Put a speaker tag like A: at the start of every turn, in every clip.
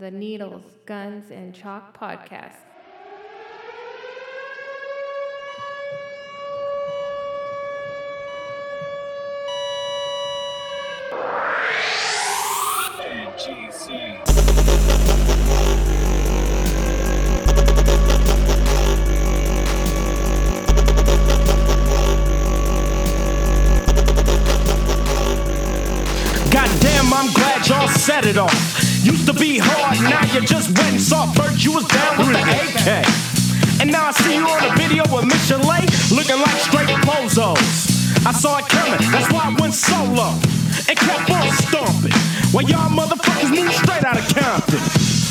A: the Needles, Guns, and Chalk podcast.
B: Goddamn, I'm glad y'all set it off. Used to be hard, now you just went and soft. Heard you was down with the AK. And now I see you on a video with Michelet, looking like straight bozos. I saw it coming, that's why I went solo. And kept on stomping. While y'all motherfuckers moved straight out of Compton.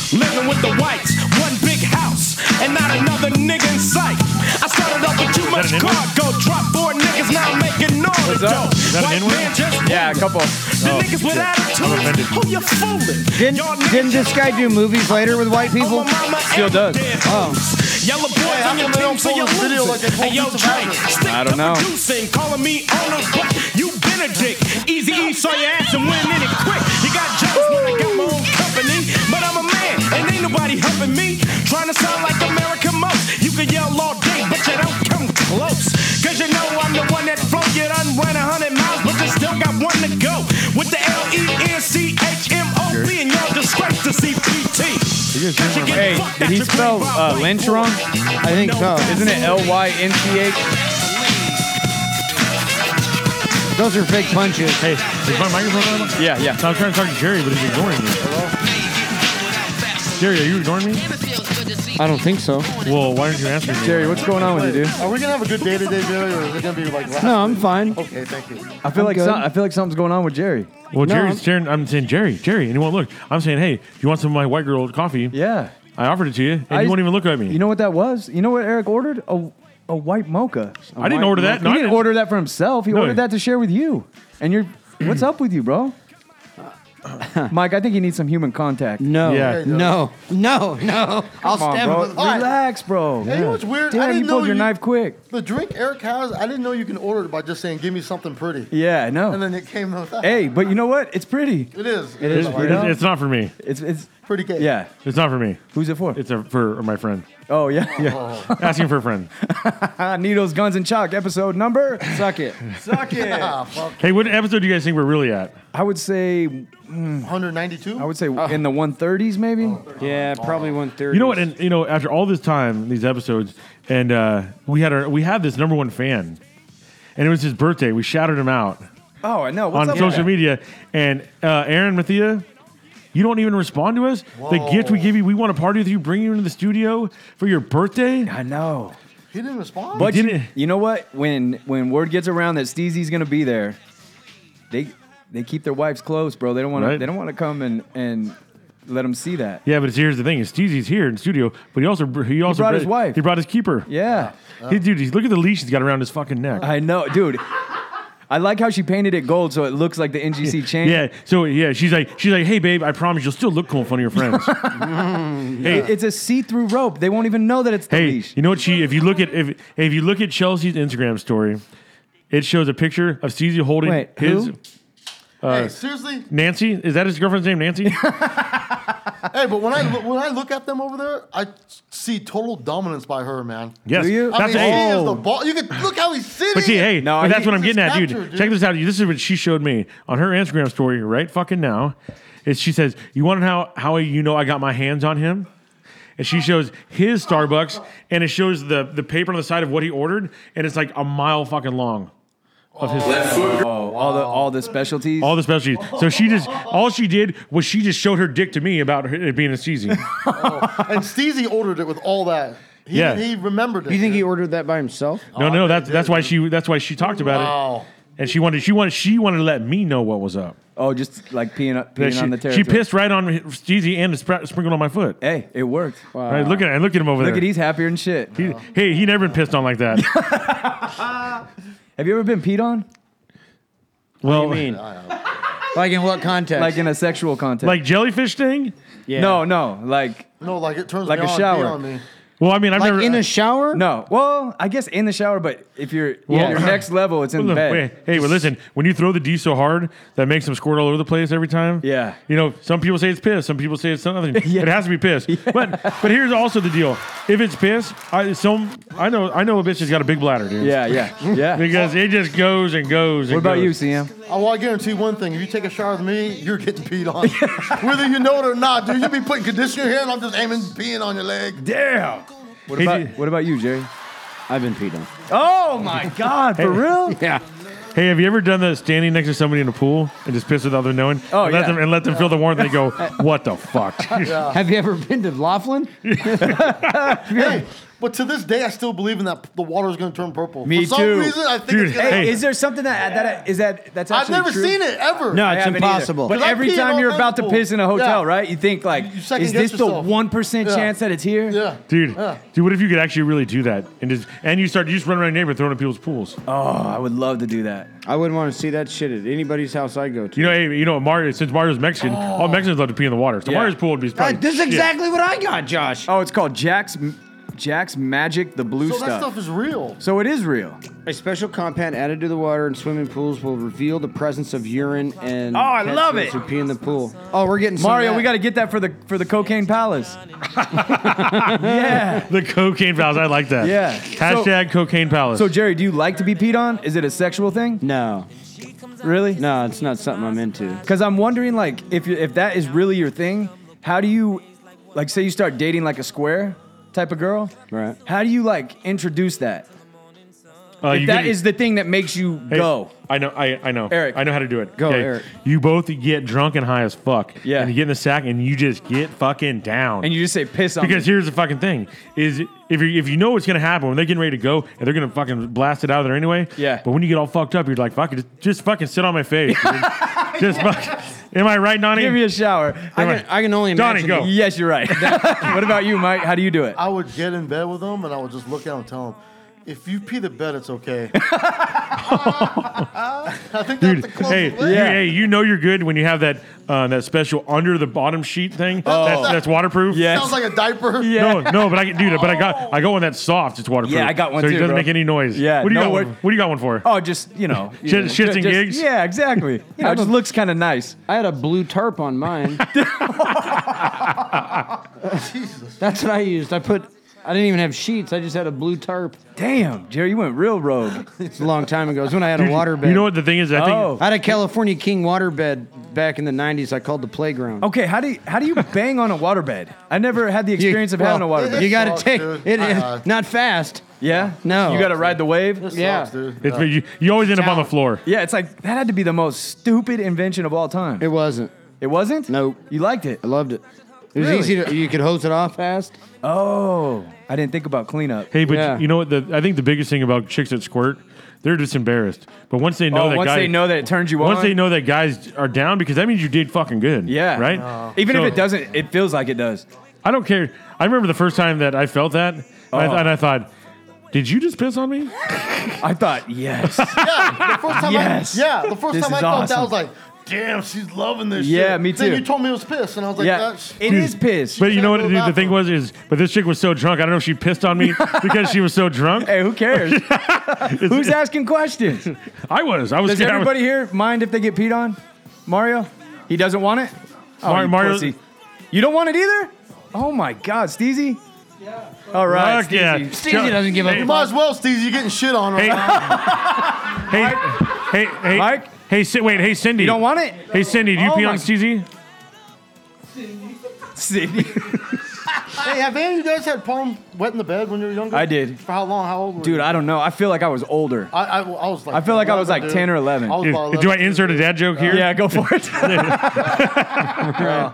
B: Living with the whites, one big house, and not another nigga in sight. I started up with too much
C: an inward?
B: cargo, dropped four niggas, now I'm making all the
C: What's up?
B: dough.
C: Is that an
B: White
C: inward?
B: man just
D: Yeah, a couple.
B: the niggas with attitude.
C: offended.
B: Who you fooling?
D: Didn't,
B: Y'all niggas
D: didn't this guy do movies later with
E: Oh,
D: white people?
B: on my mama
D: Still
B: and
D: does.
B: dead
D: Oh.
B: hoes. Yellow boys on your team, so you losing. hey, yo, Drake, stick
D: I don't
B: to
D: know.
B: producing, calling me on a butt. You been a dick. Easy E saw your ass and went in it quick. You got jealous when I got my own company, but I'm a man and ain't nobody helping me. Trying to sound like America most. You can yell all day, but you don't come close. Cause you know I'm the one that broke it. I ran a hundred miles, but you still got one to go. With the L E N C H M O B, and y'all disgrace to CPT. Cause you get
D: Hey,
B: fucked
D: did
B: at
D: he
B: your
D: spell
B: green
D: uh,
B: by
D: Lynch
B: white
D: wrong?
B: boy.
D: I think so. Isn't it L Y N C H? Those are fake punches.
C: Hey, is my microphone on?
D: Yeah, yeah.
C: So I'm trying to talk to Jerry, but he's ignoring me. Jerry, are you ignoring me?
D: I don't think so.
C: Well, why didn't you answer me?
D: Jerry, what's going on with you, dude?
F: Are we gonna have a good day today, Billy, or is it gonna be like? last-
D: No, I'm fine.
F: Okay, thank you.
E: I feel
D: I'm
E: like
D: good.
E: some, I feel like something's going on with Jerry.
C: Well,
D: No,
C: Jerry's
D: I'm-
C: Jerry, I'm saying Jerry, Jerry, and he won't look. I'm saying, hey, if you want some of my white girl coffee,
E: Yeah.
C: I offered it to you, and
E: I
C: you
E: just-
C: won't even look at me.
E: You know what that was? You know what Eric ordered? A, a white mocha. I
C: I didn't order that. No, I
E: he didn't
C: didn't.
E: order that for himself. He
C: No.
E: ordered that to share with you. And you're, what's up with you, bro? Mike, I think you need some human contact.
D: No,
C: Yeah.
D: no, no, no. I'll
E: Come on,
D: stab
E: bro.
D: him.
F: All right.
E: Relax, bro.
F: Hey, you know what's weird? I
E: Damn,
F: didn't
E: you
F: know
E: pulled your
F: you-
E: knife quick.
F: The drink Eric has, I didn't know you can order it by just saying, "Give me something pretty,"
E: Yeah, I
F: and
E: know.
F: then it came with that.
E: Hey, but you know what? It's pretty.
F: It is. It
E: is
C: It's-
E: You know?
C: it's not for me.
E: It's it's
F: pretty cake.
E: yeah.
C: It's not for me.
E: Who's it for?
C: It's a, for my friend.
E: oh yeah, yeah.
C: Asking for a friend.
E: Needles, guns, and chalk. Episode number. Suck it. Suck it.
F: Ah, fuck.
C: Hey, what episode do you guys think we're really at?
E: I would say
F: 192.
E: I would say in the 130s maybe.
D: Yeah, probably one thirty.
C: You know what? And you know, after all this time, these episodes, and uh, we had our we had this number one fan, and it was his birthday. We shouted him out.
E: Oh, I know. What's
C: on
E: up
C: social
E: with
C: media. And uh, Aaron Mathia, you don't even respond to us. The gift we give you, we want to party with you, bring you into the studio for your birthday.
E: that? I know.
F: he didn't respond.
E: But
C: did
E: you,
C: it.
E: you know what? When when word gets around that Steezy's gonna be there, they they keep their wives close, bro. They don't want
C: Right.
E: to. they don't want to come and and let them see that.
C: Yeah, but here's the thing: is Steezy's here in the studio, but he also he also
E: brought his wife.
C: He brought his keeper.
E: Yeah, Uh,
C: He- dude, he's, look at the leash he's got around his fucking neck.
E: I know, dude. I like how she painted it gold so it looks like the NGC chain.
C: yeah, so yeah, she's like, she's like, hey, babe, I promise you'll still look cool in front of your friends. hey,
E: It's a see-through rope. They won't even know that it's the
C: Hey,
E: leash.
C: you know what she? If you look at if if you look at Chelsea's Instagram story, it shows a picture of Steezy holding
E: Wait,
C: his
E: who? uh,
F: hey, seriously.
C: Nancy. Is that his girlfriend's name, Nancy?
F: Hey, but when I look, when I look at them over there, I see total dominance by her, man.
C: yes,
E: Do you?
F: I
C: that's
F: mean,
C: hey,
F: she is
E: Oh.
F: the ball. You could look how he's sitting.
C: But see, hey,
E: No,
C: but that's
E: he-
C: what I'm
F: this
C: getting at, dude.
F: capture, dude.
C: Check this out. This is what she showed me on her Instagram story right fucking now. Is she says, "You want to know how how you know I got my hands on him?" And she shows his Starbucks, and it shows the the paper on the side of what he ordered, and it's like a mile fucking long.
E: Oh, all the all the specialties.
C: All the specialties. So she just all she did was she just showed her dick to me about her, it being a season.
F: and Steezy ordered it with all that. He,
C: Yeah.
F: he remembered it.
D: you think he
F: dude.
D: ordered that by himself?
C: No, no,
F: I
C: that's
F: did,
C: that's why she that's why she talked about
F: Wow.
C: it. And she wanted she wanted she wanted to let me know what was up.
E: oh, just like peeing up
C: That
E: peeing
C: she,
E: on the
C: she
E: territory.
C: pissed right on Steezy and spr- sprinkled on my foot.
E: Hey, it worked.
C: Right, look at and look at him over
E: Look
C: there.
E: at he's happier than shit.
C: He- hey, he never been pissed on like that.
E: Have you ever been peed on?
C: well,
D: I mean, like in what context?
E: Like in a sexual context?
C: like jellyfish thing.
D: yeah.
E: no, no, like
F: No, like it turns
E: Like
F: me
E: a
F: on, pee
E: shower.
F: on me.
C: Well, I mean, I've
D: Like
C: never
D: in a shower?
E: No, well, I guess in the shower, but if you're
C: Well-
E: yeah, your next level, it's in
C: Well,
E: bed.
C: wait, Hey, but listen, when you throw the D so hard that makes them squirt all over the place every time.
E: Yeah.
C: You know, some people say it's piss, some people say it's something. It has to be piss. But but here's also the deal. If it's piss, I some I know I know a bitch has got a big bladder, dude.
E: Yeah, yeah, yeah.
C: Because it just goes and goes and
E: what about you,
C: goes.
E: CM?
F: Oh, well, I guarantee one thing: if you take a shower with me, you're getting peed on, whether you know it or not, dude. You be putting conditioner here, and I'm just aiming peeing on your leg.
E: Damn. What
C: Hey,
E: about,
C: dude.
E: what about you, Jerry?
D: I've been peed on.
E: Oh my God, for real?
D: Yeah.
C: Hey, have you ever done the standing next to somebody in a pool and just piss without them knowing?
E: Oh,
C: and let
E: yeah.
C: them and let them feel the warmth and they go, What the fuck?
D: Have you ever been to Laughlin?
F: Hey, but to this day, I still believe in that. The water is going to turn purple.
E: Me
F: For some
E: too.
F: reason, I think
C: Dude,
F: it's gonna,
E: Hey,
C: Hey.
E: is there something that that is that that's
F: I've
E: actually
F: never
E: true?
F: seen it ever.
D: No,
E: I
D: it's
E: haven't either.
D: impossible.
E: But
F: 'Cause I
E: every
F: pee in
E: time
F: all
E: you're
F: kinds
E: about
F: of
E: to piss in a
F: pools.
E: hotel,
F: Yeah.
E: right? You think like,
F: You second
E: is this
F: guess
E: the
F: yourself.
E: one percent
F: Yeah.
E: chance that it's here?
F: Yeah.
C: Dude,
F: Yeah.
C: dude, what if you could actually really do that and just and you start you just run around your neighborhood throwing in people's pools?
E: Oh, I would love to do that.
D: I wouldn't want to see that shit at anybody's house I go to.
C: You know, hey, you know, Mario. Since Mario's Mexican, all Mexicans love to pee in the water. So
E: Oh. Yeah.
C: Mario's pool would be probably.
D: Like, this is
C: shit.
D: exactly what I got, Josh.
E: Oh, it's called Jack's Jack's Magic, the blue
F: so
E: stuff.
F: that stuff is real.
E: so it is real.
D: A special compound added to the water in swimming pools will reveal the presence of urine and.
E: Oh, I love it.
D: Who pee in the pool. Oh, we're getting some of
E: Mario,
D: that.
E: we got to get that for the for the Cocaine Palace. yeah.
C: The cocaine palace. I like that.
E: Yeah.
C: Hashtag cocaine palace. Uh,
E: So Jerry, do you like to be peed on? Is it a sexual thing?
D: No,
E: Really?
D: no, it's not something I'm into.
E: Because I'm wondering, like, if you, if that is really your thing, how do you, like, say you start dating like a square type of girl?
D: Right.
E: How do you like introduce that?
C: uh,
E: If
C: you
E: that
C: get-
E: is the thing that makes you
C: hey,
E: go.
C: I know. I, I know.
E: Eric.
C: I know how to do it.
D: Go,
C: 'Kay.
D: Eric.
C: You both get drunk and high as fuck.
E: Yeah.
C: And you get in the sack and you just get fucking down.
E: And you just say piss on
C: because
E: me.
C: here's the fucking thing: is if you if you know what's gonna happen when they're getting ready to go and they're gonna fucking blast it out of there anyway.
E: Yeah.
C: But when you get all fucked up, you're like, "Fuck it, just, just fucking sit on my face." dude. just fuck. Am I right, Donnie?
E: Give me a shower.
D: I
C: Am
D: can, I can only
C: Donnie,
D: imagine.
C: go.
E: yes, you're right. what about you, Mike? How do you do it?
F: I would get in bed with them, and I would just look at them and tell them, "If you pee the bed, it's okay." I think that's
C: Dude,
F: the closest
C: hey,
F: way.
C: you- hey, you know you're good when you have that uh, that special under the bottom sheet thing. That's, that's waterproof.
E: Oh. Yeah. Oh.
F: Sounds like a diaper. Yeah.
C: No, no, but I can do that. But I got I got one that's soft. It's waterproof.
E: Yeah, I got one
C: So it
E: too,
C: doesn't
E: bro.
C: make any noise.
E: Yeah,
C: What do you
E: no
C: got?
E: wor-
C: One, what do you got one for?
E: Oh, just you know, you
C: Shit-
E: know,
C: shits and
E: just-
C: gigs?
E: Yeah, exactly. You know, it just looks kind of nice.
D: I had a blue tarp on mine. That's what I used. I put. I didn't even have sheets. I just had a blue tarp.
E: Damn, Jerry, you went real rogue.
D: It's a long time ago. It's when I had a water bed.
C: You know what the thing is? I think
E: Oh.
D: I had a California King water bed back in the '90s. I called the playground.
E: Okay, how do you, how do you bang on a waterbed? I never had the
D: You-
E: experience of
D: well,
E: having a waterbed.
D: You got
F: Fuck,
D: to take
F: dude.
D: it. is-
F: Uh-uh.
D: Not fast.
E: yeah,
D: No.
E: you got to ride the wave.
D: Yeah.
F: dude.
C: it's, you, you always end up on the floor.
E: Yeah, it's like that had to be the most stupid invention of all time.
D: It wasn't.
E: It wasn't.
D: Nope.
E: you liked it.
D: I loved it. It was
E: Really?
D: easy to. You could hose it off fast.
E: Oh, I didn't think about cleanup.
C: Hey, but
D: Yeah.
C: you know what? The, I think the biggest thing about chicks that squirt, they're just embarrassed. But once they know
E: oh,
C: that
E: once
C: guy,
E: they know that it turns you on.
C: once they know that guys are down, because that means you did fucking good.
E: Yeah.
C: Right.
E: Even
C: So-
E: if it doesn't, it feels like it does.
C: I don't care. I remember the first time that I felt that, and, I,
E: Oh.
C: and I thought, "Did you just piss on me?"
E: I thought, yes.
F: Yeah, the first time
E: Yes.
F: I, yeah, the first
E: This
F: time I
E: is
F: felt that, I
E: awesome.
F: was like, damn, she's loving this shit.
E: Yeah, me too.
F: Then you told me it was piss, and I was like,
E: yeah,
F: that's.
E: it is piss.
C: But you know what?
F: Go
C: Dude, the thing was is, but this chick was so drunk. I don't know if she pissed on me because she was so drunk.
E: hey, who cares? Who's asking questions?
C: I was. I was.
E: Does
C: scared. I was-
E: everybody here mind if they get peed on? Mario? He doesn't want it? Oh,
C: Mar-
E: you
C: Mario-
E: pussy. You don't want it either? Oh my god, Steezy? Yeah. All right.
C: Fuck yeah.
E: Steezy.
D: Steezy doesn't give a
F: You
C: Hey,
F: might as well, Steez. You're getting shit on right
C: Hey.
F: now.
C: hey, hey, hey,
E: Mike?
C: Hey, Ci- wait. Hey, Cindy.
E: You don't want it?
C: Hey, Cindy. Do you
E: Oh
C: pee
E: my-
C: on CZ?
E: Steezy.
F: Hey, have any of you guys had problem wetting the bed when you were younger?
E: I did.
F: For how long? How old were
E: Dude,
F: you?
E: I don't know. I feel like I was older.
F: I, I, I was like.
E: I feel like I was like 10 or 11.
F: I was
C: Dude,
F: about 11.
C: do I insert a dad joke here?
E: Yeah, go for it.
F: I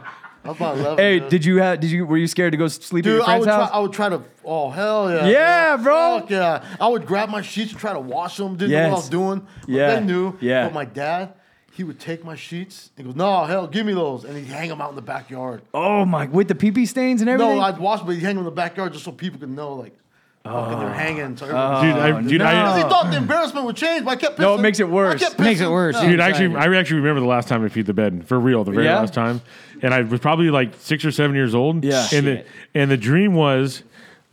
F: was about 11.
E: hey,
F: dude.
E: did you have did you were you scared to go sleep at
F: Dude,
E: your
F: I
E: friend's
F: would, try,
E: house?
F: I would try to. Oh hell yeah!
E: Yeah, bro.
F: Fuck yeah! I would grab my sheets and try to wash them. Didn't know what I
E: Yes.
F: was doing. But
E: Yeah,
F: they knew.
E: yeah.
F: But my dad, he would take my sheets and goes, "No hell, give me those," and he'd hang them out in the backyard.
E: oh my with the pee pee stains and everything?
F: No, I'd wash, but he'd hang them in the backyard just so people could know, like, fucking they're hanging. So everybody-
C: Dude, I, dude,
F: Because he
C: I,
F: thought the embarrassment would change, but I kept pissing.
E: No, it makes it worse.
F: I kept
D: Makes it
F: pissing.
D: worse,
F: Yeah.
C: dude, I actually, I actually remember the last time I peed the bed for real, the very
E: Yeah?
C: last time, and I was probably like six or seven years old.
E: Yeah.
C: And the, and the dream was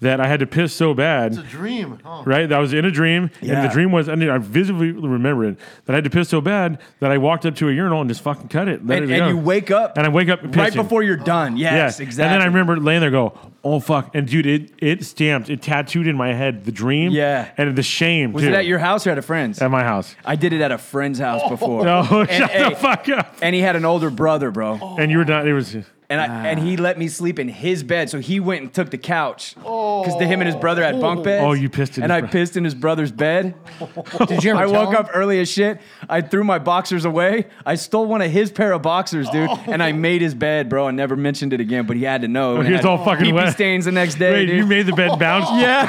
C: that I had to piss so bad.
F: It's a dream. Huh?
C: Right, that I was in a dream, and
E: Yeah.
C: the dream was, I, mean, I visibly remember it, that I had to piss so bad that I walked up to a urinal and just fucking cut it. let
E: And,
C: it
E: and
C: go.
E: you wake up
C: and I wake up
E: right
C: pissing.
E: before you're done. Yes,
C: Yeah.
E: exactly.
C: And then I remember laying there, go, oh fuck, and dude, it it stamped, it tattooed in my head the dream,
E: Yeah.
C: and the shame
E: Was
C: too.
E: it at your house or at a friend's?
C: at my house?
E: I did it at a friend's
F: Oh.
E: house before.
C: No, shut
E: hey,
C: the fuck up.
E: Oh, And he had an older brother, bro.
C: And you were not. It was.
E: And I, and he
D: Ah.
E: let me sleep in his bed, so he went and took the couch because him and his brother had bunk beds.
C: Oh, you pissed in
E: And
C: his
E: I
C: bro-
E: pissed in his brother's bed.
D: Did you ever
E: I
D: tell
E: woke
D: him?
E: up early as shit. I threw my boxers away. I stole one of his pair of boxers, dude,
D: Oh.
E: and I made his bed, bro. I never mentioned it again, but he had to know.
C: Oh,
E: and
C: he was
E: had
C: all fucking
E: pee-pee
C: wet.
E: stains the next day,
C: Wait,
E: dude.
C: you made the bed bounce.
E: yeah.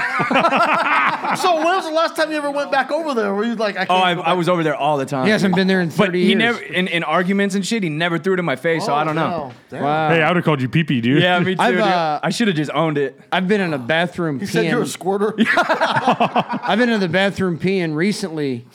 F: So when was the last time you ever went back over there? Were you like, I can't
E: Oh, I,
F: go
E: I
F: back?
E: was over there all the time.
D: He hasn't been there in 30
E: But
D: years.
E: he never in, in arguments and shit. He never threw it in my face, so I don't know.
F: Oh, damn.
D: Wow.
C: Hey, I would have called you pee pee, dude.
E: Yeah, me too.
D: I've,
E: dude.
D: uh,
E: I should have just owned it.
D: I've been in a bathroom
F: You said
D: peeing.
F: you're a squirter.
D: I've been in the bathroom peeing recently,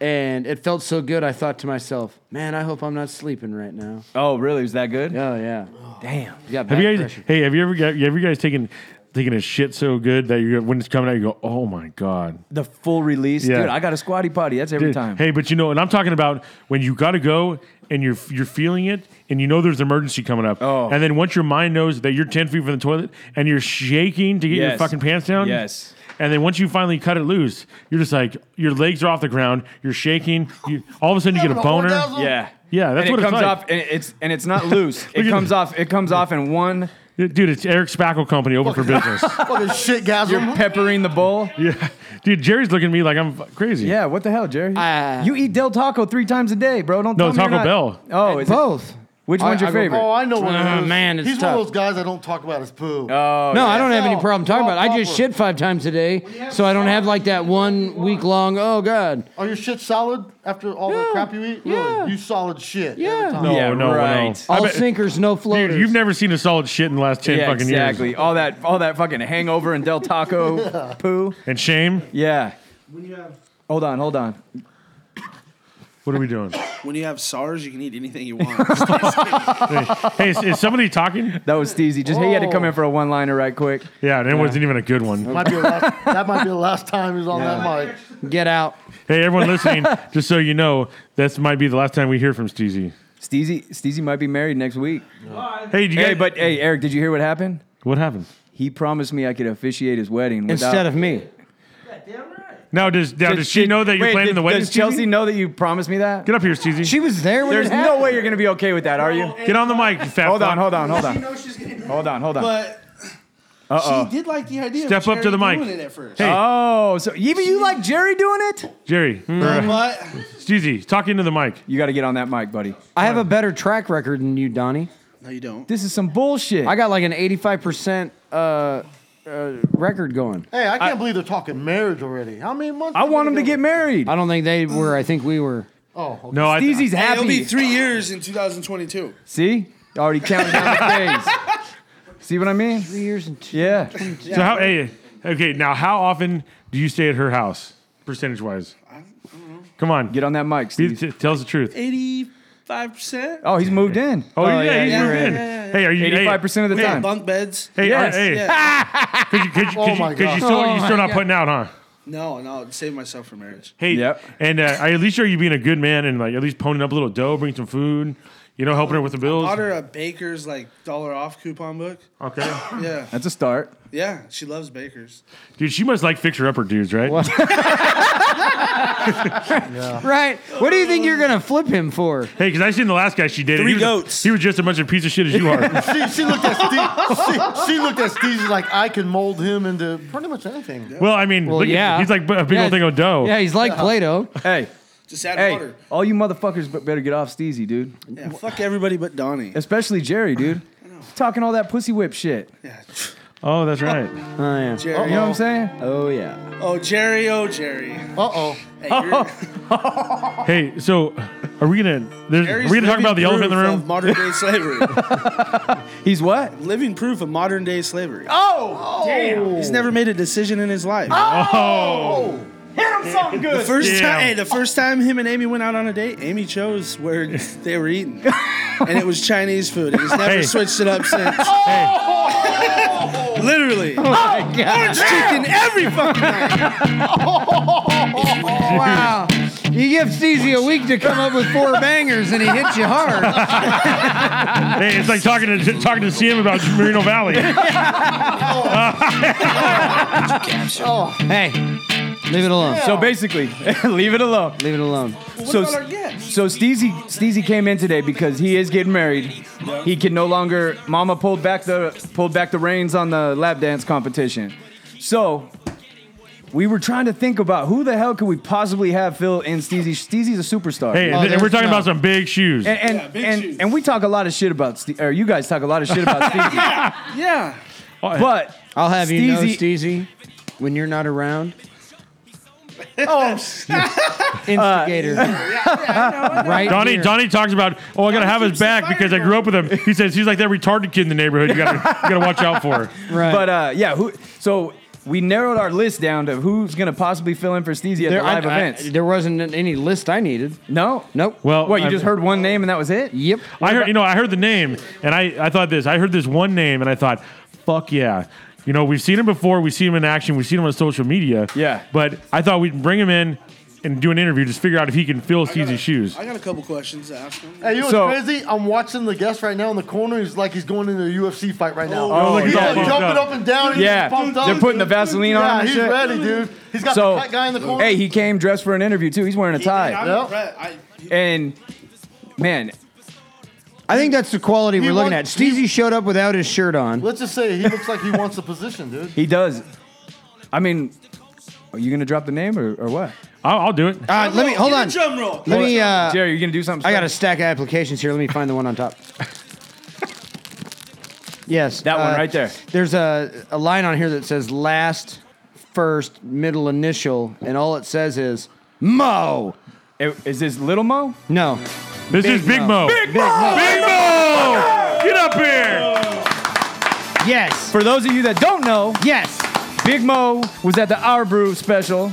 D: and it felt so good. I thought to myself, "Man, I hope I'm not sleeping right now."
E: Oh, really? Was that good?
D: Oh yeah,
E: Damn.
D: you got back
C: Have you guys?
D: pressure.
C: Hey, have you ever? got- Have you guys taken taken a shit so good that you when it's coming out, you go, oh my god.
E: The full release,
C: Yeah.
E: dude. I got a squatty potty. That's every
C: Dude,
E: time.
C: Hey, but you know, and I'm talking about when you got to go and you're you're feeling it, and you know there's an emergency coming up.
E: Oh.
C: and then once your mind knows that you're ten feet from the toilet and you're shaking to get your
E: Yes.
C: fucking pants down.
E: Yes.
C: And then once you finally cut it loose, you're just like your legs are off the ground. You're shaking. You, all of a sudden you get a
F: Having an
C: boner.
F: orgasm?
E: Yeah.
C: Yeah, that's
E: and
C: what
E: it
C: it's
E: comes
C: like.
E: off, and it's and it's not loose. it
C: at
E: comes
C: that.
E: off. It comes off in one.
C: Dude, it's Eric Spackle Company open for business.
F: Fucking shit, guys.
E: You're peppering the bowl.
C: yeah, dude, Jerry's looking at me like I'm fu- crazy.
E: Yeah. What the hell, Jerry?
D: Uh,
E: you eat Del Taco three times a day, bro. Don't
C: No,
E: tell me you're
C: Taco
E: not- Oh, is it-
D: both.
E: Which
D: I-
E: one's your
D: I go-
E: favorite?
F: Oh, I know what
D: Ah,
F: it is.
D: man, it's
F: He's
D: tough.
F: one of those guys I don't talk about his poo.
E: Oh,
D: No,
E: yeah.
D: I don't have any
F: No,
D: problem talking about. it. I just
F: proper.
D: shit five times a day, so I don't have like that one week long. Oh God,
F: Are your shit solid after all the
D: Yeah.
F: crap you eat?
D: Yeah.
F: Really? You solid shit.
D: Yeah.
F: Every time.
C: No,
E: Yeah,
C: no,
E: right.
C: no. I
D: all
C: bet-
D: sinkers, no
C: Dude,
D: floaters.
C: you've never seen a solid shit in the last ten
E: Yeah,
C: fucking
E: exactly.
C: years.
E: All that, all that fucking hangover and Del Taco poo.
C: And shame.
E: Yeah. Hold on, hold on.
C: What are we doing?
G: When you have SARS, you can eat anything you want.
C: hey, is, is somebody talking?
E: That was Steezy. Just he had to come in for a one liner right quick.
C: Yeah, and it wasn't even a good one.
F: Might be the last, that might be the last time he's on that mic.
D: Get out.
C: Hey, everyone listening, just so you know, this might be the last time we hear from Steezy.
E: Steezy, Steezy might be married next week.
C: Hey, did you
E: Hey,
C: guys-
E: but hey, Eric, did you hear what happened?
C: what happened?
E: He promised me I could officiate his wedding without,
D: Instead of me,
C: Now does now
E: Did-
C: does she
E: did-
C: know that you're
E: wait,
C: planning
E: did-
C: the wedding?
E: Does
C: Steezy?
E: Chelsea know that you promised me that?
C: Get up here, Steezy.
D: she was there when
E: There's
D: it happened.
E: no way you're gonna be okay with that, are you?
C: Get on the mic, you fat
E: Hold on,
C: fuck.
E: hold on, hold
G: you
E: on,
G: know she's getting
E: hold on, hold on.
G: But she did like the idea.
C: Step
G: of
C: up to the
G: Jerry
C: mic.
G: Doing it at first.
C: Hey,
E: Oh, so even you like Jerry doing it?
C: Jerry, uh,
E: Hmm?
G: But
C: Steezy, talk into the mic.
E: You got to get on that mic, buddy.
D: I have a better track record than you, Donnie.
G: no, you don't.
E: This is some bullshit.
D: I got like an 85% uh, uh, record going.
F: Hey, I can't believe they're talking marriage already. How many months?
E: I want him to get married.
D: I don't think they were. I think we were.
C: No, I,
E: Steezy's
G: Hey, it'll be
E: happy.
G: three years in 2022.
E: See, already counting down the days. See what I mean?
D: Three years and two.
E: Yeah.
C: So how? Hey, okay, now how often do you stay at her house, percentage wise? Come on,
E: Get on that mic,
C: He
E: Steve.
C: t- tell us the truth.
G: 85%?
E: Oh, he's moved in.
C: Oh, yeah, he's
E: yeah,
C: moved
E: yeah,
C: in. Hey, are you hey,
E: 85% of the
G: Hey,
E: time.
G: bunk beds.
C: Hey,
E: Yes.
C: are- hey, could you could you could
F: Oh
C: you,
F: my
C: could you
F: God.
C: still you still not putting out, huh?
G: No, no, save myself for marriage.
C: Hey,
E: Yep.
C: and uh, at least are you being a good man and like at least poning up a little dough, bring some food, you know, helping her with the bills.
G: Bought her a baker's like dollar off coupon book.
C: Okay,
G: Yeah,
E: That's a start.
G: yeah, she loves bakers.
C: dude, she must like fixer upper dudes, right?
D: Right? What do you think you're going to flip him for?
C: Hey, because I seen the last guy she dated.
G: Three
C: he was, a-
G: goats.
C: He was just a bunch of piece of shit as you are.
F: She, she looked at Steve. She, she looked at Steve. She's like, I can mold him into pretty much anything.
C: well, I mean,
D: Well,
C: look at-
D: yeah.
C: he's like a big
D: Yeah.
C: old thing of dough.
D: Yeah, he's like Play Doh.
E: Hey,
G: Just add
E: hey,
G: water.
E: all you motherfuckers be- better get off Steezy, dude.
G: Yeah, fuck everybody but Donnie.
E: Especially Jerry, dude. Talking all that pussy whip shit.
G: Yeah.
C: Oh, that's right.
D: Oh, yeah.
G: Jerry.
E: You know what I'm saying? Oh yeah.
G: Oh, Jerry, oh, Jerry.
F: Uh oh.
G: Hey, you're-
C: Hey, so are we gonna? There's, are
G: Jerry's
C: we gonna talk
G: living
C: about the elephant in the
G: proof of
C: room?
G: Modern day slavery.
E: He's what?
G: living proof of modern day slavery.
E: Oh, damn.
G: He's never made a decision in his life.
C: Oh.
E: Hit him something
G: The
E: good.
G: first
C: Damn.
G: time, hey, the first time him and Amy went out on a date, Amy chose where they were eating, and it was Chinese food, and he's never
C: Hey.
H: Oh!
G: switched it up since. Literally, orange Oh, chicken every fucking night.
D: Wow. You give Steezy a week to come up with four bangers and he hits you hard.
C: Hey, it's like talking to talking to CM about Merino Valley.
D: hey, leave it alone.
E: So basically, leave it alone.
D: Leave it alone.
G: What
E: So
G: about our
E: s-
G: guests?
E: So Steezy, Steezy came in today because he is getting married. He can no longer. Mama pulled back the pulled back the reins on the lap dance competition. So we were trying to think about who the hell could we possibly have fill in Steezy. Steezy's a superstar.
C: Hey,
D: Oh,
C: and, and we're
D: there's-
C: talking
D: no.
C: about some big shoes.
E: And and,
G: Yeah, big shoes.
E: and and we talk a lot of shit about Ste- or you guys talk a lot of shit about Steezy.
G: Yeah.
E: but
D: I'll have you know,
E: Steezy-
D: Steezy, when you're not around. Oh, instigator. Uh, right.
C: Donnie,
D: here.
C: Donnie talks about, oh, I gotta have his
G: keeps the
C: back
G: fire
C: because I grew up with him. He says he's like that retarded kid in the neighborhood. You gotta, you gotta watch out for.
D: Right.
E: but uh, yeah, who? So we narrowed our list down to who's gonna possibly fill in for Steezy at the
D: I-
E: live
D: I-
E: events.
D: there wasn't any list I needed.
E: no,
D: Nope.
C: Well,
E: What you
C: I've-
E: just heard one name and that was it?
D: Yep.
C: I heard, you know, I heard the name, and I, I thought this. I heard this one name, and I thought, fuck yeah. You know, we've seen him before. We've seen him in action. We've seen him on social media.
E: Yeah.
C: But I thought we'd bring him in and do an interview, just figure out if he can fill Steezy's shoes.
G: I got a couple questions to ask him.
F: Hey, you know
E: So-
F: what's crazy? I'm watching the guest right now in the corner. He's like he's going into a UFC fight right now.
E: Oh,
F: he's
E: yeah.
F: like
C: Pumped
F: jumping
C: up.
F: up. and down. He's
E: Yeah,
F: pumped up.
E: they're putting the Vaseline on
F: Yeah,
E: and
F: he's
E: shit.
F: ready, dude. He's got
E: So,
F: the fat guy in the corner.
E: hey, he came dressed for an interview too. He's wearing a tie,
G: I'm
F: Yep.
G: impressed. I-
E: and man,
D: I think that's the quality
F: He
D: we're looking at.
F: wants-
D: Steezy showed up without his shirt on.
F: Let's just say he looks like he wants the position, dude.
E: he does. I mean, are you gonna drop the name or, or what?
C: I'll, I'll do it.
D: Uh, let me
G: Drum
D: hold
G: roll,
D: on.
G: get a Drum roll.
D: Let me. Uh,
E: Jerry, you gonna do something?
D: I got a
E: special?
D: stack of applications here. Let me find the one on top. Yes,
E: That one
D: uh,
E: right there.
D: There's a, a line on here that says last, first, middle, initial, and all it says is Mo.
E: I- Is this Little Mo?
D: No,
C: This is Big Mo. Big Mo. Big Mo. Get up here.
D: yes,
E: For those of you that don't know,
D: yes.
E: Big Mo was at the Our Brew special,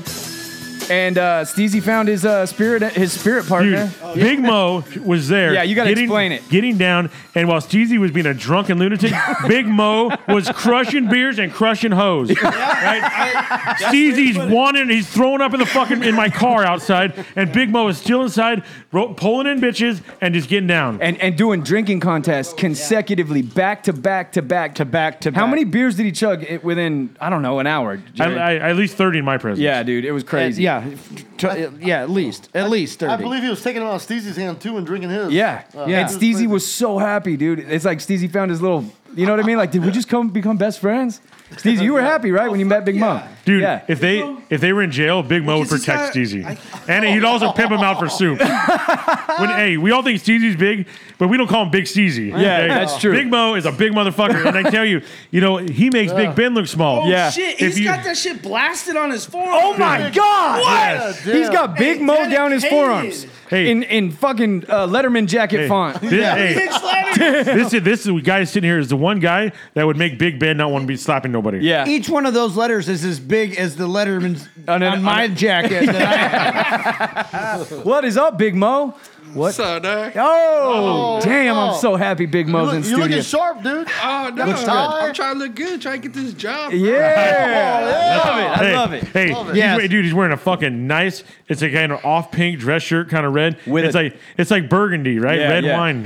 E: and uh, Steezy found his uh, spirit his spirit partner.
C: Dude, Big Mo was there.
E: Yeah, you gotta
C: getting-
E: explain it.
C: Getting down, and while Steezy was being a drunken lunatic, Big Mo was crushing beers and crushing hoes. right? Steezy's wanting, he's throwing up in the fucking in my car outside, and Big Mo is still inside, ro- pulling in bitches and just getting down.
E: and and doing drinking contests consecutively, back to back to back to back to. How
D: back.
E: many beers did he chug i- within? I don't know, an hour.
C: I,
E: Jerry?
C: I, at least thirty in my presence.
E: yeah, dude, it was crazy.
D: Yeah, t- uh, yeah. At least, at least thirty.
F: I believe he was taking out Steezy's hand too and drinking his. Uh,
E: yeah,
F: yeah.
E: And Steezy was so happy, dude. It's like Steezy found his little. You know what I mean? Like, did we just come become best friends? Steezy, you were happy, right, when you met Big Mo?
C: Dude,
E: yeah.
C: if they if they were in jail, Big Mo would
G: Because he's
C: protect
G: got-
C: Steezy, and he'd also pimp him out for soup. when, hey, we all think Steezy's big, but we don't call him Big Steezy.
E: Yeah, that's true.
C: Big Mo is a big motherfucker, and I tell you, you know, he makes Big Ben look small.
G: Oh
E: Yeah.
G: shit!
C: If
G: He's
C: you-
G: got that shit blasted on his forearm.
E: Oh my God!
F: Yes. Yeah,
E: He's got
F: damn.
E: Big
G: Hey,
E: Mo down his
G: dedicated.
E: forearms.
C: Hey.
E: In in fucking uh, Letterman jacket
C: Hey,
E: font.
C: This, hey,
G: Bitch letters.
C: this is this is- guy sitting here is the one guy that would make Big Ben not want to be slapping nobody.
E: Yeah.
D: Each one of those letters is as big as the Letterman's
E: On
D: on,
E: an- on
D: my
E: a-
D: jacket. that I
E: What is up, Big Mo? What? Oh, damn! I'm so happy Big
F: You
E: Mo's
F: look-
E: in
F: You're
E: studio.
F: looking sharp, dude.
H: Oh no!
F: Looks
H: I'm
F: good.
H: trying to look good. Trying to get this job.
E: Yeah, I love it. I
C: Hey,
E: love it.
C: Hey, he's
D: Yes.
C: wearing- dude, he's wearing a fucking nice. It's a kind of off pink dress shirt, kind of red.
E: With
C: it's
E: a-
C: like it's like burgundy, right?
E: Yeah,
C: red
E: yeah. Uh,
C: wine.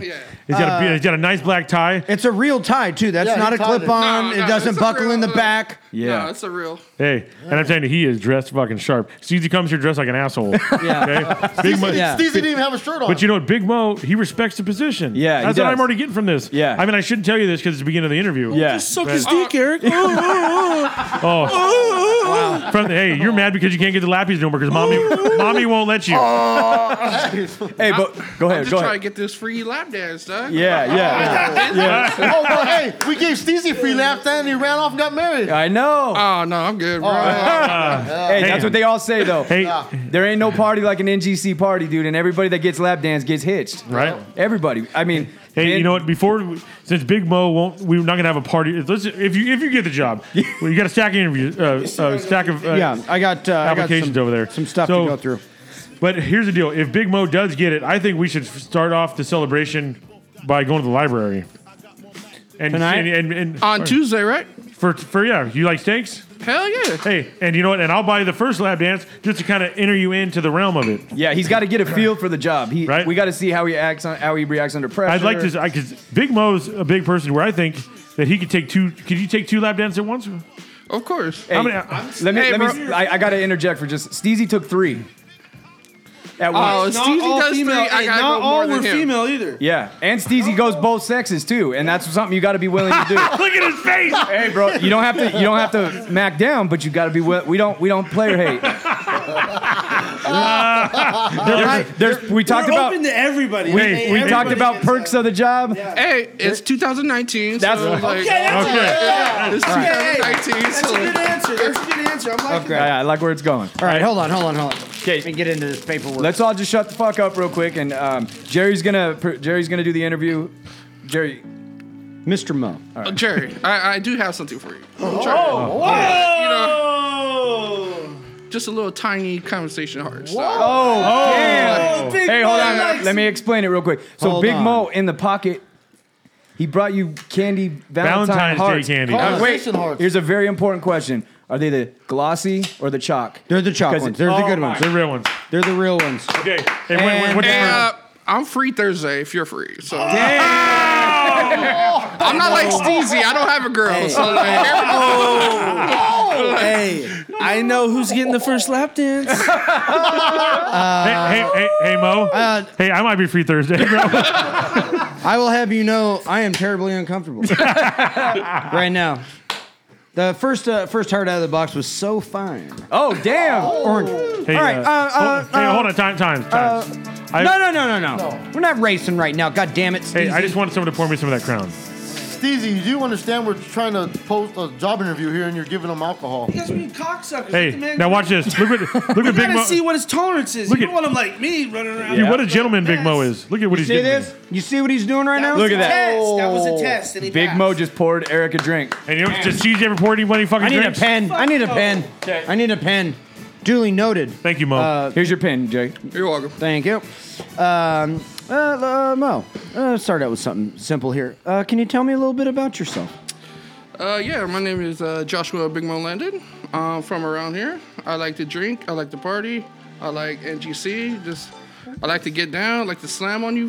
C: He's got a he's got a nice black tie.
D: It's a real tie too. That's
F: Yeah,
D: not
F: he
D: a
F: tied it.
D: clip on.
H: No,
D: it
H: no,
D: doesn't
H: it's a
D: buckle in the
H: real-
D: back.
H: No, it's a real.
C: Hey, and I'm telling you, he is dressed fucking sharp. Steezy comes here dressed like an asshole. Yeah. Okay? Big Mo,
D: Yeah.
F: Steezy didn't even have a shirt on.
C: But you know what, Big Mo, he respects the position.
E: Yeah, he
C: that's what
E: does.
C: I'm already getting from this.
E: Yeah.
C: I mean, I shouldn't tell you this because it's the beginning of the interview.
E: Yeah.
G: Suck
H: Uh,
G: his dick, Eric. Oh, oh,
C: Oh,
G: oh, oh.
C: from the, hey, you're mad because you can't get the lappies no more because mommy, mommy won't let you.
E: Oh, Hey, but go ahead.
H: I'm just
E: Go
H: trying to
E: ahead.
H: get this free lap dance, dog.
E: Yeah, yeah.
F: oh, well, hey, we gave Steezy a free lap then and he ran off and got married.
E: I know.
D: Uh,
H: Oh no, I'm good, bro.
E: hey, that's what they all say though.
C: Hey,
E: There ain't no party like an NGC party, dude, and everybody that gets lap dance gets hitched.
C: right?
E: Everybody. I mean,
C: Hey,
E: man,
C: you know what? Before, we- since Big Mo won't, we're not gonna have a party. If- Let's, if you if you get the job, well, you got a stack of interviews, uh, uh, stack of uh,
D: Yeah, I got uh,
C: applications
D: I got some,
C: over there.
D: Some stuff
C: So-
D: to go through.
C: But here's the deal: if Big Mo does get it, I think we should start off the celebration by going to the library. And
D: Tonight?
C: and, and, and-
H: On Tuesday, right?
C: For for yeah, you like steaks?
H: Hell yeah.
C: Hey, and you know what? And I'll buy you the first lab dance just to kind of enter you into the realm of it.
E: Yeah, he's got to get a feel for the job. He,
C: Right.
E: We got to see how he acts on how he reacts under pressure.
C: I'd like to, because Big Mo's a big person where I think that he could take two. Could you take two lap dances at once?
H: Of course.
E: Hey,
C: How many-
E: let me.
H: Hey,
E: let me.
H: bro.
E: I, got to interject for just. Steezy took three. At
H: Oh,
E: once.
H: Steezy does three. I
G: hey,
H: gotta
G: not
H: go
G: all
H: more than
G: were
H: him.
G: female either.
E: Yeah, and Steezy goes both sexes too, and that's something you got to be willing to do.
C: Look at his face.
E: hey, bro, you don't have to. You don't have to mac down, but you got to be. Wi- we don't. We don't player hate. there's, there's, we talked
G: We're
E: about.
G: open to everybody.
C: We-
G: Hey,
C: we
E: We talked
G: everybody
E: about
G: gets
E: perks
G: a-
E: of the job.
H: Hey, it's 2019.
E: That's-
H: so, like,
G: Okay, that's
C: Okay.
H: It's
G: Hey,
H: 2019.
G: That's a good
H: so
G: answer. That's a good answer. I'm liking
E: Yeah, I like where it's going.
D: All right, hold on, hold on, hold on.
E: Okay.
D: Let me get into this paperwork.
E: Let's all just shut the fuck up real quick, and um, Jerry's gonna per- Jerry's gonna do the interview. Jerry,
D: Mr. Mo.
H: uh, Jerry, I, I do have something for you. Oh, You know, just a little tiny conversation heart. So.
E: Oh, damn.
G: Oh, Big
E: hey, hold
G: Mo
E: on.
G: likes
E: Let me explain it real quick. So
D: Hold
E: Big
D: on.
E: Mo in the pocket, he brought you candy Valentine
C: Valentine's Day
E: hearts.
C: candy.
E: Uh, wait,
F: Conversation hearts.
E: here's a very important question. Are they the glossy or the chalk?
D: They're the chalk
E: 'Cause-
D: ones. They're the
E: oh
D: good
E: my-
D: ones.
C: They're real ones.
D: They're the real ones.
C: Okay. And, when- when-
D: And-
C: what-
H: And uh, I'm free Thursday if you're free. So I'm not like Steezy. I don't have a girl. So like,
G: it. Hey, I know who's getting the first lap dance.
C: hey, hey, hey, hey, Mo. hey, I might be free Thursday, bro.
D: I will have you know I am terribly uncomfortable right now. The first uh, first heart out of the box was so fine.
E: Oh, damn.
D: Orange.
C: Hey,
D: All right, uh, uh,
C: hold, hey,
D: uh,
C: hold on. Time, time, time. I,
D: no, no, no, no, no, We're not racing right now. God damn it,
C: Hey, I
D: Steezy.
C: just wanted someone to pour me some of that crown.
F: Steezy, you do understand we're trying to post a job interview here and you're giving them alcohol.
G: You guys being cocksuckers.
C: Hey,
G: Let the man
C: now
G: go.
C: watch this. Look at look
G: You
C: at Big
G: gotta
C: Mo.
G: see what his tolerance is.
C: Look
G: you
C: at-
G: don't want him like me running around.
C: Dude, what a gentleman Big Mo
G: Yes.
C: is. Look at what he's
D: See
C: doing.
D: this? You see what he's doing right
G: That
D: now?
G: was
E: Look
G: a
E: at that. Oh,
G: Test. That was a test. And he
E: Big
G: passed.
E: Mo just poured Eric a drink.
C: And you know, does Steezy ever pour anybody fucking
D: I need a
C: drinks?
D: pen. I need a pen. I need a pen. Duly noted.
C: Thank you, Mo.
D: Uh,
E: Here's your pin, Jerry.
H: you're welcome.
D: Thank you. Um, uh, uh, Mo, uh, start out with something simple here. Uh, can you tell me a little bit about yourself?
H: Uh, yeah, my name is uh, Joshua Big Mo Landon. I'm from around here. I like to drink. I like to party. I like NGC. Just I like to get down. I like to slam on you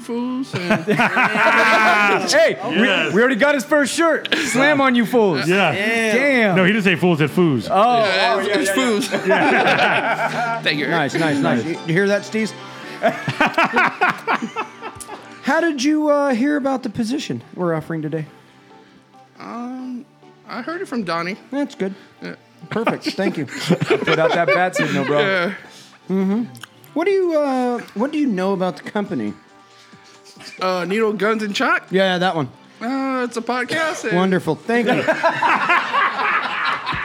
H: fools. And,
E: Ah. Hey, we-
C: Yes.
E: we, already got his first shirt. Slam on you fools.
C: yeah.
E: Damn.
C: No, he didn't say fools at foos.
E: oh,
H: Yeah,
E: oh,
H: it's,
E: yeah,
H: it's
E: yeah, yeah.
H: fools. Thank you.
D: Nice, nice, nice. You, you hear that, Steve? How did you uh, hear about the position we're offering today?
H: I heard it from Donnie.
D: That's good. Perfect. Thank you.
E: Put out that bat signal, bro.
D: What do you uh, What do you know about the company?
H: Uh, Needle Guns and Chalk.
D: Yeah, that one.
H: Uh, it's a podcast. and-
D: Wonderful. Thank you.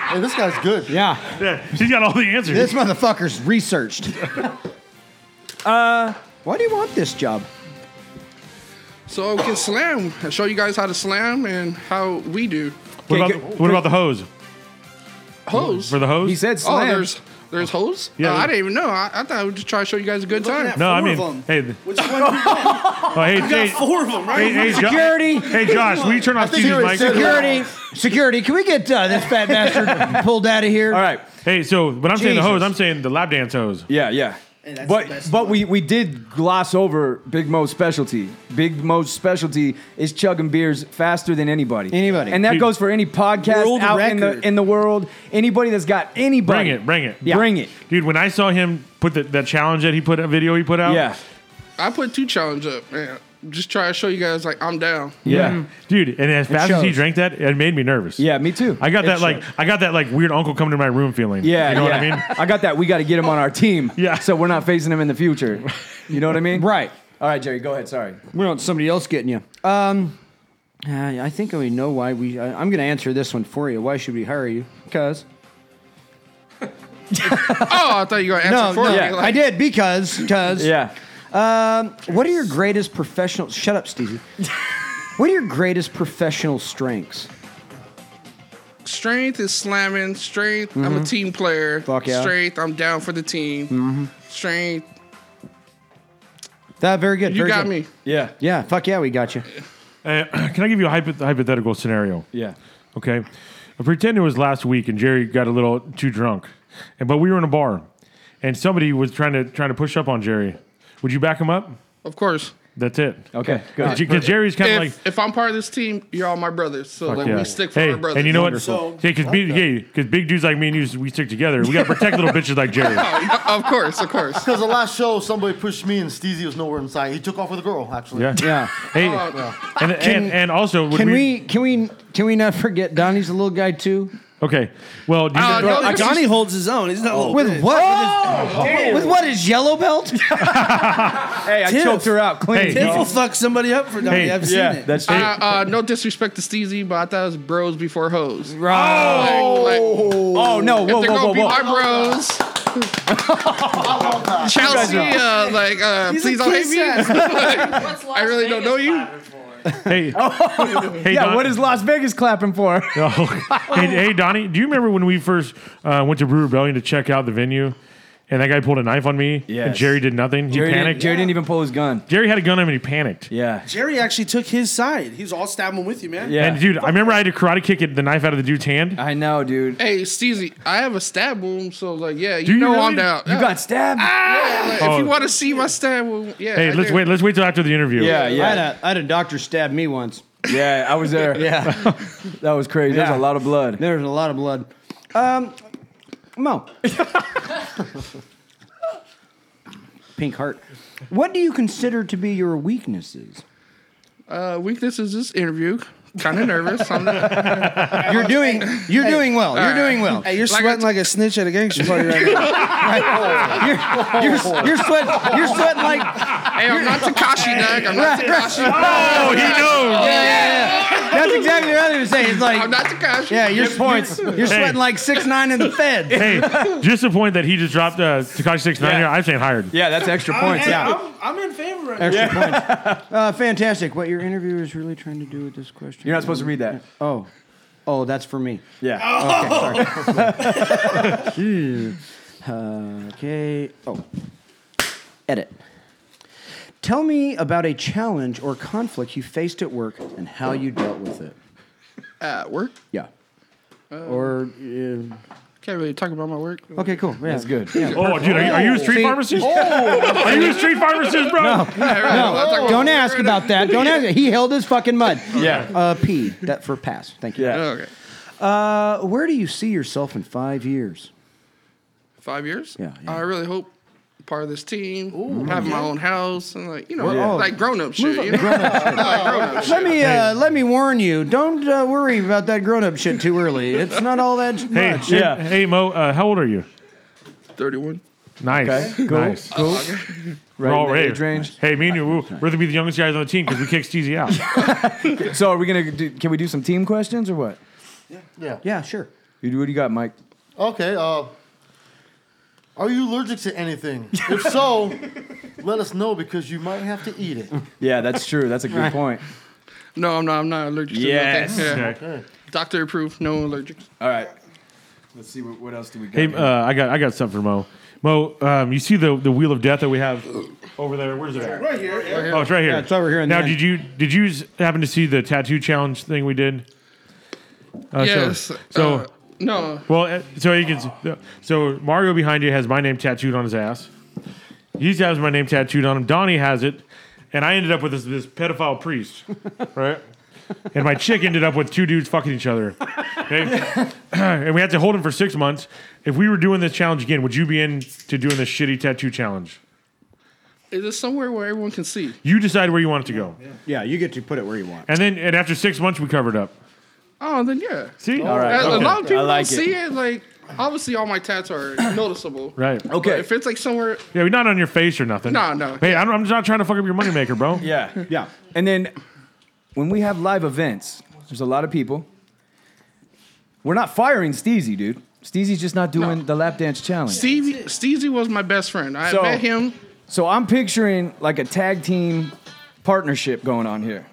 F: Hey, this guy's good.
D: Yeah,
C: Yeah, He's got all the answers.
D: this motherfucker's researched. Uh, why do you want this job?
H: So we can slam. I'll show you guys how to slam and how we do.
C: what
E: Okay,
C: about,
E: go-
C: what about the hose?
H: Hose.
C: For the hose?
E: He said
H: oh,
E: slam.
H: there's there's hose.
C: Yeah.
H: Yeah, I didn't even know. I, I thought I would just try to show you guys a good time.
C: No, I
G: Four of
C: mean,
G: them.
C: hey, th-
G: Which one? You got?
C: oh, hey,
G: You
C: hey,
G: got four of them, right?
C: hey, hey, Jo-
D: Security.
C: Hey, Josh, will you turn off
F: think he
C: Steezy's mic?
F: already said that.
D: Security, security. Can we get uh, this fat bastard pulled out of here?
E: All right.
C: Hey, so when I'm saying the hose,
D: Jesus.
C: I'm saying the lap dance hose.
E: Yeah, yeah.
G: And that's
E: but
G: the best
E: but
G: one.
E: we, we did gloss over Big Mo's specialty. Big Mo's specialty is chugging beers faster than anybody.
D: Anybody.
E: And that
C: Dude.
E: goes for any podcast
G: World
E: out in the
G: record.
E: in the world. Anybody that's got anybody.
C: Bring it, bring it.
E: Yeah. Bring it.
C: Dude, when I saw him put the, that challenge that he put, a video he put out.
E: Yeah.
H: I put two challenge up. Man. Just try to show you guys like I'm down.
E: Yeah.
C: Mm-hmm. Dude, and as fast as he
D: shows.
C: drank that, it made me nervous.
E: Yeah, me too.
C: I got
E: It
C: that like
E: shows.
C: I got that like weird uncle coming to my room feeling.
E: Yeah,
C: You know
E: yeah.
C: what I mean?
E: I got that. We got to get him on our team.
C: Yeah.
E: So we're not facing him in the future. You know what I mean?
D: Right.
E: All right, Jerry, go ahead. Sorry.
D: We don't. Somebody else getting you. Um, I I think we know why we. I, I'm going to answer this one for you. Why should we hire you? Because
H: Oh, I thought you were gonna answer
D: no,
H: for
D: no,
H: me.
E: yeah,
H: Like,
D: I did because because
E: Yeah.
D: Um, what are your greatest professional? Shut up, Stevie. what are your greatest professional strengths?
H: Strength is slamming. Strength. I'm a team player.
D: Mm-hmm. Fuck yeah. Mm-hmm.
H: Strength. I'm down for the team. Strength.
D: That very good.
H: You
D: very
H: got
D: good.
H: me.
E: Yeah.
D: Yeah, fuck yeah, we got you.
C: Uh, can I give you a hypo- hypothetical scenario?
E: Yeah.
C: Okay. pretend it was last week, and Jerry got a little too drunk, and but we were in a bar, and somebody was trying to trying to push up on Jerry. Would you back him up?
H: Of course.
C: That's it.
E: Okay, good.
C: Because Jerry's kind
H: If,
C: of like
H: if I'm part of this team, you're all my brothers. So like
C: Yeah.
H: we stick for
C: hey,
H: our brothers.
C: and you know what?
G: Wonderful.
C: yeah, because big, yeah, 'cause big dudes like me and you, we stick together. We got to protect little bitches like Jerry.
H: of course, of course.
F: Because the last show, somebody pushed me and Steezy was nowhere in sight. He took off with a girl, actually.
C: Yeah.
D: Yeah.
C: Hey,
H: Oh,
C: and, and, and also, would
D: Can
C: we,
D: we can we can we not forget Donnie's a little guy too?
C: Okay. Well, do you
H: Uh,
C: guys-
H: no,
G: Uh,
H: this is-
G: Donnie holds his own. He's not.
E: Oh.
G: little
D: With
G: bitch.
D: what? with what is yellow belt?
E: Hey, I
G: Tiff.
E: choked her out clean.
C: Hey,
G: Tiff will fuck somebody up for Donnie.
C: Hey,
G: I've seen
E: Yeah,
G: it.
E: that's
H: Uh,
E: true.
H: uh, no disrespect to Steezy, but I thought it was bros before hoes. Like,
D: Right.
H: like,
E: oh no!
H: if
E: Whoa,
H: they're
E: whoa,
H: gonna
E: whoa,
H: be my
E: whoa!
H: bros, Chelsea, uh, like, uh, please don't hate me. Like, I really don't know you.
C: hey,
H: Oh.
C: hey,
E: Yeah,
C: Don-
E: what is Las Vegas clapping for?
C: No. hey, hey, Donnie, do you remember when we first uh, went to Brew Rebellion to check out the venue, and that guy pulled a knife on me, and
E: Yes.
C: Jerry did nothing. He
E: Jerry didn't,
C: panicked.
E: Jerry didn't even pull his gun.
C: Jerry had a gun on him and he panicked.
E: Yeah,
G: Jerry actually took his side. He's all stabbing with you, man.
E: yeah.
C: And dude, I remember I had to karate kick it, the knife out of the dude's hand.
E: I know, dude.
H: Hey, Steezy, I have a stab wound, so like, yeah, you,
C: you
H: know
C: really?
H: I'm down.
E: You
H: Yeah.
E: got stabbed.
H: Yeah, like,
C: Oh.
H: If you want to see my stab wound, yeah.
C: hey,
H: I
C: let's
H: did.
C: wait. Let's wait till after the interview.
E: Yeah,
D: I, had
E: yeah,
D: a, I had a doctor stab me once.
E: yeah. I was there.
D: Yeah.
E: That was crazy. There's
D: Yeah.
E: a lot of blood.
D: There's a lot of blood. Um, Mo. Pink heart. What do you consider to be your weaknesses?
H: Uh, weakness is this interview. Kind of nervous. I'm not,
D: You're doing you're doing well. You're doing well.
G: Hey, you're
H: Like I
G: sweating
H: t-
G: like a snitch at a gangster party right now.
D: You're, you're sweating you're sweating like
H: hey, I'm not Takashi, Doug. I'm not Takashi.
C: Oh, he knows.
D: that's exactly what I was saying. It's like
H: I'm not Takashi.
D: yeah, you're points. You're sweating like six nine in the feds.
C: Hey, just the point that he just dropped uh, Takashi Six Nine.
E: Yeah.
C: here. I'm saying hired.
E: Yeah, that's extra points.
G: Hey,
E: Yeah.
G: I'm, I'm in favor right now.
D: Extra points. Uh, fantastic. What your interviewer is really trying to do with this question?
E: You're not supposed to read that.
D: Oh, oh, that's for me.
E: Yeah.
D: Okay. Oh. Edit. Tell me about a challenge or conflict you faced at work and how you dealt with it.
H: At work.
D: Yeah. or
H: Can't really talk about my work.
D: okay, cool. Yeah.
E: That's good.
C: Oh, dude, are you, are you a street
D: See-
C: pharmacist? Are you a street pharmacist, bro?
D: Oh,
H: No,
D: Don't ask about that. Don't ask. He held his fucking mud.
E: Yeah.
D: Uh, P. That for pass. Thank you.
E: Yeah.
H: Okay.
D: Uh, where do you see yourself in five years?
H: Five years.
D: Yeah, yeah.
H: I really hope part of this team, have my own house, and like you know,
D: all-
H: like grown up shit. You know? like grown up shit.
D: Let me uh, let me warn you. Don't uh, worry about that grown up shit too early. It's not all that
C: Hey,
D: much.
C: hey,
E: Yeah.
C: hey, Mo, uh, how old are you?
H: Thirty-one.
C: Nice.
E: Okay, cool.
C: Nice.
E: Right
C: We're all
E: in the
C: ready.
E: age range.
C: Hey, me and you, we'll, we're gonna be the youngest guys on the team because we kicked Steezy out.
E: So are we gonna? Do, can we do some team questions or what?
D: Yeah, sure.
E: You do what do you got, Mike?
F: Okay. Uh, are you allergic to anything? If so, let us know because you might have to eat it.
E: Yeah, that's true. That's a good point.
H: No, I'm not. I'm not allergic.
E: Yes.
H: To nothing. yeah.
C: Okay.
H: Doctor approved. No allergics.
E: All right. Let's see what, what else do we got.
C: Hey,
E: here.
C: uh, I got I got something for Mo. Mo, um, you see the the wheel of death that we have over there? Where's it at? Right here. Oh, it's right here.
D: Yeah, it's over here in the
C: now,
D: end.
C: did you did you s- happen to see the tattoo challenge thing we did? Uh, so-
H: yes.
C: So,
H: uh, no.
C: well, uh, so you can s- so Mario behind you has my name tattooed on his ass. He has my name tattooed on him. Donnie has it, and I ended up with this this pedophile priest, right? And my chick ended up with two dudes fucking each other. Okay? and we had to hold him for six months. If we were doing this challenge again, would you be in to doing this shitty tattoo challenge?
H: Is it somewhere where everyone can see?
C: You decide where you want it to go,
D: Yeah, you get to put it where you want.
C: and then and after six months we covered up.
H: Oh, then yeah.
C: See,
E: All right.
H: A- A
E: okay.
H: lot of people
E: I like
H: don't
E: it.
H: see it. Like obviously, all my tats are noticeable.
C: right?
H: But
E: Okay.
H: If it's like somewhere,
C: Yeah, we're not on your face or nothing.
H: No, no.
C: Hey, I don't, I'm just not trying to fuck up your moneymaker, bro.
E: Yeah.
D: Yeah.
E: And then when we have live events, there's a lot of people. We're not firing Steezy, dude. Steezy's just not doing the lap dance challenge.
H: Stevie, Steezy was my best friend. I
E: So-
H: met him.
E: So I'm picturing like a tag team partnership going on here.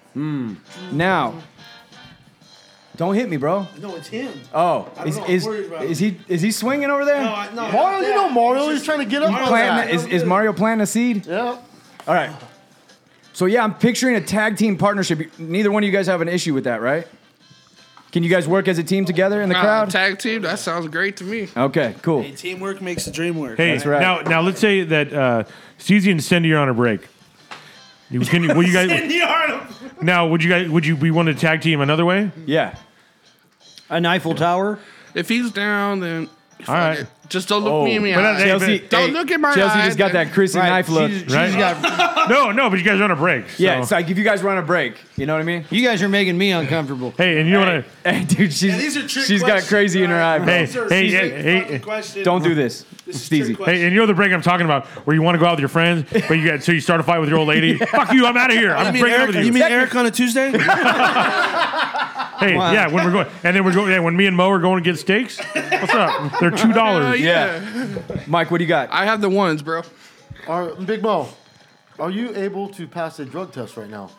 E: Now, don't hit me, bro.
G: No, it's him.
E: Oh,
G: I don't
E: is
G: know, I'm
E: is,
G: worried about
E: is he is he swinging over there?
G: No, I- no,
C: Oh,
F: Mario, you
G: yeah.
F: know Mario. He's trying to get up on
E: Planting-
F: that.
E: is, is Mario planting a seed?
F: yeah.
E: All right. So yeah, I'm picturing a tag team partnership. Neither one of you guys have an issue with that, right? Can you guys work as a team together in the
H: Uh,
E: crowd?
H: tag team. That sounds great to me.
E: okay, cool.
G: Hey, teamwork makes the dream work.
C: Hey,
E: That's right.
C: now now let's say that uh, Steezy and Cindy are on a break. You- Can you, will you guys now? Would you guys would you be want to tag team another way?
E: Yeah.
D: An Eiffel Tower.
H: If he's down, then
C: All right,
H: just don't look
E: Oh.
H: me in the
C: But that-
H: eye.
E: Chelsea,
H: Don't look in my
E: Chelsea
H: eyes,
E: just got
H: then.
E: that Chrissy knife look.
D: She's- she's
C: Right?
D: got-
C: no, no, but you guys are on a break. so-
E: yeah, it's like if you guys were on a break, you know what I mean?
D: you guys are making me uncomfortable.
C: hey, and you want to
E: Hey, dude, she's,
G: these are trick
E: she's got
G: questions,
E: crazy in her eye,
G: alright?
E: bro.
C: Hey, hey,
G: These are- these are
C: hey, hey,
G: fucking questions.
E: Don't do this.
G: This
E: It's
G: is trick
E: easy.
G: question.
C: hey, and you know the break I'm talking about, where you want to go out with your friends, but you got so you start a fight with your old lady. Fuck you, I'm out of here. I'm
G: You mean,
C: breaking up
G: Eric,
C: with you.
G: you mean Eric on a Tuesday?
C: hey, yeah, when we're going, and then we're going, yeah, when me and Mo are going to get steaks. What's up? They're two
H: Hell
C: dollars.
E: Yeah. Mike, what do you got?
H: I have the ones, bro.
F: Are, Big Mo, are you able to pass a drug test right now?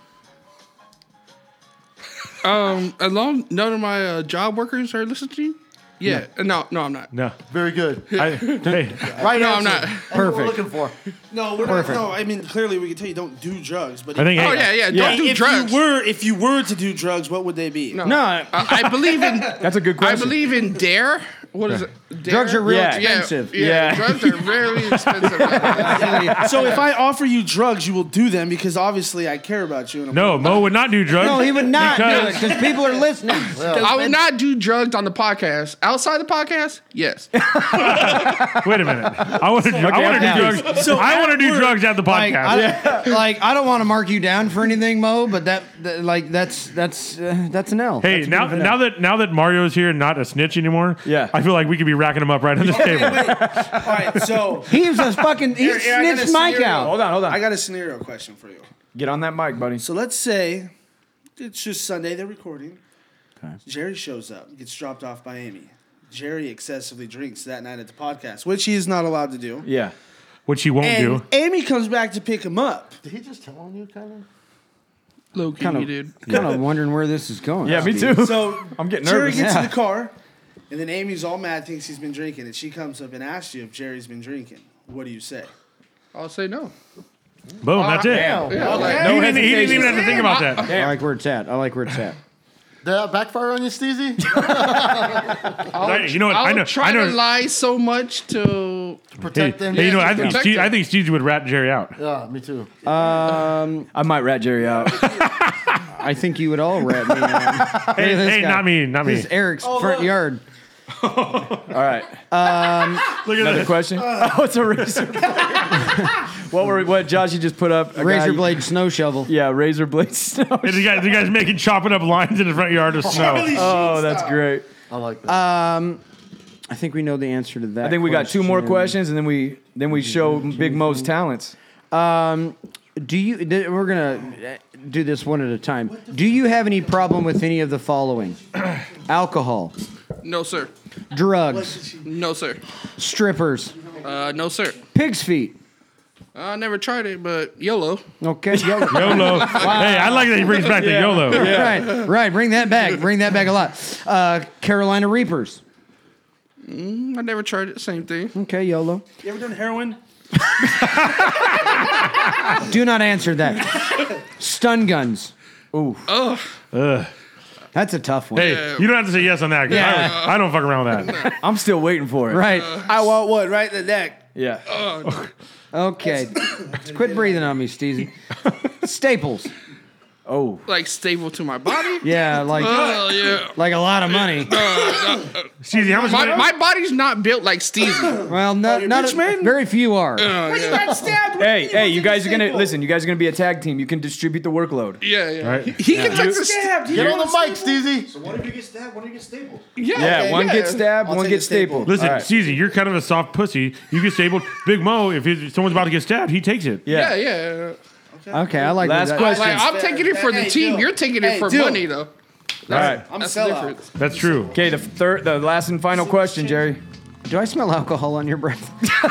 H: Um, as long none of my uh, job workers are listening to you. Yeah. No, no, I'm not.
C: No,
F: Very good.
C: I, hey,
F: Right
H: No,
F: now,
H: I'm not.
F: Perfect. We're looking for.
G: no, we're not, no. I mean, clearly we can tell you don't do drugs, but
C: I think.
H: Oh
C: hey,
H: yeah, yeah. Don't do
G: if
H: drugs.
G: you were if you were to do drugs, what would they be?
H: no,
D: No.
H: I, I believe in.
E: That's a good
H: I
E: question.
H: believe in dare. What is it? Dare?
D: Drugs are real
E: Yeah.
D: expensive.
H: Yeah,
E: Yeah.
H: drugs are very expensive.
G: So if I offer you drugs, you will do them because obviously I care about you. And I'm
C: No, Mo would not do drugs.
D: No, he would not
C: Because-
D: because people are listening.
H: I would not do drugs on the podcast. Outside the podcast, yes.
C: Wait a minute. I want to. I want
D: okay.
C: to do drugs. I want to do drugs at the
D: Like,
C: podcast.
D: I, don't- like I don't want to mark you down for anything, Mo, but that, that- like that's that's uh, that's an L.
C: Hey, now now that now that Mario's here and not a snitch anymore,
E: Yeah.
C: I feel like we could be racking him up right on this table.
G: All right, so
D: he was a fucking he
G: Here, here, I got
D: snitched
G: a
D: Mike
G: scenario.
D: out.
E: Hold on, hold on.
G: I got a scenario question for you.
E: Get on that mic, buddy.
G: So let's say it's just Sunday, they're recording. Jerry shows up, gets dropped off by Amy. Jerry excessively drinks that night at the podcast, which he is not allowed to do.
E: Yeah.
C: Which he won't
G: And
C: do.
G: Amy comes back to pick him up.
F: Did he just tell on you, kind of?
H: Low key,
D: Kinda-
H: dude.
D: Kind of wondering where this is going.
E: Yeah, me
D: Steve.
E: too.
G: So
E: I'm getting
G: Jerry
E: nervous.
G: gets
D: Yeah.
G: in the car, and then Amy's all mad, thinks he's been drinking, and she comes up and asks you if Jerry's been drinking. What do you say?
H: I'll say no.
C: Boom,
D: ah,
C: that's it.
H: Yeah, like,
C: He, didn't, he didn't even have to think about that.
D: I like where it's at. I like where it's at.
F: Did that backfire on you, Steezy?
C: I- you know what?
H: I'll
C: I know.
H: try
C: I know.
H: to lie so much to
C: Hey,
F: Protect them.
C: hey, you know, I think
H: protect
C: Steve,
H: them.
C: I think Steve would rat Jerry out.
F: Yeah, me too.
E: I might rat Jerry out.
D: I think you would all rat me. out.
C: Hey,
D: this
C: hey
D: guy.
C: not me, not me.
D: This is Eric's front yard.
E: All right.
C: Look at
E: Another
C: that.
E: question?
G: Uh.
E: Oh, it's a razor blade. what were what Josh you just put up? A
D: Razor
E: guy-
D: blade snow shovel.
E: Yeah, razor blade snow.
C: Hey, The, guy, the guy's making chopping up lines in the front yard of snow.
G: Uh,
E: Oh, that's great.
F: I like that.
D: I think we know the answer to that.
E: I think we got two more questions, and then we then we show Big Mo's talents.
D: Um, Do you? Th- we're gonna uh, do this one at a time. Do you have any problem with any of the following? Alcohol,
H: no sir,
D: drugs,
H: no sir,
D: strippers,
H: uh, no sir.
D: pig's feet.
H: I never tried it, but YOLO.
D: Okay. yo-
C: YOLO. Hey, I like that he brings back the YOLO.
D: Right. Right. Bring that back. Bring that back a lot. Uh, Carolina Reapers.
H: I never tried it. Same thing.
D: Okay. Yolo.
G: You ever done heroin?
D: Do not answer that. Stun guns.
H: Oh,
D: That's a tough one.
C: Hey, you don't have to say yes on that. 'cause
D: Yeah.
C: I, I don't fuck around with that.
E: I'm still waiting for it.
D: Right.
G: I want what? Right in the neck.
E: Yeah. Oh,
D: Okay. Quit breathing on me, Steezy. Staples.
E: Oh.
H: like stable to my body.
D: Yeah, like
H: Oh yeah.
D: like a lot of money.
C: Stevie, how much
H: My,
C: money-
H: my body's not built like Uh, Steezy.
D: Well, not, not very few are.
E: Hey, hey, you guys are gonna listen. You guys are gonna be a tag team. You can distribute the workload.
H: Yeah, yeah.
C: Right.
H: He, he can take the stab.
F: Get on the mic, Steezy.
H: Yeah,
E: Yeah,
H: okay,
E: one
H: yeah.
E: gets stabbed,
G: I'll
E: one
G: take a
E: gets
G: staple.
E: stapled.
C: Listen,
E: All right.
C: Steezy, you're kind of a soft pussy. You get stabled. Big Mo, if his- someone's about to get stabbed, he takes it.
H: Yeah,
E: yeah.
H: yeah.
D: Okay, I like
E: Last
D: that.
E: question.
H: Like I'm
G: fair.
H: taking it for the
G: Hey,
H: team.
G: dude.
H: You're taking it
G: Hey,
H: for
G: dude.
H: money though.
E: All right.
G: I'm
H: That's
G: a
H: the
G: sellout.
H: difference.
C: That's true.
E: Okay, the third, the last and final question, Jerry.
D: Do I smell alcohol on your breath?
G: He got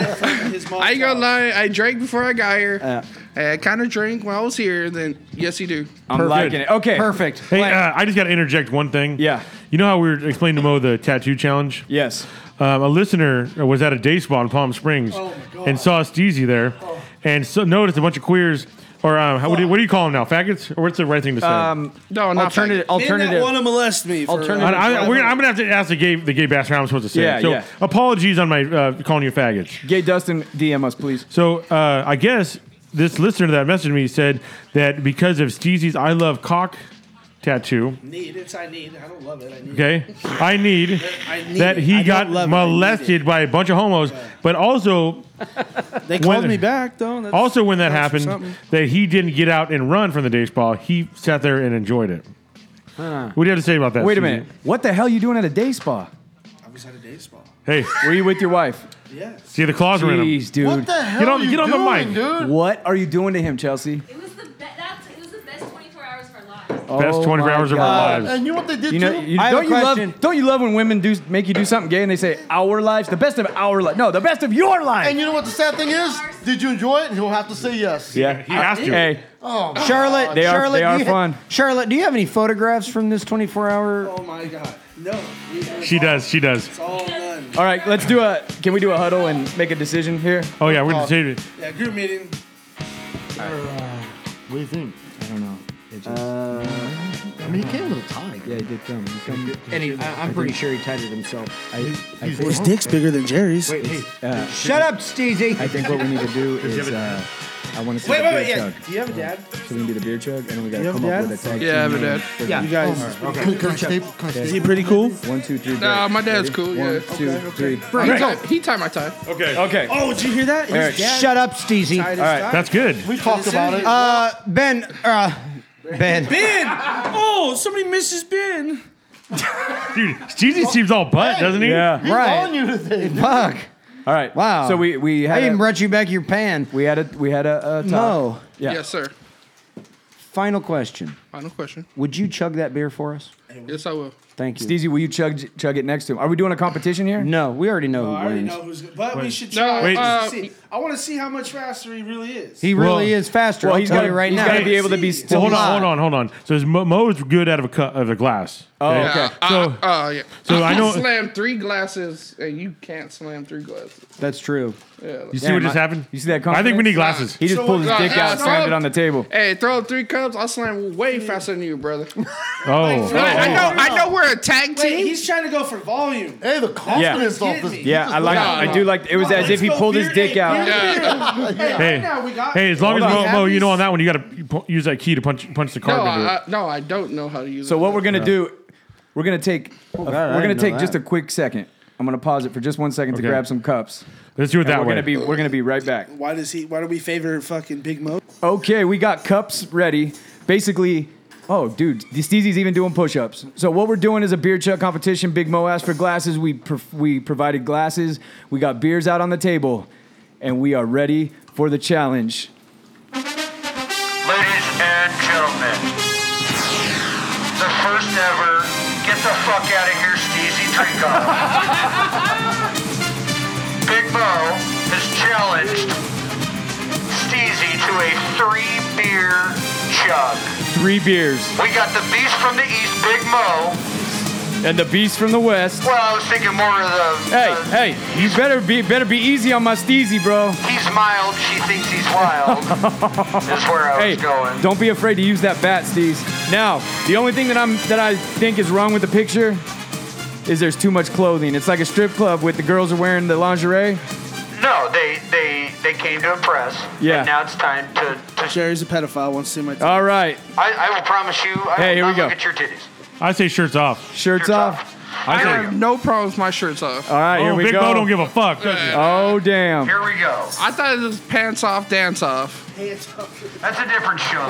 G: it from his mom.
H: I ain't gonna lie. I drank before I got here.
D: Uh,
H: Hey, I kind of drank when I was here. Then yes, you do.
E: I'm
C: Perfect.
E: liking it. Okay.
D: Perfect.
C: Hey, uh, I just got to interject one thing.
E: Yeah.
C: You know how we were explaining to Mo the tattoo challenge?
E: Yes.
C: Um, a listener was at a day spa in Palm Springs
G: Oh my God.
C: and saw Steezy there and so noticed a bunch of queers Or um, how, what, do you, what do you call them now? Faggots? Or what's the right thing to say?
E: Um,
H: No, not
E: alternative.
H: faggot.
G: Alternative.
E: Alternative.
G: want to molest me. For,
E: Alternative-
C: I, I, we're, I'm gonna have to ask the gay the gay bastard how I'm supposed to say.
E: Yeah,
C: it. So
E: yeah.
C: apologies on my uh, calling you faggots.
E: Gay Dustin, DM us, please.
C: So uh, I guess this listener that messaged me said that because of Steezy's "I love cock" tattoo,
G: need. It's I need. I don't love it. I need.
C: okay, I need
G: I need
C: that
G: it.
C: he
G: I don't
C: got
G: love it. I need
C: molested by a bunch of homos, but also
G: They
C: When-
G: called me back though. That's,
C: also when that
G: That's
C: happened,
G: something.
C: that he didn't get out and run from the day spa. He sat there and enjoyed it. What do you have to say about that?
E: Wait a
C: Steezy?
E: minute. What the hell you doing at a day spa?
G: I was at a day spa.
C: Hey,
E: Were you with your wife?
G: Yes.
C: see the claws are in him.
E: Jeez, dude.
F: What the hell
C: on-
F: are you
C: get on the
F: doing,
C: mic.
F: dude?
E: What are you doing to him, Chelsea?
I: It was the be- that's, it was the best 24 hours of our lives.
C: Best
E: Oh
C: 24
E: my
C: hours of our
E: God.
C: lives.
F: And you know what they did
E: You know,
F: to him?
E: you,
D: I have a
E: don't you
D: question.
E: love don't you love when women do make you do something gay and they say our lives, the best of our life, no, the best of your life.
F: And you know what the sad thing is? Did you enjoy it? And he'll have to say yes.
E: yeah,
C: He has to.
E: Hey,
F: Oh,
D: Charlotte,
E: They are-
D: Charlotte,
E: they
D: do
E: are
D: you-
E: fun.
D: Charlotte, do you have any photographs from this 24 hour?
G: Oh my god. No. these are
C: She
G: all-
C: does. She does.
G: It's all done.
E: all right, let's do a. Can we do a huddle and make a decision here?
C: Oh yeah, we're gonna save it.
G: Yeah. Group meeting.
F: What do you think? I don't know. I mean, he came with a tie.
D: Yeah, he did come. He come and he, I, am pretty sure he tied it himself.
F: He's
G: His dick's bigger than Jerry's. Wait,
D: Shut up, Steezy.
E: uh, I think what we need to do is uh, I want to see
G: wait, wait. yeah. Do you have a dad?
E: So we can do the beer chug, and then we gotta
G: You have
E: come
G: dad?
E: up with a tag.
H: Yeah, I have a
E: team name
H: dad.
E: for the-
G: You guys.
F: Can, can I stay? Can I stay?
G: Is he pretty cool?
E: One, two, three.
H: Nah,
E: break.
H: my dad's
E: Ready?
H: cool, yeah.
E: One, two, three.
H: He, tied, he tied my tie.
C: Okay.
E: Okay.
G: Oh, did you hear that? His
E: Eric,
G: dad
D: Shut up, Steezy.
G: tied his
E: All right,
G: tie.
C: That's good.
F: We talked about it.
D: Uh, Ben. Uh, Ben.
G: Ben. Oh, somebody misses Ben.
C: Dude, Steezy seems all butt, doesn't he?
E: Yeah.
F: He's
D: right.
F: on you today.
D: Fuck.
E: All right.
D: Wow.
E: So we we
D: I
E: had
D: even
E: a,
D: brought you back your pan.
E: we had a we had a, a tie.
D: No.
E: Yeah.
H: Yes, sir.
D: Final question.
H: Final question.
D: Would you chug that beer for us?
H: Yes, I will.
D: Thank you.
E: Steezy, will you chug chug it next to him? Are we doing a competition here?
D: No, we already know who
G: I already
D: wins.
G: know who's. But we should
H: No,
G: try.
H: wait.
G: to see. I want to see how much faster he really is.
D: He
C: Well-
D: really is faster.
E: Well,
D: I'll
E: he's
D: tell
E: got
D: you right
E: he's
D: now.
E: got to be able to be.
G: Well,
E: still
C: Well, hold on,
E: hot.
C: hold on, hold on. So is Mo, Mo's good out of a cu- of a glass.
E: Oh, okay.
C: So
H: uh, uh, yeah.
C: so I
H: I
C: know-
H: can slam three glasses, and you can't slam three glasses.
D: That's true.
C: you see
E: Damn,
C: what just
E: I-
C: happened?
E: you see that
C: I think we
E: confidence?
C: need glasses.
E: He just
G: So
E: pulled his
H: what-
E: dick
H: uh,
E: out,
H: uh,
E: slammed it
H: throw-
E: on the table.
H: Hey, throw three cups. I'll slam way faster than you, brother.
C: Oh,
H: I, I know. I
G: no.
H: know we're a tag
G: Wait,
H: team.
G: he's trying to go for volume.
F: Hey, the confidence
G: Yeah.
F: off this.
E: Yeah, I like.
H: No,
E: I
H: no.
E: do like. It was as if he pulled his dick out.
C: hey,
G: now we got-
C: hey, as long as
E: Hold
C: Mo,
E: on.
C: Mo, you know on that one, you got to use that key to punch punch the
H: No,
C: card. into
H: I,
C: it.
H: I- no, I don't know how to use
E: So
H: it.
E: what we're gonna do? We're gonna take.
D: God, I
E: we're gonna
D: didn't know
E: take just
D: that.
E: a quick second. I'm gonna pause it for just one second
C: Okay.
E: to grab some cups.
C: Let's do it
E: And
C: that
E: we're
C: way.
E: gonna be. We're gonna be right back.
G: Why does he? Why do we favor fucking Big Mo?
E: Okay, we got cups ready. Basically, oh, dude, Steezy's even doing push-ups. So what we're doing is a beer chug competition. Big Mo asked for glasses. We pro- we provided glasses. We got beers out on the table, and we are ready for the challenge.
J: Ladies and gentlemen, the first ever Get the Fuck Out of Here Steezy Drink Off. Big Bo has challenged Steezy to a three beer chug.
E: Three beers,
J: We got the Beast from the East, Big Mo.
E: and the Beast from the West.
J: Well, I was thinking more of the.
E: Hey,
J: uh,
E: hey, you better be better be easy on my Steezy, bro.
J: He's mild, she thinks he's wild. is where I
E: Hey,
J: was going.
E: don't be afraid to use that bat, Steez. Now, the only thing that I'm that I think is wrong with the picture is there's too much clothing. It's like a strip club with the girls are wearing the lingerie.
J: No, they they they came to impress.
E: Yeah.
J: And now it's time to. to
G: Jerry's a pedophile. Wants to see my. T-
E: All right,
J: I, I will promise you. I
E: Hey,
J: will not
E: here we go.
J: Oh, Look at your titties.
C: I say shirts off.
E: shirts
J: Shirts
E: off.
J: off.
C: I
H: I
C: say,
H: have no problems. with My shirt's off.
E: All right,
C: oh,
E: here we
C: Big
E: go.
C: Mo don't give a fuck. does he?
E: oh damn.
J: Here we go.
H: I thought it was pants off, dance off.
J: That's a different show.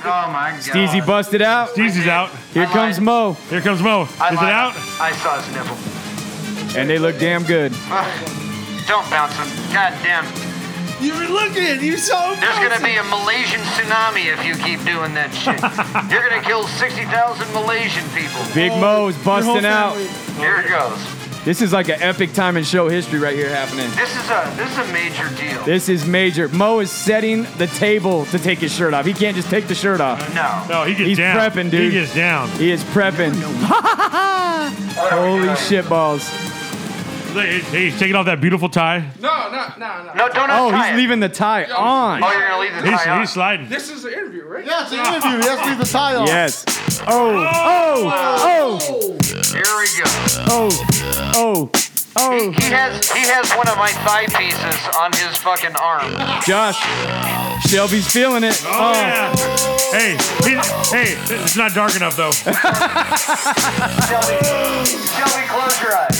J: Oh my god.
E: Steezy busted out.
C: Steezy's out.
E: Here
J: I
E: comes
J: lied.
E: Mo,
C: Here comes Mo. Is it
J: I lied.
C: out?
J: I saw his nipple.
E: and they look damn good.
J: Don't bounce him. God damn.
G: you were looking. You saw him.
J: There's gonna
G: bouncing.
J: be a Malaysian tsunami if you keep doing that shit. You're gonna kill 60,000 Malaysian people.
E: Big
C: Oh,
E: Mo is busting out.
J: Here it goes.
E: This is like an epic time in show history right here happening.
J: This is a this is a major deal.
E: This is major. Mo is setting the table to take his shirt off. He can't just take the shirt off.
J: No.
C: No, he gets
E: He's
C: down.
E: prepping, dude.
C: He gets down.
E: He is prepping.
J: What are we
E: Holy
J: doing?
E: shit balls.
C: Hey, hey, he's taking off that beautiful tie.
H: No, no, no, no.
J: No, don't
E: Oh, he's leaving the tie on.
J: Oh, you're gonna leave the
C: He's,
J: tie
C: he's sliding.
H: This is an interview, right?
F: Yeah, it's an interview. Yes, leave the tie on.
E: Yes. Oh, oh, oh,
J: on. Here we go.
E: oh, oh,
J: He,
E: oh.
J: he has he has one of my thigh pieces on his fucking arm.
E: Josh, Shelby's feeling it.
C: Oh,
E: Oh,
C: yeah. Hey, he- hey, it's not dark enough though.
J: Shelby, Shelby, close your eyes.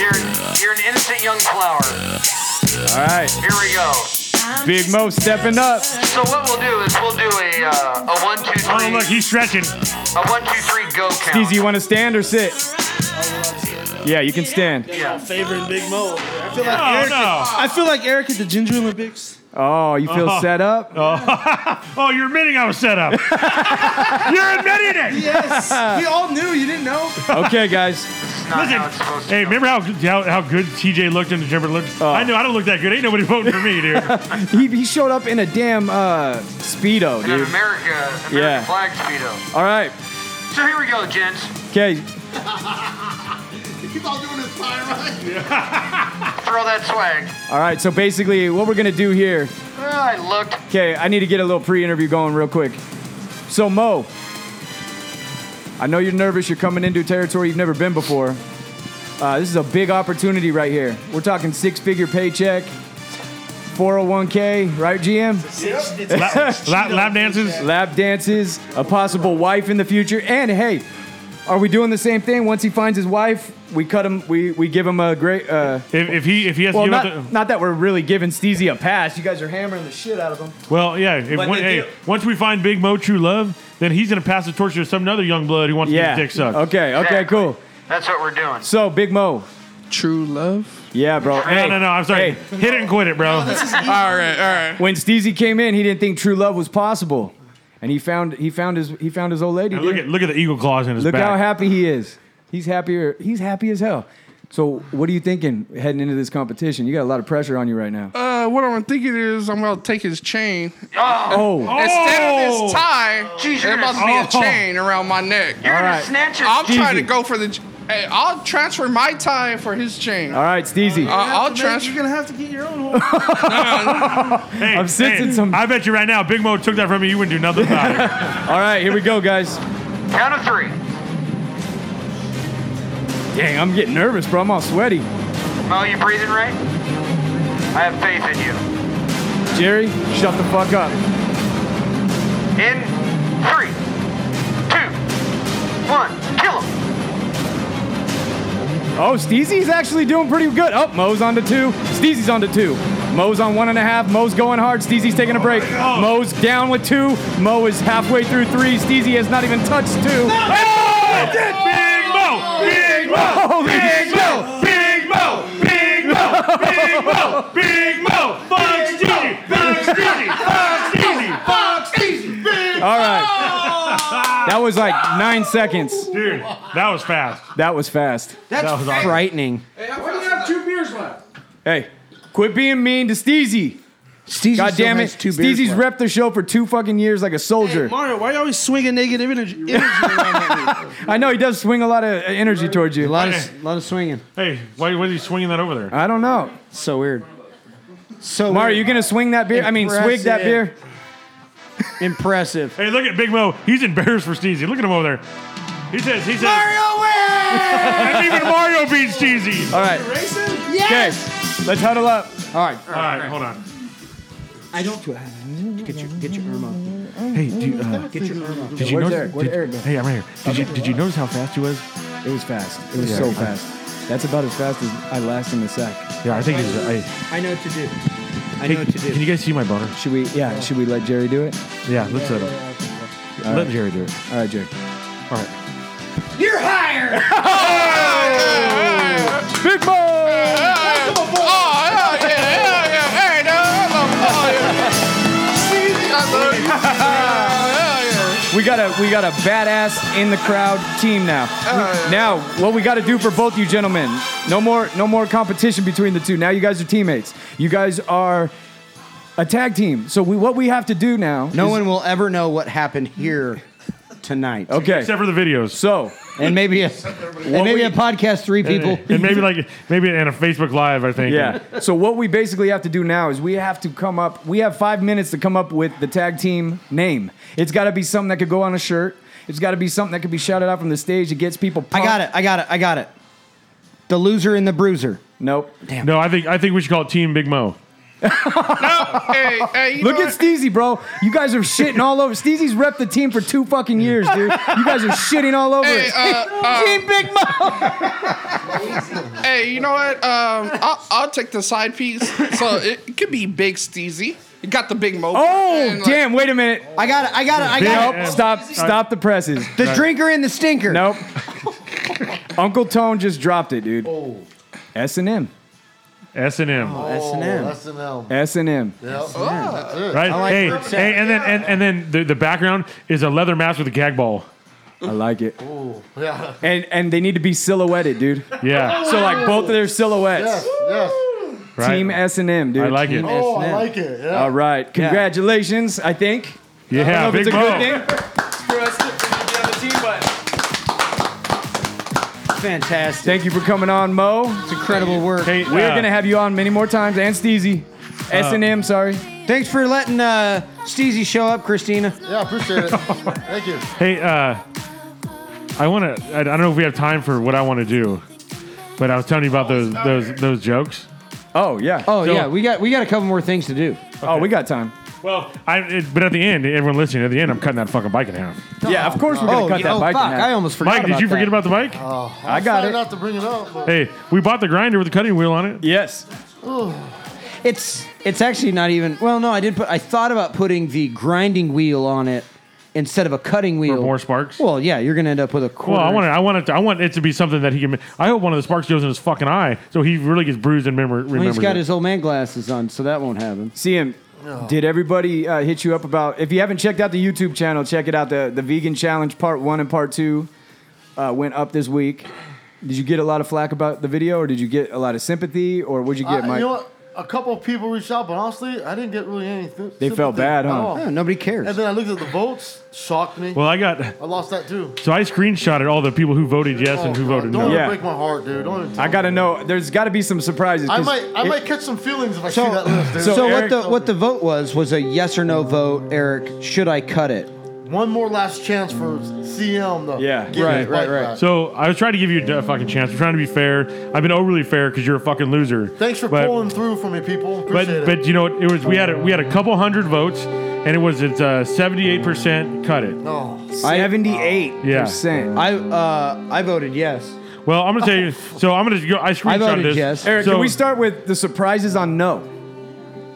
J: You're you're an innocent young flower.
E: all right.
J: Here we go.
E: Big Mo stepping up.
J: So what we'll do is we'll do a uh, a one two
C: Oh,
J: three
C: look, he's stretching.
J: a one two three go count.
E: Easy, you want to stand or sit? Yeah, you can stand.
G: Yeah. Favoring Big Mo. I feel like
C: Oh,
G: Eric.
C: no.
G: I feel like Eric at the Ginger Olympics.
E: Oh, you feel
C: Uh-huh.
E: set up?
C: Oh, you're admitting I was set up. you're admitting it.
G: Yes. we all knew. You didn't know.
E: Okay, guys.
J: It's not how it's supposed to
C: Hey,
J: go.
C: remember how, how how good TJ looked in the Denver Olympics?
E: Oh.
C: I know I don't look that good. Ain't nobody voting for me, dude.
E: He, he showed up in a damn uh, Speedo,
J: In
E: dude.
J: America, American
E: Yeah.
J: flag speedo.
E: All right.
J: So here we go, gents.
E: Okay.
F: He's all doing his tie right.
J: Throw that swag.
E: All right. So basically, what we're going to do here
J: Well, I looked.
E: Okay, I need to get a little pre-interview going real quick. So Mo, I know you're nervous. You're coming into territory you've never been before. Uh, this is a big opportunity right here. We're talking six-figure paycheck, 401k, right, GM?
C: lap, lap dances.
E: Lap dances, a possible wife in the future, and hey, are we doing the same thing? Once he finds his wife, we cut him. We we give him a great. Uh,
C: If, if he if he has
E: well,
C: to give
E: not
C: up the,
E: not that we're really giving Steezy a pass. You guys are hammering the shit out of him.
C: well, yeah. If,
E: But
C: one-
E: the
C: hey,
E: deal-
C: once we find Big Mo true love, then he's gonna pass the torch to some other young blood who wants to
E: Yeah.
C: get his dick sucked.
E: Okay. Okay.
J: Exactly.
E: Cool.
J: That's what we're doing.
E: So, Big Mo.
H: True love.
E: Yeah, bro.
C: No,
E: Hey,
C: no, no. I'm sorry.
E: Hey.
C: Hit it and quit it, bro.
H: All right, all right.
E: When Steezy came in, he didn't think true love was possible, and he found he found his he found his old lady.
C: Now look
E: dude.
C: at look at the eagle claws in his
E: Look
C: back.
E: how happy he is. He's happier. He's happy as hell. So, what are you thinking heading into this competition? You got a lot of pressure on you right now.
H: Uh, what I'm thinking is I'm gonna take his chain
E: Oh, all
H: instead of his tie.
J: Jeez, you're
H: There's about
J: gonna,
H: to be a
C: Oh.
H: chain around my neck.
J: you're gonna
E: right.
J: snatch his
H: I'm trying to
E: Steezy.
H: go for the. ch- Hey, I'll transfer my tie for his chain. I-
E: right, Steezy.
C: Uh,
H: I'll
G: You're
H: transfer.
G: gonna have to get your own home.
C: Hey,
E: I'm sensing
C: hey,
E: some-
C: I bet you right now, Big Mo took that from you. You wouldn't do nothing about it.
E: all right, here we go, guys.
J: count of three.
E: Dang, I'm getting nervous, bro. I'm all sweaty.
J: Mo, you breathing right? I have faith in you.
E: Jerry, shut the fuck up.
J: In three, two, one, kill him.
E: Oh, Steezy's actually doing pretty good. Oh, Mo's on to two. Steezy's on to two. Mo's on one and a half. Mo's going hard. Steezy's taking a break.
C: God.
E: Mo's down with two. Mo is halfway through three. Steezy has not even touched two.
C: Oh, Big Mo! Big Mo!
E: Holy
C: Big
E: shit.
C: Mo! Big Mo! Big Mo! Big Mo! Big Mo! Fox Dizzy! Fox Dizzy! Fox Dizzy! Fox Dizzy!
E: All right. That was like nine seconds.
C: Dude, that was fast.
E: That was fast.
D: That's
C: That was awesome.
D: frightening.
E: Hey, quit being mean to Steezy.
D: Steezy
E: God
D: still
E: damn it.
D: has two beers
E: Steezy's
D: left.
E: repped the show for two fucking years like a soldier.
G: Mario, why are you always swinging negative energy, energy around at me?
E: I know he does swing a lot of energy towards
D: A
E: you.
D: lot of, lot of swinging.
C: Hey, why, why is he swinging that over there?
E: I don't know.
D: So weird. So
E: Mario, you
D: weird.
E: gonna swing that beer? I mean, swig that beer?
D: impressive.
C: Hey, look at Big Mo. He's embarrassed for Steezy. Look at him over there. He says, he says, Mario wins! even Mario beats Steezy.
E: All right. Okay, let's huddle up.
D: All right.
C: All right, hold on.
D: I don't. Get your get your Irma.
C: Hey, do you, uh,
D: Get your Irma.
C: did you
E: where's
C: notice?
E: Eric? Where'd
C: did-
E: Eric go?
C: Hey, I'm right here. Did you, did you notice how fast he was?
E: It was fast. It was
C: Yeah.
E: so fast. That's about as fast as I last in the sack.
C: Yeah, I think he's. Hey,
D: I know what to do. I
C: hey,
D: know what to
C: can you
D: do.
C: guys see my boner?
E: Should we? Yeah. Should we let Jerry do it?
C: Yeah, let's let him. Let Jerry do it.
E: All right, Jerry.
C: All right.
E: Big Mo.
H: Oh, yeah, yeah, yeah, yeah. Hey, no, I'm a- oh, yeah. Steezy, I love you. Yeah,
E: We got a we got a badass in the crowd team now.
H: Oh,
E: Now, what we got to do for both you gentlemen? No more no more competition between the two. Now you guys are teammates. You guys are a tag team. So we what we have to do now?
D: No one will ever know what happened here tonight.
E: Okay.
C: Except for the videos.
E: So
D: and maybe a, and maybe a podcast three people.
C: And, and maybe like maybe and a Facebook Live, I think.
E: Yeah. so what we basically have to do now is we have to come up. We have five minutes to come up with the tag team name. It's got to be something that could go on a shirt. It's got to be something that could be shouted out from the stage. It gets people.
D: I got it. I got it. I got it. The loser and the bruiser.
E: Nope.
D: Damn.
C: No, I think I think we should call it Team Big Mo.
H: hey, hey, you
E: Look
H: know
E: at Steezy, bro. You guys are shitting all over. Steezy's rep the team for two fucking years, dude. You guys are shitting all over.
H: Hey,
E: it.
H: uh, uh,
E: team Big Mo.
H: what? hey, you know what? Um, I'll, I'll take the side piece. So it could be Big Steezy. You got the big mo.
E: Oh,
H: and, like,
E: damn. Wait a minute.
D: I got it. I got it. I got
E: Nope.
D: it.
E: Stop. Stop the presses.
D: The drinker and the stinker.
E: Nope. Uncle Tone just dropped it, dude. S and M.
C: S and M.
D: S and M.
F: That's an L.
E: S and M.
F: Yeah.
C: Right?
D: like
C: hey,
D: Brooks.
C: hey, and then and, and then the, the background is a leather mask with a gag ball.
E: I like it.
F: Yeah.
E: And and they need to be silhouetted, dude.
C: Yeah.
E: So like both of their
F: Yes.
E: silhouettes.
F: Yes.
C: Right.
E: Team S and M, dude.
C: I like it.
E: Team
F: Oh, I
E: S&M.
F: like it. Yeah.
E: All right. Congratulations. I think.
C: Yeah,
E: I don't know if
C: Big
E: it's a good
C: Mo.
E: thing for us to be on the team, but
D: Fantastic.
E: thank you for coming on, Mo.
D: It's incredible work.
C: Hey,
E: We're
C: uh,
E: gonna have you on many more times, and Steezy. S and M, sorry.
D: Thanks for letting uh, Steezy show up, Christina.
F: Yeah. Appreciate it. Thank you.
C: Hey, uh, I want to. I I don't know if we have time for what I want to do, but I was telling you about those those those jokes.
E: Oh yeah.
D: Oh
C: So-
D: yeah, we got we got a couple more things to do.
E: oh, we got time.
C: Well, I. It, but at the end, everyone listening, at the end, I'm cutting that fucking bike in half.
E: yeah, of course we're gonna
D: oh,
E: cut
D: yeah,
E: that
D: oh,
E: bike. in
D: fuck!
E: half.
D: I almost forgot.
C: Mike, did you
D: that.
C: forget about the bike?
E: I got
F: Sorry
E: it.
F: not to bring it up. But
C: hey, we bought the grinder with the cutting wheel on it.
E: Yes.
D: It's it's actually not even. Well, no, I did put. I thought about putting the grinding wheel on it instead of a cutting wheel.
C: more sparks?
D: Well, yeah, you're gonna end up with a quarter.
C: Well, I want it. I want it. To, I want it to be something that he can. I hope one of the sparks goes in his fucking eye, so he really gets bruised and remember.
D: Well,
C: Remembers
D: he's got
C: it.
D: his old man glasses on, so that won't happen.
E: See him. Did everybody uh, hit you up about? If you haven't checked out the YouTube channel, check it out. The the vegan challenge part one and part two uh, went up this week. Did you get a lot of flack about the video, or did you get a lot of sympathy, or what'd you
F: I-
E: get, Mike?
F: Uh, you know what? A couple of people reached out, but honestly, I didn't get really anything.
E: They felt bad, huh?
D: Yeah, Oh, nobody cares.
F: And then I looked at the votes. Shocked me.
C: Well, I got.
F: I lost that too. Oh,
C: So I screenshotted all the people who voted yes and who voted
F: Don't
C: no.
F: even
E: Yeah.
F: break my heart, dude. Don't even
E: I gotta know. There's got to be some surprises.
F: I
E: 'cause
F: might, I
E: it-
F: might catch some feelings if I
D: So-
F: see that list. Dude.
D: So,
E: Eric-
D: what the what the vote was was a yes or no vote. Eric, should I cut it?
F: one more last chance for CM though.
E: Yeah, right, right, right.
C: So I was trying to give you a fucking chance. I'm trying to be fair. I've been overly fair because you're a fucking loser.
F: Thanks for
C: but,
F: pulling through for me, people.
C: But
F: Appreciate it.
C: but you know what? It was we had a, we had a couple hundred votes, and it was it's seventy eight percent cut it.
F: No.
E: Seventy-eight
C: Yeah.
E: percent.
D: I uh I voted yes.
C: Well, I'm gonna tell you. So I'm gonna go. I screenshot
D: voted
C: this.
D: yes.
E: Eric,
C: so,
E: can we start with the surprises on no?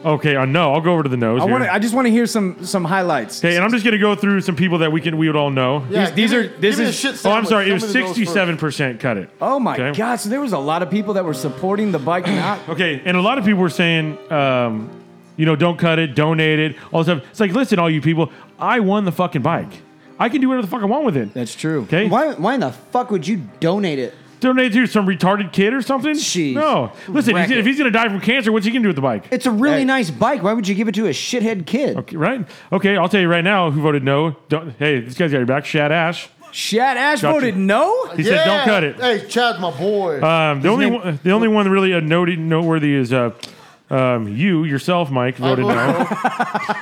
C: Okay, on no, I'll go over to the nose.
E: I
C: here.
E: want. to I just want to hear some some highlights.
C: Okay, and I'm just gonna go through some people that we can we would all know.
F: Yeah,
E: these- these
F: give
E: are-
F: me-
E: this
F: give me the
E: is-
F: shit
C: Oh, I'm
F: sandwich.
C: sorry. It was
F: Give me the nose first.
C: 67 percent cut it.
E: Oh my
C: Okay.
E: god! So there was a lot of people that were supporting the bike not
C: Okay, and a lot of people were saying, um, you know, don't cut it, donate it, all this stuff. It's like, listen, all you people, I won the fucking bike. I can do whatever the fuck I want with it.
E: That's true.
C: Okay,
D: Why why in the fuck would you donate it?
C: donate to some retarded kid or something?
D: Jeez.
C: No, listen,
D: Wreck
C: he's,
D: it.
C: if he's gonna die from cancer, what's he gonna do with the bike?
D: It's a really
E: Hey.
D: nice bike. Why would you give it to a shithead kid?
C: Okay, right? Okay, I'll tell you right now who voted no. Don't, hey, this guy's got your back, Shad Ash.
E: Shad Ash
C: Gotcha.
E: voted no.
C: He said, don't cut it.
F: Hey, Chad's my boy.
C: Um, the only one, the only one really uh, noted, noteworthy is uh, um, you yourself, Mike, voted
D: Oh.
F: voted
C: no.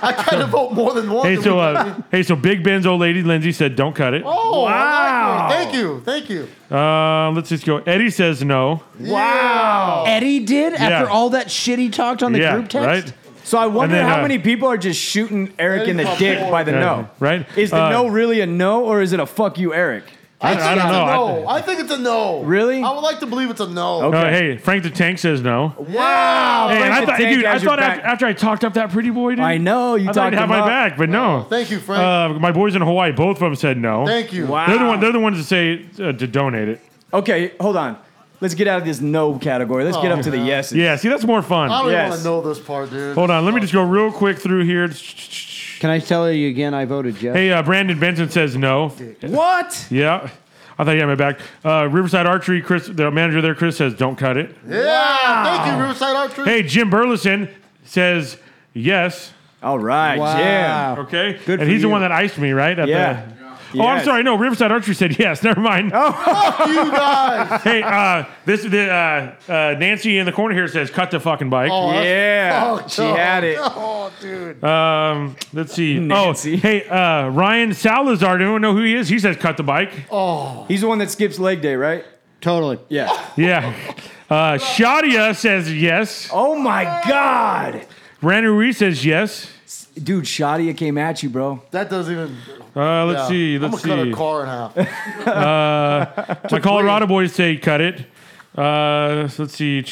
F: I kind of vote more than one.
C: Hey,
F: than
C: so
F: we-
C: uh, hey, so Big Ben's old lady Lindsay said, "Don't cut it."
F: oh,
C: Wow.
F: wow. Thank you, thank you.
C: Uh, let's just go. Eddie says no.
F: Wow.
D: Eddie did after
C: Yeah.
D: all that shit he talked on the
C: yeah,
D: group text.
C: right.
E: So I wonder
C: then,
E: how
C: uh,
E: many people are just shooting Eric in the
F: Eric,
E: dick
F: fuck
E: by the
C: Yeah,
E: no.
C: right?
E: Is the
C: Uh,
E: no really a no or is it a fuck you, Eric?
F: I think
C: I
F: it's
C: don't
F: a
C: know. I
F: no. I think it's a no.
E: Really?
F: I would like to believe it's a no.
E: Okay.
C: Uh, hey, Frank the Tank says no.
F: Wow.
C: Hey, and
E: Frank
C: I
E: Oh, the
C: thought,
E: Tank
C: dude, I
E: has your
C: thought after,
E: back.
C: after I talked up that pretty boy, dude.
E: I know you
C: I thought
E: talked
C: he'd have
E: him
C: my
E: up. Oh,
C: back, but no.
F: Thank you, Frank.
C: Uh, my boys in Hawaii, both of them said no.
F: thank you.
E: Wow.
C: They're the one. They're the ones that say uh, to donate it.
E: Okay, hold on. Let's get out of this no category. Let's get up to the yeses.
C: Yeah, see, that's more fun.
D: Oh,
F: I don't
E: Yes.
F: even want to know this part, dude.
C: Hold on, let me just go real quick through here.
D: Can I tell you again? I voted yes.
C: Hey, uh, Brandon Benson says no.
E: What?
C: Yeah. I thought you had my back. Uh, Riverside Archery, Chris, the manager there, Chris says, don't cut it.
F: Yeah. Thank you, Riverside Archery.
C: Hey, Jim Burleson says yes.
E: All right,
D: Wow.
E: Jim.
C: Okay.
D: Good
C: and
D: for
C: he's the
D: you.
C: one that iced me, right? At
E: Yeah.
C: The, Oh, I'm
E: Yes.
C: sorry. No, Riverside Archery said yes. Never mind.
F: Fuck you guys.
C: hey, uh, this the uh, uh, Nancy in the corner here says cut the fucking bike.
F: Oh, that's
E: Yeah,
F: fucked
E: she
F: up.
E: had it.
F: Oh, dude.
C: Um, let's see.
E: Nancy.
C: Oh, hey, uh, Ryan Salazar. Anyone know who he is? He says cut the bike.
E: He's the one that skips leg day, right?
D: Totally.
E: Yeah.
C: Yeah. Uh, Shadia says yes.
E: oh my god,
C: Randy Ruiz says yes.
E: dude, Shadia came at you, bro.
F: That doesn't even.
C: Uh, let's
F: yeah.
C: see.
F: I'm
C: Let's
F: gonna cut
C: see.
F: a car in half.
C: My Colorado boys say cut it. Uh, so let's see.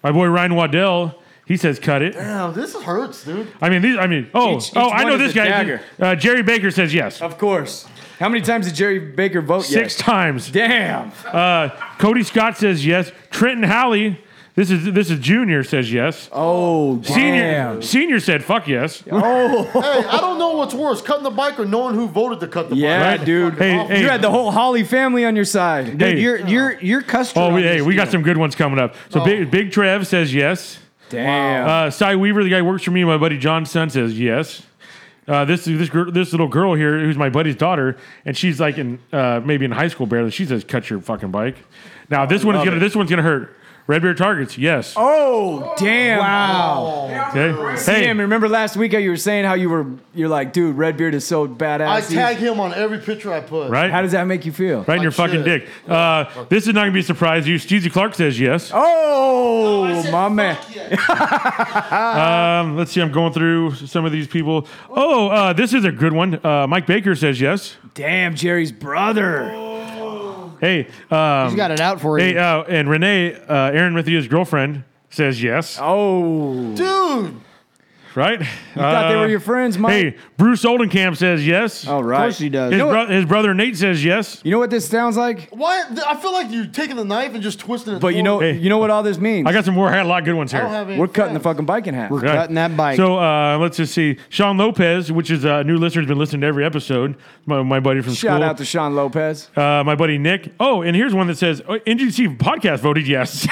C: My boy Ryan Waddell. He says cut it.
F: Damn, this hurts, dude.
C: I mean, these. I mean, oh,
E: Each- each
C: oh, I
E: one
C: know
E: is
C: this
E: a
C: guy.
E: dagger.
C: Uh, Jerry Baker says yes.
E: Of course. How many times did Jerry Baker vote?
C: Six
E: Yes?
C: times.
E: Damn.
C: Uh, Cody Scott says yes. Trenton Halley. This is this is junior says yes.
E: Oh,
C: senior
E: damn.
C: senior said fuck yes.
F: hey, I don't know what's worse, cutting the bike or knowing who voted to cut the
E: Yeah,
F: bike.
C: Right?
E: dude.
C: Hey, hey.
E: You had the whole Holly family on your side.
C: Hey.
D: Dude, you're you're you're customer.
C: Oh, we, hey, we got some good ones coming up. So
E: Oh.
C: big Big Trev says yes.
E: Damn.
C: Uh, Cy Weaver, the guy who works for me, and my buddy John's son says yes. Uh, this this gir- this little girl here, who's my buddy's daughter, and she's like in uh, maybe in high school barely. She says, "Cut your fucking bike." Now this one is gonna this one's gonna hurt. Red Bear targets, yes.
E: oh, damn. Wow.
C: okay.
E: Damn, remember last week how you were saying how you were you're like, dude, Redbeard is so badass.
F: I
E: He's-
F: tag him on every picture I put.
C: right,
E: How does that make you feel?
C: right in your
F: Like
C: fucking
F: shit.
C: dick. Uh, this is not gonna be a surprise to you. Steezy Clark says yes.
E: Oh, my man.
C: Um, let's see. I'm going through some of these people. Oh, uh, this is a good one. Uh, Mike Baker says yes.
E: Damn, Jerry's brother.
C: Hey, um,
D: He's got it out for you.
C: hey, uh, and Renee, uh, Aaron Mathia's girlfriend says yes.
E: Oh.
F: Dude,
C: Right? You
E: Thought they were your friends, Mike.
C: Uh, Hey, Bruce Oldenkamp says yes.
E: All right.
D: Of course he does.
C: His,
E: know
C: bro- his brother Nate says yes.
E: You know what this sounds like?
F: why? I feel like you're taking the knife and just twisting it.
E: But you know
C: Hey.
E: you know what all this means?
C: I got some more. I had a lot of good ones here.
F: I don't have any
E: we're cutting the
F: friends.
E: fucking bike in half.
D: We're
C: Right.
D: cutting that bike.
C: So uh, let's just see. Sean Lopez, which is a new listener, has been listening to every episode. My, my buddy from
E: Shout
C: school.
E: out to Sean Lopez.
C: Uh, my buddy Nick. Oh, and here's one that says oh, NGC podcast voted yes.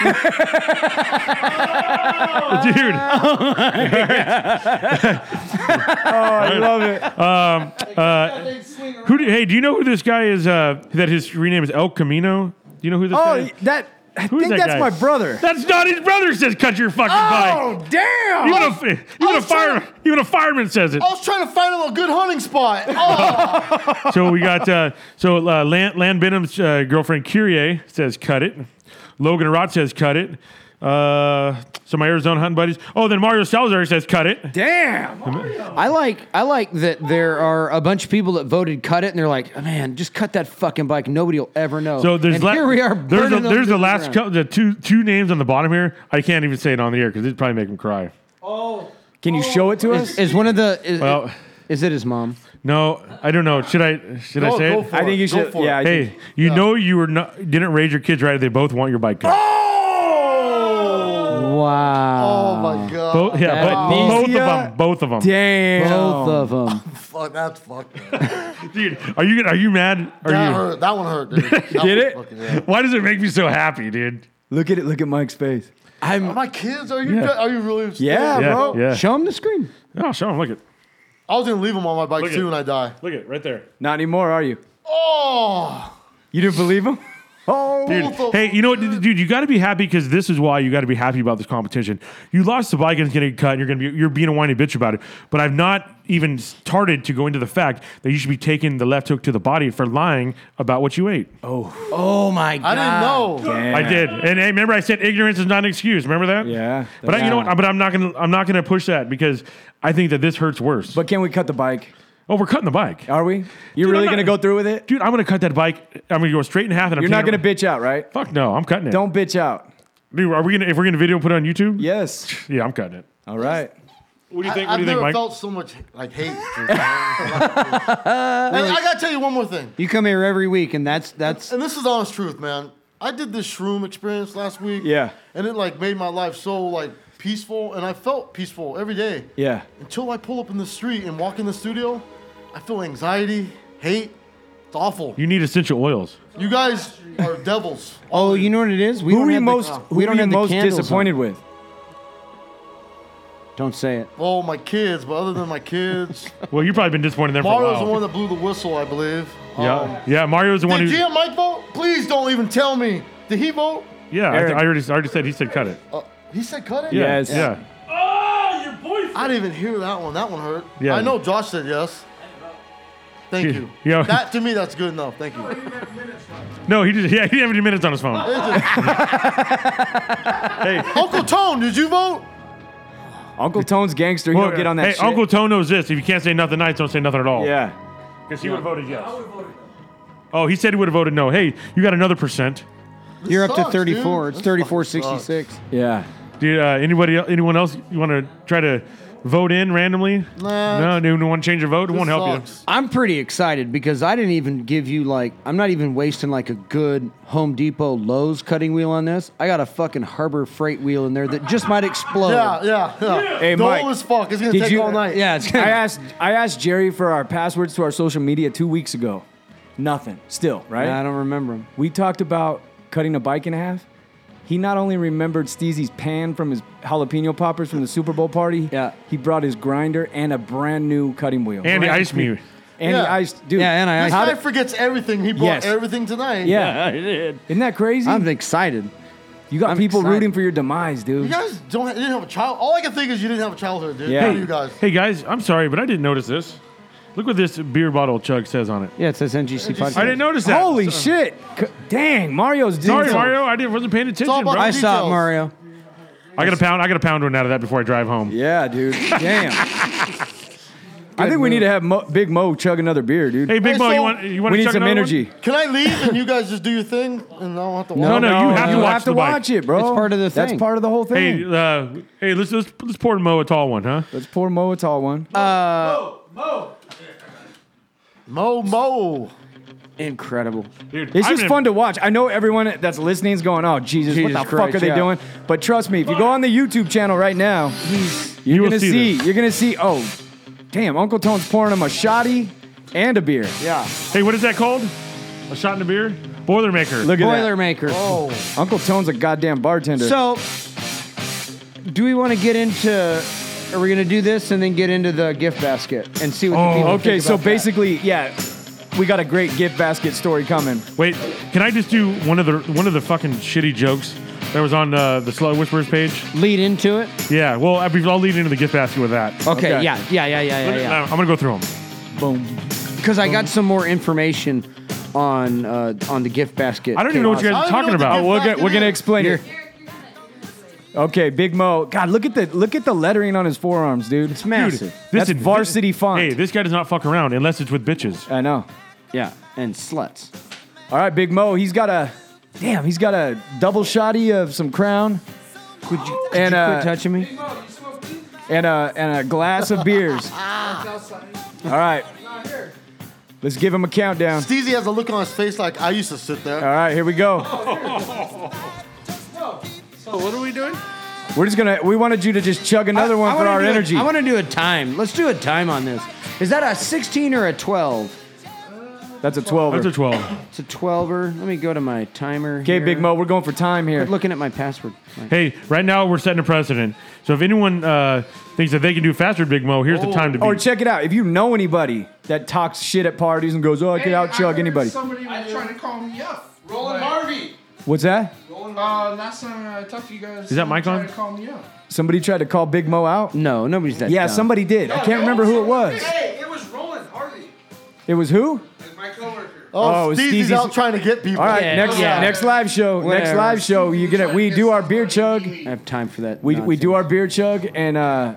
C: Dude,
E: I love it.
C: who? Do, hey, do you know who this guy is? Uh, that his screen name is El Camino. Do you know who this guy
E: Oh,
C: is?
E: that I
C: Who is
E: think
C: that
E: that's
C: guy?
E: my brother.
C: That's not his brother. Says cut your fucking bike.
E: Oh, damn!
C: Even a, even, a
F: was trying
C: fireman, even a fireman says it.
F: I was trying to find him a good hunting spot. Oh,
C: So we got uh, so uh, Lan, Lan Benham's uh, girlfriend Curie says cut it. Logan Rod says cut it. Uh, so my Arizona hunting buddies. Oh, then Mario Salazar says cut it.
E: Damn!
D: I like I like that there are a bunch of people that voted cut it, and they're like, man, just cut that fucking bike. Nobody will ever know.
C: So there's
D: and
C: la-
D: here we are.
C: There's the,
D: burning them
C: there's
D: to
C: the last
D: ground.
C: cou- the two two names on the bottom here. I can't even say it on the air because it'd probably make them cry.
E: Can you show it to us?
D: Is, is one of the is,
C: Well-
D: is it his mom?
C: No, I don't know. Should I should I
F: Go-
C: say
F: go
C: it?
F: for
E: I think you
F: Go
E: should.
F: for it.
E: Yeah. I think-
C: Hey, you know you were not didn't raise your kids right. They both want your bike cut.
D: Wow,
F: oh my god.
C: Both, yeah,
D: That
C: but both of
E: amnesia-
C: them. Both of them.
E: Damn.
D: both of them.
F: Fuck, that's fucked. up.
C: Dude, are you are you mad? Are
F: That
C: you?
F: hurt. That one hurt. Dude. That
E: Get it?
F: one fucking hurt.
C: Why does it make me so happy, dude?
E: Look at it. Look at Mike's face.
F: Are my kids? Are you? Are you really?
E: Yeah,
C: Yeah,
E: bro.
C: yeah.
D: Show him the screen.
C: Oh, show him. Look at
F: I was gonna leave him on my bike
C: Look
F: too
C: at-
F: when I die.
C: look at right there.
E: Not anymore, are you?
F: Oh,
E: You didn't believe him? Oh.
C: Dude, hey, you know what, dude? You got to be happy because this is why you got to be happy about this competition. You lost the bike and it's going to get cut, and you're going to be you're being a whiny bitch about it. But I've not even started to go into the fact that you should be taking the left hook to the body for lying about what you ate.
D: Oh my
F: I didn't know.
C: I did, and hey, remember I said ignorance is not an excuse. Remember that?
E: Yeah.
C: But I, you know what? But I'm not gonna I'm not gonna push that because I think that this hurts worse.
E: But can we cut the bike?
C: oh, we're cutting the bike,
E: Are we? You
C: Dude,
E: really
C: I'm
E: gonna
C: not-
E: go through with it?
C: dude. I'm gonna cut that bike. I'm gonna go straight in half, and I'm
E: You're not gonna
C: taking-
E: bitch out, right?
C: Fuck no, I'm cutting it.
E: Don't bitch out.
C: Dude, are we gonna if we're gonna video and put it on YouTube?
E: Yes.
C: Yeah, I'm cutting it.
E: All right.
C: What do you think?
F: I,
C: what
F: have
C: do you
F: never
C: think, Mike?
F: felt so much like hate. dude. hey, I gotta tell you one more thing,
D: You come here every week, and that's that's
F: and this is honest truth, man. I did this shroom experience last week.
E: Yeah.
F: and it like made my life so like peaceful, and I felt peaceful every day
E: Yeah.
F: until I pull up in the street and walk in the studio. I feel anxiety, hate. It's awful. You,
C: you need essential oils.
F: guys are devils.
D: oh, you know what it is. We
E: Who
D: don't
E: are you
D: have the-
E: most?
D: we
E: who
D: don't
E: are you
D: have the
E: most
D: candles on.
E: disappointed with?
D: Don't say it.
F: Oh, my kids, but other than my kids,
C: Well, you've probably been disappointed there for
F: Mario's the
C: a while.
F: one that blew the whistle, I believe.
C: yeah,
F: Um,
E: Oh.
C: yeah. Mario's the one
F: did
C: who.
F: G and Mike vote? Please don't even tell me. Did he vote?
C: yeah, I,
F: Eric.
C: I already, I already said he said cut it.
F: Uh, he said cut it?
C: Yeah, Yeah.
F: I didn't even hear that one. That one hurt.
C: Yeah.
F: I know Josh said yes. Thank
C: Yeah.
F: you.
C: Yeah.
F: That to me, that's good enough. Thank you.
C: No, he just. Yeah, he didn't have any minutes on his phone.
F: Uncle Tone, did you vote?
E: Uncle Tone's gangster. He
C: Well,
E: don't get on that
C: hey,
E: shit.
C: Uncle Tone knows this. If you can't say nothing nice, don't say nothing at all.
E: Yeah.
C: Because he would have voted yes. Oh, he said he would have voted no. Hey, you got another percent.
D: You're up to
F: sucks, dude.
D: 34. It's
F: This
D: 3466.
E: Yeah.
C: Did uh, anybody, el- anyone else, you want to try to vote in randomly?
F: Nah.
C: No, no, no one change your vote. It won't help you.
F: Sucks.
D: I'm pretty excited because I didn't even give you like I'm not even wasting like a good Home Depot Lowe's cutting wheel on this. I got a fucking Harbor Freight wheel in there that just might explode.
F: Yeah, yeah, yeah.
E: Hey,
F: the
E: Mike,
F: whole is fuck. It's gonna
E: did
F: take
E: you-
F: all night.
D: Yeah, it's
E: I
D: gonna,
E: asked I asked Jerry for our passwords to our social media two weeks ago. Nothing. Still, right?
D: I don't remember 'em.
E: We talked about cutting a bike in half. He not only remembered Steezy's pan from his jalapeno poppers from the Super Bowl party.
D: Yeah.
E: He brought his grinder and a brand new cutting wheel.
C: And he
E: Brand
C: iced me.
E: And he
F: Yeah.
E: iced, dude.
D: Yeah, and I
F: This
D: How
F: guy
D: did-
F: forgets everything. He brought
E: Yes.
F: everything tonight.
E: Yeah.
C: I did.
E: Isn't that crazy?
D: I'm excited.
E: you got
D: I'm
E: people
D: excited.
E: rooting for your demise, dude.
F: You guys don't you didn't have a child. All I can think is you didn't have a childhood, dude.
E: Yeah.
F: None of you guys.
C: Hey, guys, I'm sorry, but I didn't notice this. Look what this beer bottle chug says on it.
D: Yeah, it says NGC podcast.
C: I didn't notice that.
E: Holy shit. C- Dang, Mario's dude.
C: Sorry, Mario. I didn't, wasn't paying
F: all
C: attention,
F: about
C: bro.
D: I
C: I,
D: saw it,
F: Details.
D: Mario.
C: got a pound. I got a pound one out of that before I drive home.
E: Yeah, dude. Damn. I think we need to have Mo- Big Mo chug another beer, dude.
C: Hey, Big
F: Hey,
C: Mo,
F: so-
C: you want you want
E: we
C: to
E: need
C: chug
E: some
C: another
E: energy.
C: One?
F: Can I leave and you guys just do your thing and I don't have to
C: No,
F: watch?
C: no, you have to watch the bike.
E: watch it, bro.
D: It's part of the
E: That's
D: thing.
E: part of the whole thing.
C: Hey, uh, hey, let's, let's let's pour Mo a tall one, huh?
E: Let's pour Mo a tall one.
D: Uh,
F: Mo Mo.
D: Incredible.
C: Dude,
E: it's
C: I'm
E: just
C: gonna-
E: fun to watch. I know everyone that's listening is going, "Oh Jesus,
D: Jesus
E: what the
D: Christ,
E: fuck are they
D: yeah.
E: doing?" But trust me, if you go on the YouTube channel right now, you're
C: will
E: gonna
C: see
E: see,
C: this.
E: you're gonna see. Oh, damn! Uncle Tone's pouring him a shotty and a beer.
F: Yeah.
C: Hey, what is that called? A shot in the beer? Boilermaker.
E: Look at that.
D: Boilermaker.
E: Uncle Tone's a goddamn bartender.
D: So, do we want to get into? Are we going to do this and then get into the gift basket and see what? the
C: Oh,
D: people
E: okay,
D: think
E: so
D: about that?
E: basically, yeah, we got a great gift basket story coming.
C: Wait, can I just do one of the one of the fucking shitty jokes that was on uh, the Slow Whispers page?
D: lead into it.
C: Yeah. Well, I, I'll lead into the gift basket with that.
D: Okay,
E: Okay.
D: Yeah. Yeah. Yeah. Yeah. Yeah. Yeah.
C: I'm gonna go through them.
E: Boom.
D: Because I got some more information on uh, on the gift basket.
C: I don't even know what you guys are
F: I don't
C: talking
F: even know what
C: about.
F: the
E: We're gonna, we're gonna explain it.
I: Eric, you're gonna- you're gonna say it.
E: Okay, Big Mo. God, look at the look at the lettering on his forearms, dude. It's
D: massive.
E: Dude,
C: This
E: That's
C: is
E: varsity font.
C: Hey, this guy does not fuck around unless it's with bitches.
E: I know.
D: Yeah. And sluts.
E: All right, Big Mo. He's got a damn. He's got a double shotty of some Crown
D: Could you, could
E: And,
D: you
E: uh,
D: quit touching me?
E: and a and a glass of beers. All right. Let's give him a countdown.
F: Steezy has a look on his face like I used to sit there.
E: All right, here we go.
H: So what are we doing?
E: We're just gonna. We wanted you to just chug another
D: I-
E: one
D: I
E: for
D: wanna
E: our
D: do a-
E: energy.
D: I want to do a time. Let's do a time on this. Is that a 16 or a 12?
E: That's a twelve.
C: That's a
E: Okay,
C: twelve.
D: It's a 12er. Let me go to my timer. here.
E: Big Mo. We're going for time here.
D: Quit looking at my password. Mike.
C: Hey, right now we're setting a precedent. So if anyone uh, thinks that they can do faster, Big Mo, here's the time to be.
E: Or check it out. If you know anybody that talks shit at parties and goes, "Oh, I could out chug anybody,"
H: Somebody was trying to call me up.
J: Roland Harvey.
E: what's that?
H: Uh, last time I talked to you guys,
C: Is that mic
H: somebody tried
C: on?
H: To call me up.
E: Somebody tried to call Big Mo out.
D: No, nobody's that.
E: Yeah,
D: dumb.
E: somebody did. I can't remember who it was.
J: Hey, it was Roland Harvey,
E: It was who?
J: like my coworker.
F: Oh,
E: Oh,
F: Steezy's
E: Steezy's-
F: out trying to get people.
E: All right, next
D: yeah.
E: next live show. Next
D: Whatever.
E: live show, you gonna we do our beer chug.
D: I have time for that.
E: We we do our beer chug and uh,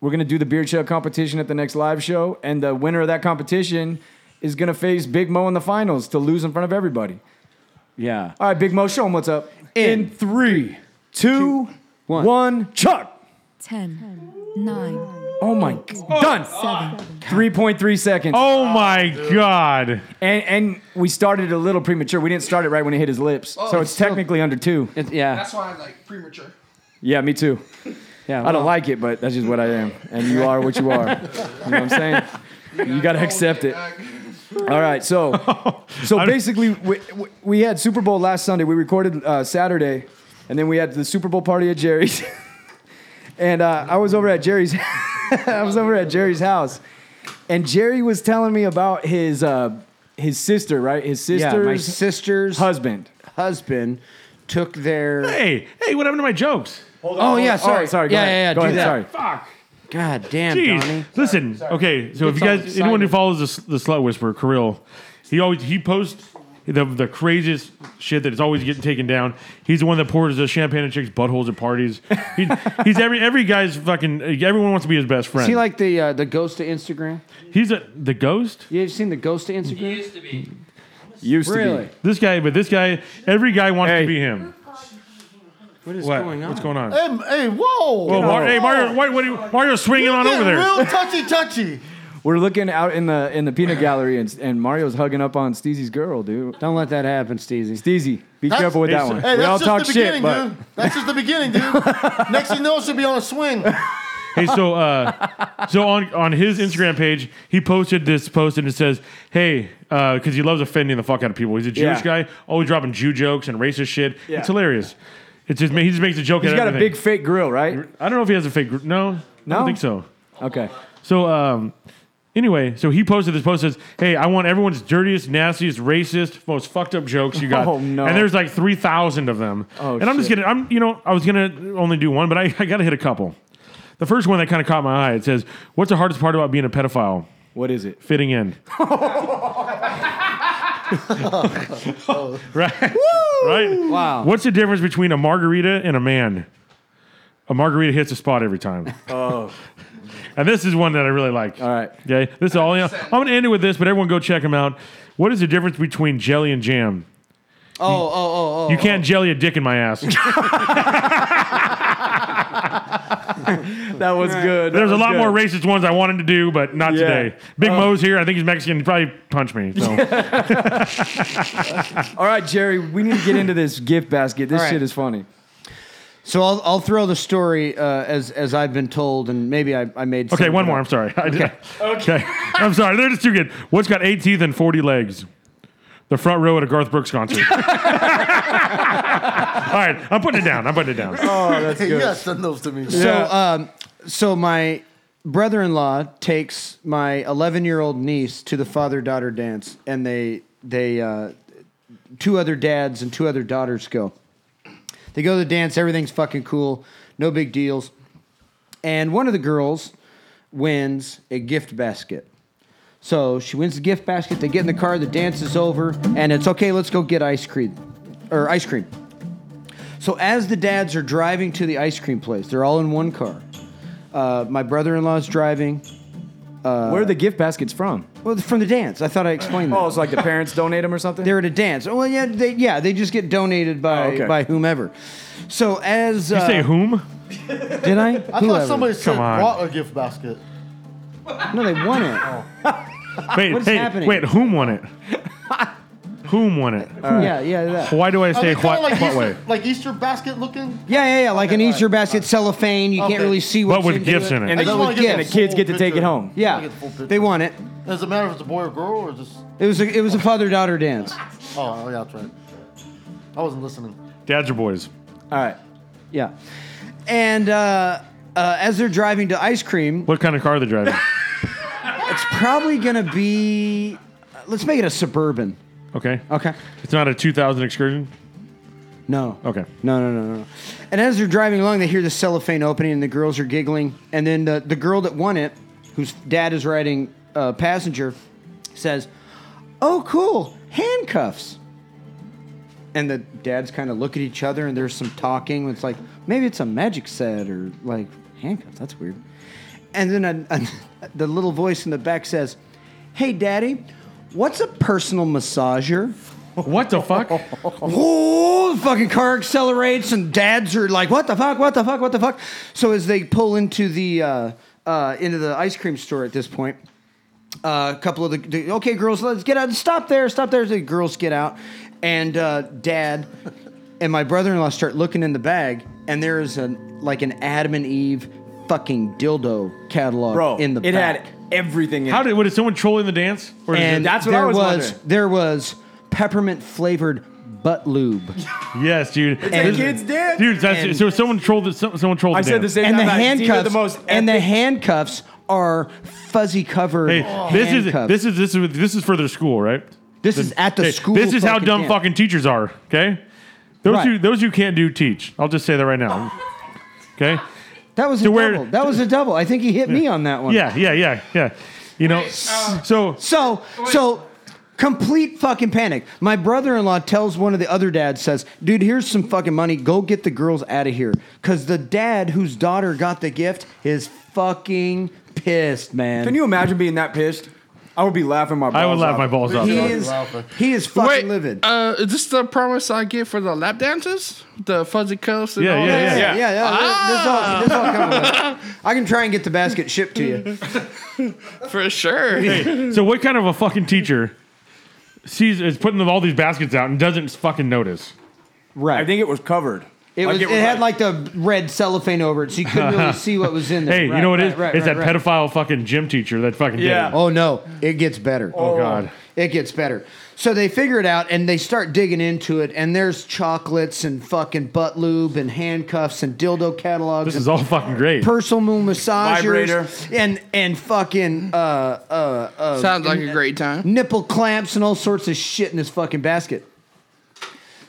E: we're gonna do the beer chug competition at the next live show, and the winner of that competition is gonna face Big Mo in the finals to lose in front of everybody.
D: Yeah.
E: All right, Big Mo, show him what's up.
D: In
E: three, two,
D: one.
E: one, chug.
K: 10, 9,
E: Oh my, g- done.
K: 7.
E: Three point three seconds.
C: oh my god.
E: And and we started a little premature. We didn't start it right when it hit his lips, Oh, so it's technically under two.
D: It, yeah.
H: That's why I like premature.
E: Yeah, me too.
D: Yeah.
E: I don't like it, but that's just what I am. And you are what you are. you know what I'm saying? You gotta accept it. All right, so so basically, we, we- we had Super Bowl last Sunday. We recorded uh, Saturday, and then we had the Super Bowl party at Jerry's. And uh, I was over at Jerry's. I was over at Jerry's house, and Jerry was telling me about his uh, his sister, right? His
D: Yeah,
E: sister's
D: my sister's
E: husband.
D: Husband took their.
C: Hey, hey, what happened to my jokes?
D: Hold on, oh yeah, sorry,
E: sorry. go
D: yeah,
E: ahead.
D: yeah, yeah,
E: Go
D: do
E: ahead,
D: that.
E: Sorry.
C: Fuck.
D: God damn,
C: Jeez.
D: Donnie.
C: Listen, okay. So if
D: It's
C: you guys,
D: all
C: anyone who
D: excited.
C: follows the, s- the Slut Whisperer, Kirill, he always he posts the the craziest shit that is always getting taken down. He's the one that pours the champagne and chicks' buttholes at parties. He, he's every every guy's fucking. Everyone wants to be his best friend.
D: Is he like the uh, the ghost of Instagram?
C: he's a the ghost.
D: You ever seen the ghost of Instagram? used to be.
E: Used
D: to be. Really?
C: This guy, but this guy, every guy wants to be him.
D: What is
C: What?
D: going on?
C: What's going on?
F: Hey, hey, whoa!
C: Whoa, Mar- hey, Mario, what, what are you, Mario's swinging on over there.
F: Real touchy touchy.
E: We're looking out in the in the peanut gallery, and, and Mario's hugging up on Steezy's girl, dude.
D: Don't let that happen, Steezy.
E: Steezy, be
F: That's-
E: careful with that one.
F: Hey,
E: we
F: that's
E: all
F: just
E: talk
F: the
E: shit,
F: beginning,
E: but
F: dude. That's just the beginning, dude. Next thing you know, she'll be on a swing.
E: Oh,
C: Hey, so uh, so on on his Instagram page, he posted this post and it says, "Hey, because he loves offending the fuck out of people. He's a Jewish
E: Yeah.
C: guy, always dropping Jew jokes and racist shit.
E: Yeah.
C: It's hilarious. It's just he just makes a joke.
E: he's
C: out
E: got
C: of
E: a
C: everything.
E: big fake grill, right?
C: I don't know if he has a fake. gr- No, I
E: No?
C: don't think so.
E: Okay.
C: So um, anyway, so he posted this post says, "Hey, I want everyone's dirtiest, nastiest, racist, most fucked up jokes you got."
E: Oh, no.
C: And there's like three thousand of them.
E: Oh,
C: and I'm just
E: shit.
C: gonna, I'm you know, I was gonna only do one, but I, I gotta hit a couple. The first one that kind of caught my eye. It says, "What's the hardest part about being a pedophile?"
E: What is it?
C: Fitting in. right. Right.
D: Wow.
C: What's the difference between a margarita and a man? A margarita hits a spot every time.
E: Oh,
C: And this is one that I really like.
E: all right.
C: Okay, this is all. You know, I'm going to end it with this, but everyone go check them out. What is the difference between jelly and jam?
D: Oh, oh, oh, oh.
C: You can't jelly a dick in my ass.
E: That was good.
C: There's
E: That
C: a
E: was
C: lot
E: good.
C: more racist ones I wanted to do, but not
E: Yeah.
C: today. Big
E: Oh.
C: Mo's here. I think he's Mexican. He probably punch me. So.
E: All right, Jerry, we need to get into this gift basket. This
D: All right.
E: shit is funny.
D: So I'll, I'll throw the story uh, as as I've been told, and maybe I, I made.
C: Okay,
D: something
C: one more. I'm
D: up.
C: sorry. Okay. okay. I'm sorry. They're just too good. What's got eight teeth and 40 legs? The front row at a Garth Brooks concert. all right, I'm putting it down. I'm putting it down.
F: hey, you gotta send those to me.
D: So, um, so my brother-in-law takes my 11-year-old niece to the father-daughter dance, and they they uh, two other dads and two other daughters go. They go to the dance. Everything's fucking cool. No big deals. And one of the girls wins a gift basket. So she wins the gift basket. They get in the car. The dance is over, and it's okay. Let's go get ice cream, or ice cream. So as the dads are driving to the ice cream place, they're all in one car. Uh, my brother-in-law's driving. Uh,
E: Where are the gift baskets from?
D: Well, from the dance. I thought I explained that.
E: Oh, it's like the parents donate them or something?
D: They're at a dance. Oh, well, yeah, they, yeah, they just get donated by
E: Oh, okay.
D: by whomever. So as
C: You
D: uh,
C: say whom?
D: did I?
F: I thought somebody said
C: Come on.
F: brought a gift basket.
D: No, they won it.
C: Wait,
D: What is
C: hey,
D: happening?
C: wait, whom won it? whom won it?
D: Yeah, yeah, that.
C: Why do I say
F: Are they
C: it
F: kinda
C: quite,
F: like,
C: quite
F: Easter,
C: way?
F: like Easter basket looking?
D: Yeah, yeah, yeah. Like an
F: Okay,
D: Easter
F: all right,
D: basket cellophane. You
F: Okay.
D: can't really see what's
C: But with
D: into
C: gifts
D: it.
C: in
F: I
E: And
C: it.
F: just
E: the,
F: wanna
D: with
F: get
E: and the
D: gifts.
F: full
E: kids get to take
F: picture.
E: it home.
F: I
D: Yeah,
F: get the full picture.
D: they won it.
F: Does it matter if it's a boy or girl or just?
D: It was a, it was a father daughter dance.
F: Oh, yeah, that's right. I wasn't listening.
C: Dads are boys.
E: All right.
D: Yeah, and uh, uh, as they're driving to ice cream,
C: What kind of car are they driving?
D: it's probably gonna be. Let's make it a suburban.
C: Okay.
D: Okay.
C: It's not a 2000 excursion?
D: No.
C: Okay.
D: No, no, no, no, no. And as they're driving along, they hear the cellophane opening, and the girls are giggling. And then the, the girl that won it, whose dad is riding uh, passenger, says, "Oh, cool, handcuffs." And the dads kind of look at each other, and there's some talking. It's like maybe it's a magic set or like handcuffs. That's weird. And then a, a, the little voice in the back says, "Hey, daddy, what's a personal massager?"
C: What the fuck?
D: Whoa, the fucking car accelerates and dads are like, what the fuck, what the fuck, what the fuck. So as they pull into the uh, uh, into the ice cream store at this point, uh, a couple of the, the okay girls, let's get out. Stop there, stop there. The girls get out, and uh, dad and my brother-in-law start looking in the bag, and there is a like an Adam and Eve fucking dildo catalog
E: Bro,
D: in the
E: it
D: back.
E: had everything in
C: How
E: it.
C: did, what, is someone trolling the dance? Or is it,
D: and
E: That's what I
D: there
E: was
D: was
E: wondering.
D: there was peppermint flavored butt lube.
C: Yes, dude.
D: It's like kids
E: did.
C: Dude, that's,
D: And-
C: so someone trolled it. some- Someone trolled.
E: I
C: it
E: said
C: down.
E: the same
D: and the
E: I've seen it
D: handcuffs.
E: the most
D: and the
E: epic-
D: handcuffs are fuzzy covered.
C: Hey, this
D: Oh, handcuffs.
C: is this is this is this is for their school, right?
D: This is at the school
C: This is how
D: fucking
C: dumb
D: camp.
C: fucking teachers are. Okay, those
D: Right.
C: who those who can't do teach. I'll just say that right now. Okay.
D: That was a
C: to
D: double.
C: where-
D: that was a double. I think he hit me on that one.
C: Yeah, yeah, yeah, yeah. You know, so
D: So so complete fucking panic. My brother-in-law tells one of the other dads says, "Dude, here's some fucking money. Go get the girls out of here." Cuz the dad whose daughter got the gift is fucking pissed, man.
E: Can you imagine being that pissed? I would be laughing my balls
C: I would laugh my balls off.
D: He is he is fucking
H: Wait,
D: livid.
H: uh, is this the promise I get for the lap dancers? The fuzzy cuffs and
C: Yeah,
H: all
C: yeah,
H: that?
D: Yeah, yeah, yeah. This, all, this all coming with it. I can try and get the basket shipped to you.
H: For sure.
C: hey, so what kind of a fucking teacher sees is putting them all these baskets out and doesn't fucking notice?
E: I
D: Right.
E: think it was covered.
D: It,
E: Like,
D: was, it,
E: was
D: had like the red cellophane over it, so you couldn't really see what was in there.
C: Hey,
D: Right,
C: you know what it
D: right,
C: is?
D: right,
C: it's
D: right,
C: that
D: right.
C: pedophile fucking gym teacher that fucking
E: Yeah.
C: did it.
D: Oh no, it gets better.
C: Oh, God.
D: It gets better. So they figure it out and they start digging into it, and there's chocolates and fucking butt lube and handcuffs and dildo catalogs.
C: This
D: and
C: is all fucking great.
D: personal massagers
E: Vibrator.
D: and and fucking uh uh uh
H: Sounds like a great time.
D: nipple clamps and all sorts of shit in this fucking basket.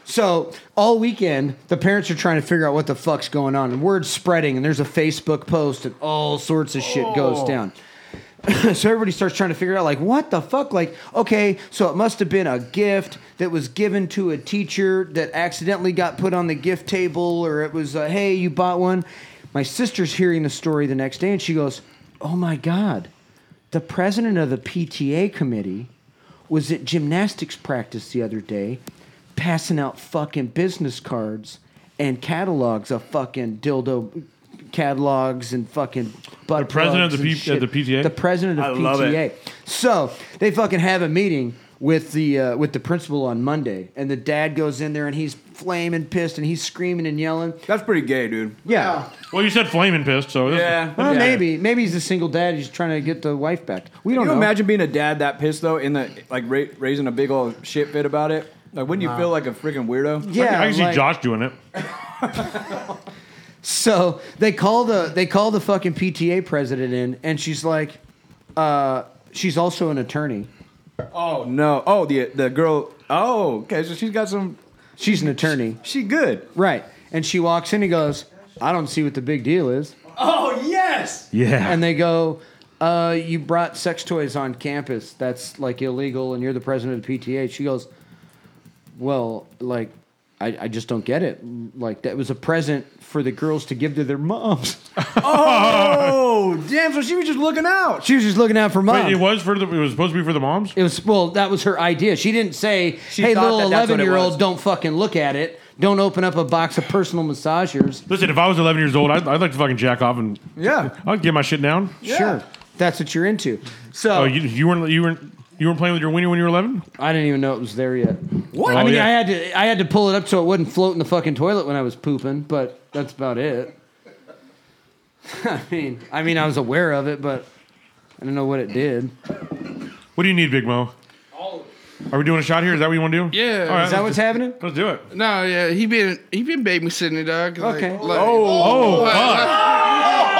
D: So all weekend, the parents are trying to figure out what the fuck's going on, and word's spreading, and there's a Facebook post, and all sorts of shit goes down. so everybody starts trying to figure out, like, what the fuck? Like, okay, so it must have been a gift that was given to a teacher that accidentally got put on the gift table, or it was, uh, hey, you bought one. My sister's hearing the story the next day, and she goes, oh my god, the president of the PTA committee was at gymnastics practice the other day passing out fucking business cards and catalogs of fucking dildo catalogs and fucking butt
C: The president of the
D: plugs
C: P-
D: and shit.
C: of the PTA?
D: the president of
E: I love it.
D: PTA so they fucking have a meeting with the uh, with the principal on Monday and the dad goes in there and he's flaming pissed and he's screaming and yelling
E: That's pretty gay, dude.
D: yeah
C: Well, you said flaming pissed, so this-
E: Yeah.
D: well
E: yeah.
D: maybe maybe he's a single dad he's trying to get the wife back we
E: Can
D: don't
E: you
D: know
E: imagine being a dad that pissed though, in the like ra- raising a big old shit fit about it? Like, wouldn't you feel like a freaking weirdo?
D: yeah
C: I can see
D: like-
C: Josh doing it.
D: So they call the they call the fucking PTA president in, and she's like, uh, she's also an attorney.
E: Oh no! Oh the the girl. Oh okay, so she's got some.
D: She's an attorney,
E: She good.
D: right? And she walks in and goes, "I don't see what the big deal is."
E: Oh yes.
C: Yeah.
D: And they go, uh, "You brought sex toys on campus. That's like illegal, and you're the president of the PTA." She goes, "Well, like, I, I just don't get it. Like, that was a present for the girls to give to their moms.
E: Oh damn! So she was just looking out.
D: she was just looking out for moms."
C: Wait, it was for the. It was supposed to be for the moms.
D: It was well, that was her idea. She didn't say,
E: She
D: "Hey,
E: thought
D: little
E: that that's what it
D: eleven-year-old,
E: was.
D: don't fucking look at it. Don't open up a box of personal massagers."
C: Listen, if I was 11 years old, I'd, I'd like to fucking jack off and
E: Yeah.
C: I'd get my shit down.
E: Yeah.
D: Sure, that's what you're into. So
C: Oh, you, you weren't you weren't you weren't playing with your wiener when you were 11?
D: I didn't even know it was there yet.
C: What?
D: I
C: Oh,
D: mean,
C: yeah.
D: I had to I had to pull it up so it wouldn't float in the fucking toilet when I was pooping, but that's about it. I mean, I mean, I was aware of it, but I don't know what it did.
C: What do you need, Big Mo? Are we doing a shot here? Is that what you want to do?
H: Yeah.
C: All right,
D: Is that
C: let's,
D: what's happening?
C: let's do it.
H: No, yeah, he been he been babysitting the dog. Like,
D: Okay.
H: Like,
C: Oh, fuck.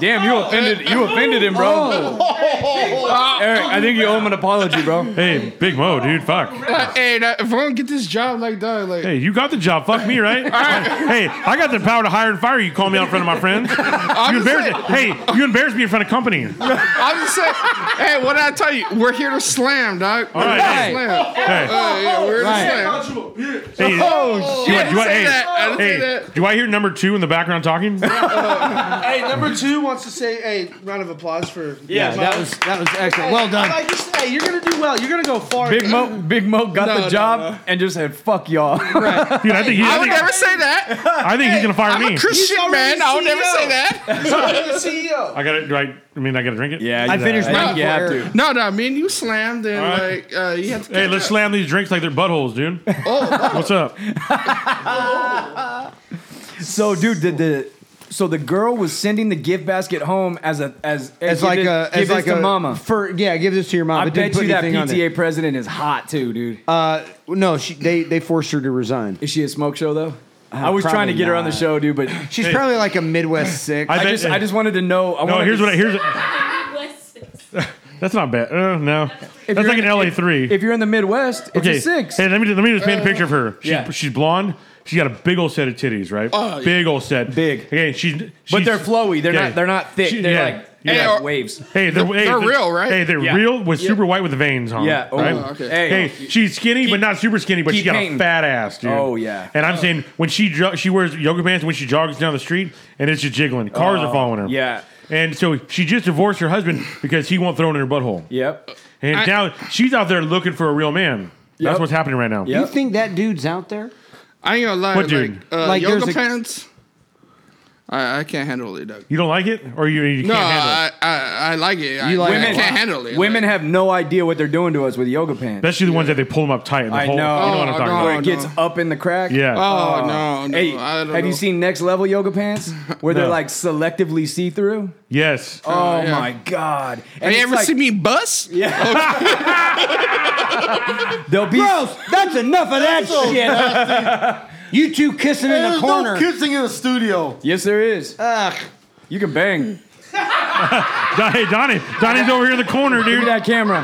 E: Damn, you offended you offended him,
D: Oh,
E: bro. Eric, I think you owe him an apology, bro.
C: Hey, Big Mo, dude, fuck.
H: uh, hey, that, if I don't get this job like that, like
C: Hey, you got the job. Fuck me, right? hey, I got the power to hire and fire. You call me out in front of my friends. You
H: just Oh,
C: embarrass Hey, you embarrass me in front of company. All
H: I'm just saying. hey, what did I tell you? We're here to slam, dog. All
C: right.
H: We're here to slam.
C: Hey,
H: Uh, yeah, we're here
D: Right.
H: to slam.
C: hey,
H: Oh
C: do
H: shit!
C: I- do I-
H: say
C: hey,
H: that. I didn't
C: hey,
H: say that.
C: do I hear number two in the background talking?
G: Hey, number two wants to say, hey, round of applause for.
D: Yeah, that was that was excellent. Well done.
G: Like, just- hey, you're gonna do well. You're gonna go far.
E: Big Mo, Big Mo got
H: No,
E: the
H: no,
E: job
H: no.
E: and just said fuck y'all.
C: Dude, I think, he,
H: I
C: I
H: would
C: think,
H: never say that.
C: I think he's gonna fire
H: I'm
C: me.
H: a Christian
G: He's already
H: man. I would never
G: CEO.
H: say that.
G: He's already the E CEO.
C: I got it. Do I? I mean, I got to drink it.
E: yeah,
D: I finished
E: my.
D: mine
E: You have
D: before
E: to.
H: No, no. I mean, you slammed and
C: All right.
H: like uh, you have to.
C: Hey,
H: catch
C: let's
H: up.
C: slam these drinks like they're buttholes, dude.
E: Oh,
C: What's up?
E: So, dude, did the So the girl was sending the gift basket home as a as
D: As
E: give
D: like
E: it-
D: a
E: give
D: as
E: this
D: like
E: to
D: a
E: mama.
D: For yeah, give this to your mom.
E: I
D: It didn't
E: bet
D: put
E: you that
D: anything on there.
E: PTA president is hot too, dude.
D: Uh, no, she, they they forced her to resign.
E: Is she a smoke show though?
D: Uh,
E: I was trying to get her on the show, dude, but
D: she's probably like a Midwest six.
E: I, just I just wanted to know. I
C: no,
E: wanted
C: here's
E: to
C: what I, here's that's not bad. Uh, no, that's like an LA three.
E: If you're in the Midwest, it's a six.
C: Hey, let me let me just paint a
E: Uh,
C: picture of her. She's,
E: yeah.
C: she's blonde. She got a big old set of titties, right?
E: Oh, yeah.
C: big old set. Big. Okay, she's, she's-
E: they're flowy. They're
C: yeah.
E: not- they're not thick. They're like- they're like waves.
C: Hey, they're,
E: They're-
C: hey,
E: they're real, right?
C: Hey, they're
E: Yeah.
C: real with super white with veins on.
E: Yeah. Oh,
C: right?
E: okay.
C: Hey,
E: Hey.
C: she's skinny but not super skinny, but she
E: keep
C: got a
E: painting.
C: fat ass, dude.
E: Oh, yeah.
C: And I'm saying when she jo- she wears yoga pants when she jogs down the street and it's just jiggling. Cars
E: Oh,
C: are following her.
E: yeah.
C: And so she just divorced her husband because he won't throw it in her butthole.
E: Yep.
H: Uh,
C: And
E: I-
C: now she's out there looking for a real man. That's
E: Yep.
C: what's happening right now.
D: You think that dude's out there?
H: I ain't gonna lie.
C: What
H: What
C: dude?
H: dude? Like, uh,
C: Like,
H: yoga
C: there's a-
H: pants. I, I can't handle it, Doug.
C: You don't like it, or you, you
H: no,
C: can't handle it?
H: I, I I like it. I, I
E: women
H: can't handle it.
E: Women have no idea what they're doing to us with yoga pants.
C: Especially the ones that they pull them up tight. And the
E: I know. Oh,
C: whole, You know what I'm talking
E: Where
C: about.
E: it gets up in the crack.
C: Yeah.
H: Oh, no, no,
E: Uh, Hey,
H: I don't
E: have you
H: know.
E: seen Next Level yoga pants where they're
C: No.
E: like selectively see through?
C: Yes.
E: Oh,
H: yeah.
E: my god!
H: Have you ever seen me bus?
E: Yeah. They'll be
D: Gross. That's enough of that shit. you two kissing in the
F: There's
D: corner.
F: no kissing in the studio.
E: Yes, there is.
D: Ugh.
E: You can bang.
C: Hey, Donnie. Donnie's over here in the corner,
E: Give
C: dude.
E: me that camera.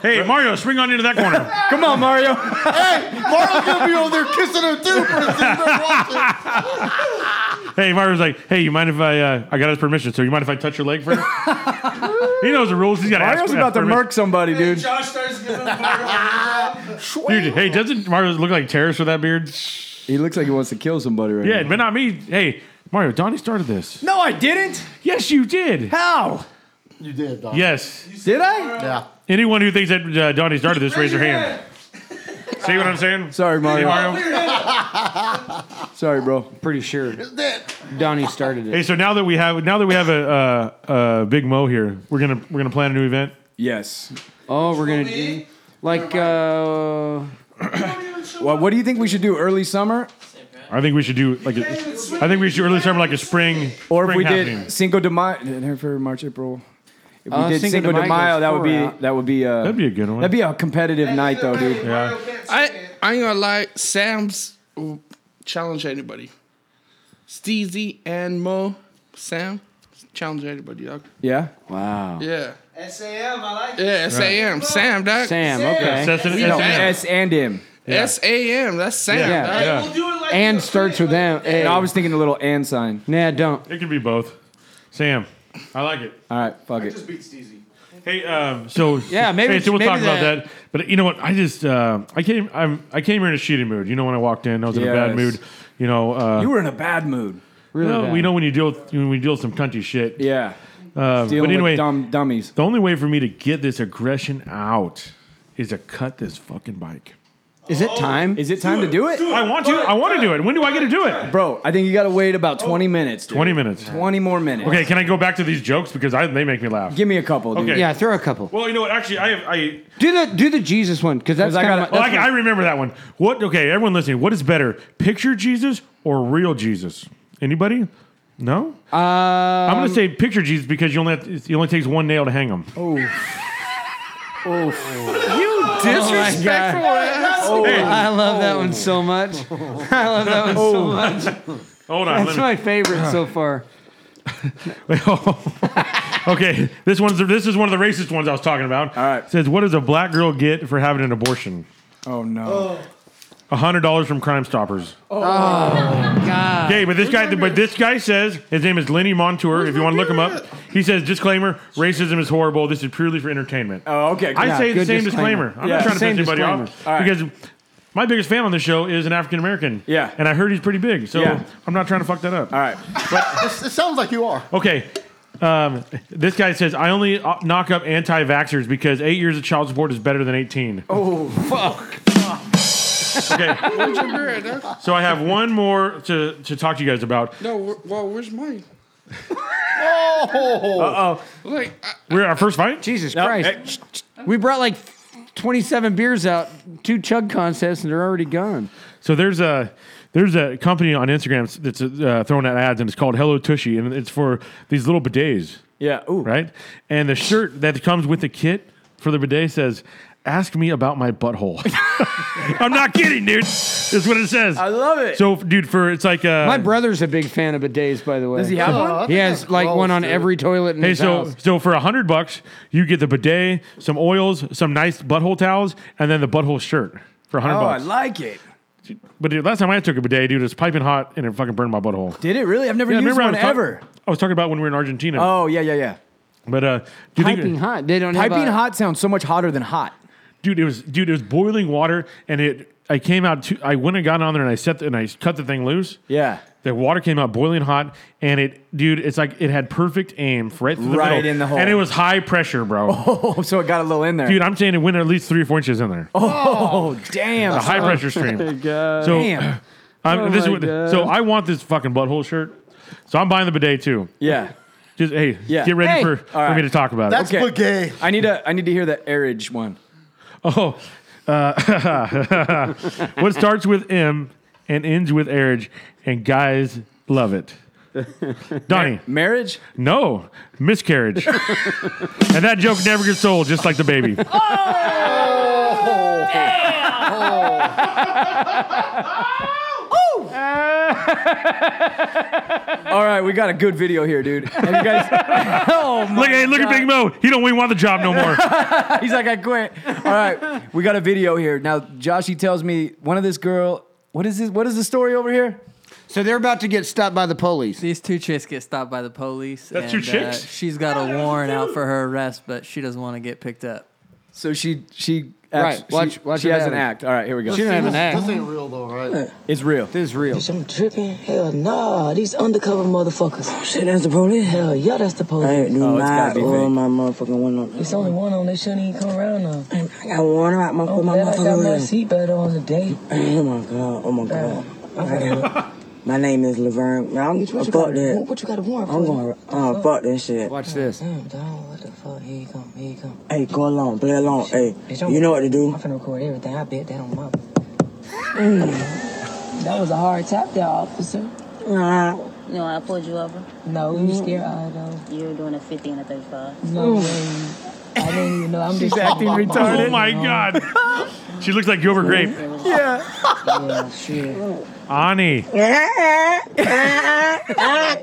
C: Hey, Mario, swing on into that corner.
E: Come on, Mario.
F: Hey, Marlon's gonna be over there kissing her too for the same they're watching.
C: hey, Mario's like, hey, you mind if I, uh, I got his permission, so you mind if I touch your leg first? he knows the rules. He's got to ask
E: Mario's
C: ask
E: about to
C: permission.
E: murk somebody, dude.
G: Josh starts giving him a
C: Dude, hey, doesn't Mario look like terrorists with that beard?
E: He looks like he wants to kill somebody right
C: Yeah,
E: now.
C: but not me. Hey, Mario, Donnie started this.
E: No, I didn't.
C: Yes, you did.
E: How?
F: You did, dog.
C: Yes.
E: Did I?
F: Yeah.
C: Anyone who thinks that uh, Donnie started this, raise your hand. See what I'm saying?
E: Sorry,
C: Hey,
E: Mario.
C: Mario.
E: Sorry, bro.
D: Pretty sure Donnie started it.
C: Hey, so now that we have now that we have a, uh uh big Mo here, we're gonna we're gonna plan a new event.
E: Yes.
D: Oh, we're gonna do like uh
E: Well, what do you think we should do? Early summer,
C: I think we should do like a, I think we should early summer like a spring
E: or if
C: spring
E: we
C: happening.
E: did Cinco de Mayo uh, for March, April. If we
D: Uh,
E: did Cinco, de,
D: goes
E: Mayo, that would
D: four
E: be
D: out.
E: that would be uh,
C: that'd be a good one.
E: that'd be a competitive night though, dude.
C: yeah.
H: I I ain't gonna lie. Sam's will challenge anybody. Steezy and Mo, Sam challenge anybody, dog.
E: Yeah.
D: Wow.
H: Yeah,
G: SAM, I like it.
H: yeah. Sam, Sam, dog.
D: Sam, okay.
C: That's an-
H: Yeah.
C: that's
E: No,
C: an-
E: S and M.
H: S A M. That's Sam.
D: Yeah.
H: dog.
C: Yeah.
G: We'll do it like
D: And
G: this.
D: starts with them. Hey.
E: And I was thinking a little and sign.
D: Nah, don't.
C: It could be both. Sam, I like it.
E: All right, fuck it.
G: Just beat Steezy.
C: Hey, um, so
D: Yeah, maybe
C: hey, so we'll
D: it's-
C: talk
D: maybe
C: about
D: that-
C: that. But you know what? I just uh, I came I'm, I came here in a shitty mood. You know when I walked in, I was in a bad
E: Yes.
C: mood. You know, uh,
E: You were in a bad mood.
D: Really
C: no,
D: bad.
C: we know when you deal with, when we deal with some cunty shit.
E: Yeah.
C: Uh, but
E: Dealing
C: anyway,
E: with dumb dummies.
C: the only way for me to get this aggression out is to cut this fucking bike.
D: Is it time?
E: Is it time to do it,
C: I want to. I want to do it. When do I get to do it?
E: bro? I think you gotta wait about twenty minutes. dude.
C: 20 minutes.
E: Twenty more minutes.
C: Okay, can I go back to these jokes because I, they make me laugh.
E: Give me a couple, dude.
C: Okay.
D: yeah, throw a couple.
C: Well, you know what? Actually, I have. I
D: Do the do the Jesus one because that's
E: 'Cause I
D: kind of
E: gotta-
C: well, Oh, I, I remember that one. What? Okay, everyone listening. What is better, picture Jesus or real Jesus? Anybody? No. I'm gonna say picture Jesus because you only have to, it only takes one nail to hang him. Um, Oh,
E: Oh
H: Disrespectful. ass.
D: Oh, I love that one so much. I love that one so much.
C: hold on. let
D: That's
C: me-
D: my favorite so far.
C: okay, this one's this is one of the racist ones I was talking about.
E: All right.
C: says what does a black girl get for having an abortion?
E: Oh no.
C: hundred dollars from Crime Stoppers. Oh, God. Okay, but this guy, but this guy says his name is Lenny Montour. If you want to look him up, he says disclaimer: racism is horrible. This is purely for entertainment.
E: Oh, okay.
C: I
E: cool.
C: say the
D: good
C: same disclaimer.
D: disclaimer.
C: I'm
E: Yeah,
C: not trying to
D: same
C: piss anybody off
D: disclaimer.
E: All right.
C: because my biggest fan on this show is an African American.
E: Yeah.
C: and I heard he's pretty big, so
E: Yeah.
C: I'm not trying to fuck that up.
E: All right.
F: It, it sounds like you are.
C: Okay. Um, this guy says, I only uh, knock up anti vaxxers because eight years of child support is better than 18. Oh, fuck. okay.
H: Where's your beer at, dog?
C: So I have one more to, to talk to you guys about.
H: No, wh- well, where's mine?
F: Oh,
H: Like, I,
C: We're our first fight?
D: Jesus Christ. We brought like 27 beers out, two chug contests, and they're already gone.
C: So there's a there's a company on Instagram that's uh, throwing out ads, and it's called Hello Tushy, and it's for these little bidets.
E: Yeah. Ooh.
C: Right. And the shirt that comes with the kit for the bidet says, "Ask me about my butthole." I'm not kidding, dude. That's what it says.
E: I love it.
C: So, dude, for it's like uh,
D: My brother's a big fan of bidets, by the way.
E: Does he have
D: So-
E: one? Oh, I
D: He
E: think
D: has
E: that's
D: like
E: close,
D: one on
E: dude.
D: every toilet in
C: Hey,
D: his
C: so
D: house.
C: so for a hundred bucks, you get the bidet, some oils, some nice butthole towels, and then the butthole shirt for a hundred
E: Oh, I
C: bucks.
E: like it.
C: but dude, last time I took a bidet, dude, it was piping hot and it fucking burned my butthole.
E: Did it really? I've never
C: Yeah,
E: used
C: remember I
E: one
C: was talk-
E: ever.
C: I was talking about when we were in Argentina.
E: Oh yeah, yeah, yeah.
C: But uh, do you think,
D: hot. They don't
E: piping hot sounds so much hotter than hot.
C: dude, it was dude, it was boiling water, and it. I came out. To, I went and got on there, and I set the, and I cut the thing loose.
E: Yeah.
C: The water came out boiling hot, and it, dude, it's like it had perfect aim right through the
E: Right
C: middle,
E: in the hole.
C: and it was high pressure, bro.
E: Oh, so it got a little in there.
C: Dude, I'm saying it went at least three or four inches in there.
E: oh, damn.
C: a high pressure stream.
D: Oh,
C: So,
E: Damn.
C: I'm,
E: Oh
C: this is
E: my
C: what,
E: God.
C: so I want this fucking butthole shirt. So I'm buying the bidet too.
E: Yeah.
C: Just hey,
E: Yeah.
C: get ready
E: Hey.
C: for,
E: All
C: for me
E: right.
C: to talk about
F: That's
C: it.
F: okay. gay.
E: I need a I need to hear that airage one.
C: Oh, uh, what starts with M and ends with erage, and guys love it. Donnie,
E: Marriage?
C: no miscarriage, and that joke never gets old, just like the baby.
E: Oh All right, we got a good video here, dude. Have you guys? oh my
C: Look, hey, look at Big Mo. He don't even want the job no more.
E: He's like, I quit. All right, we got a video here now. Josh, he tells me one of this girl. What is this? What is the story over here?
D: So they're about to get stopped by the police.
L: These two chicks get stopped by the police.
C: That's two
L: and,
C: chicks?
L: Uh, she's got a warrant out for her arrest, but she doesn't want to get picked up.
E: So she she
D: Right,
E: acts-
D: watch-
E: she,
D: watch
E: she
D: what
E: has an
D: happens.
E: act. All right, here we go.
D: She don't have an
F: This
D: act.
F: ain't real though, right?
E: It's real.
D: This is real.
M: Some tripping? Hell nah, these undercover motherfuckers. shit, that's the police? Hell yeah, that's the police. I ain't do
E: Oh, it's gotta
M: my,
E: be fake.
M: oh, my motherfucking one on. It's only one on, they shouldn't even come around now. I got one on, my,
N: put my
M: I got
N: motherfucking
M: my
N: one.
M: seatbelt on today. oh my god, oh my god. I got it. My name is Laverne. Man, I'm
N: What you- what you
M: fuck
N: got a-
M: that.
N: what you got a warrant
M: I'm
N: for?
M: going. Uh, fuck? that shit.
D: Watch this.
O: Mm,
M: Damn, dog, what the fuck? Here you come, here you come.
N: Hey, go along, play along. Hey,
M: Bitch, I'm-
N: you know what to do.
M: I'm finna record everything. I bet that on my.
O: Mm.
M: That was a hard tap there, officer.
O: No, I pulled you over.
M: No, you scared uh, I though.
O: You were doing a 50 and a 35.
M: No way. I didn't even know. I'm just
C: Oh my god. She looks like Gilbert Grape.
M: Yeah, shit.
C: Ani.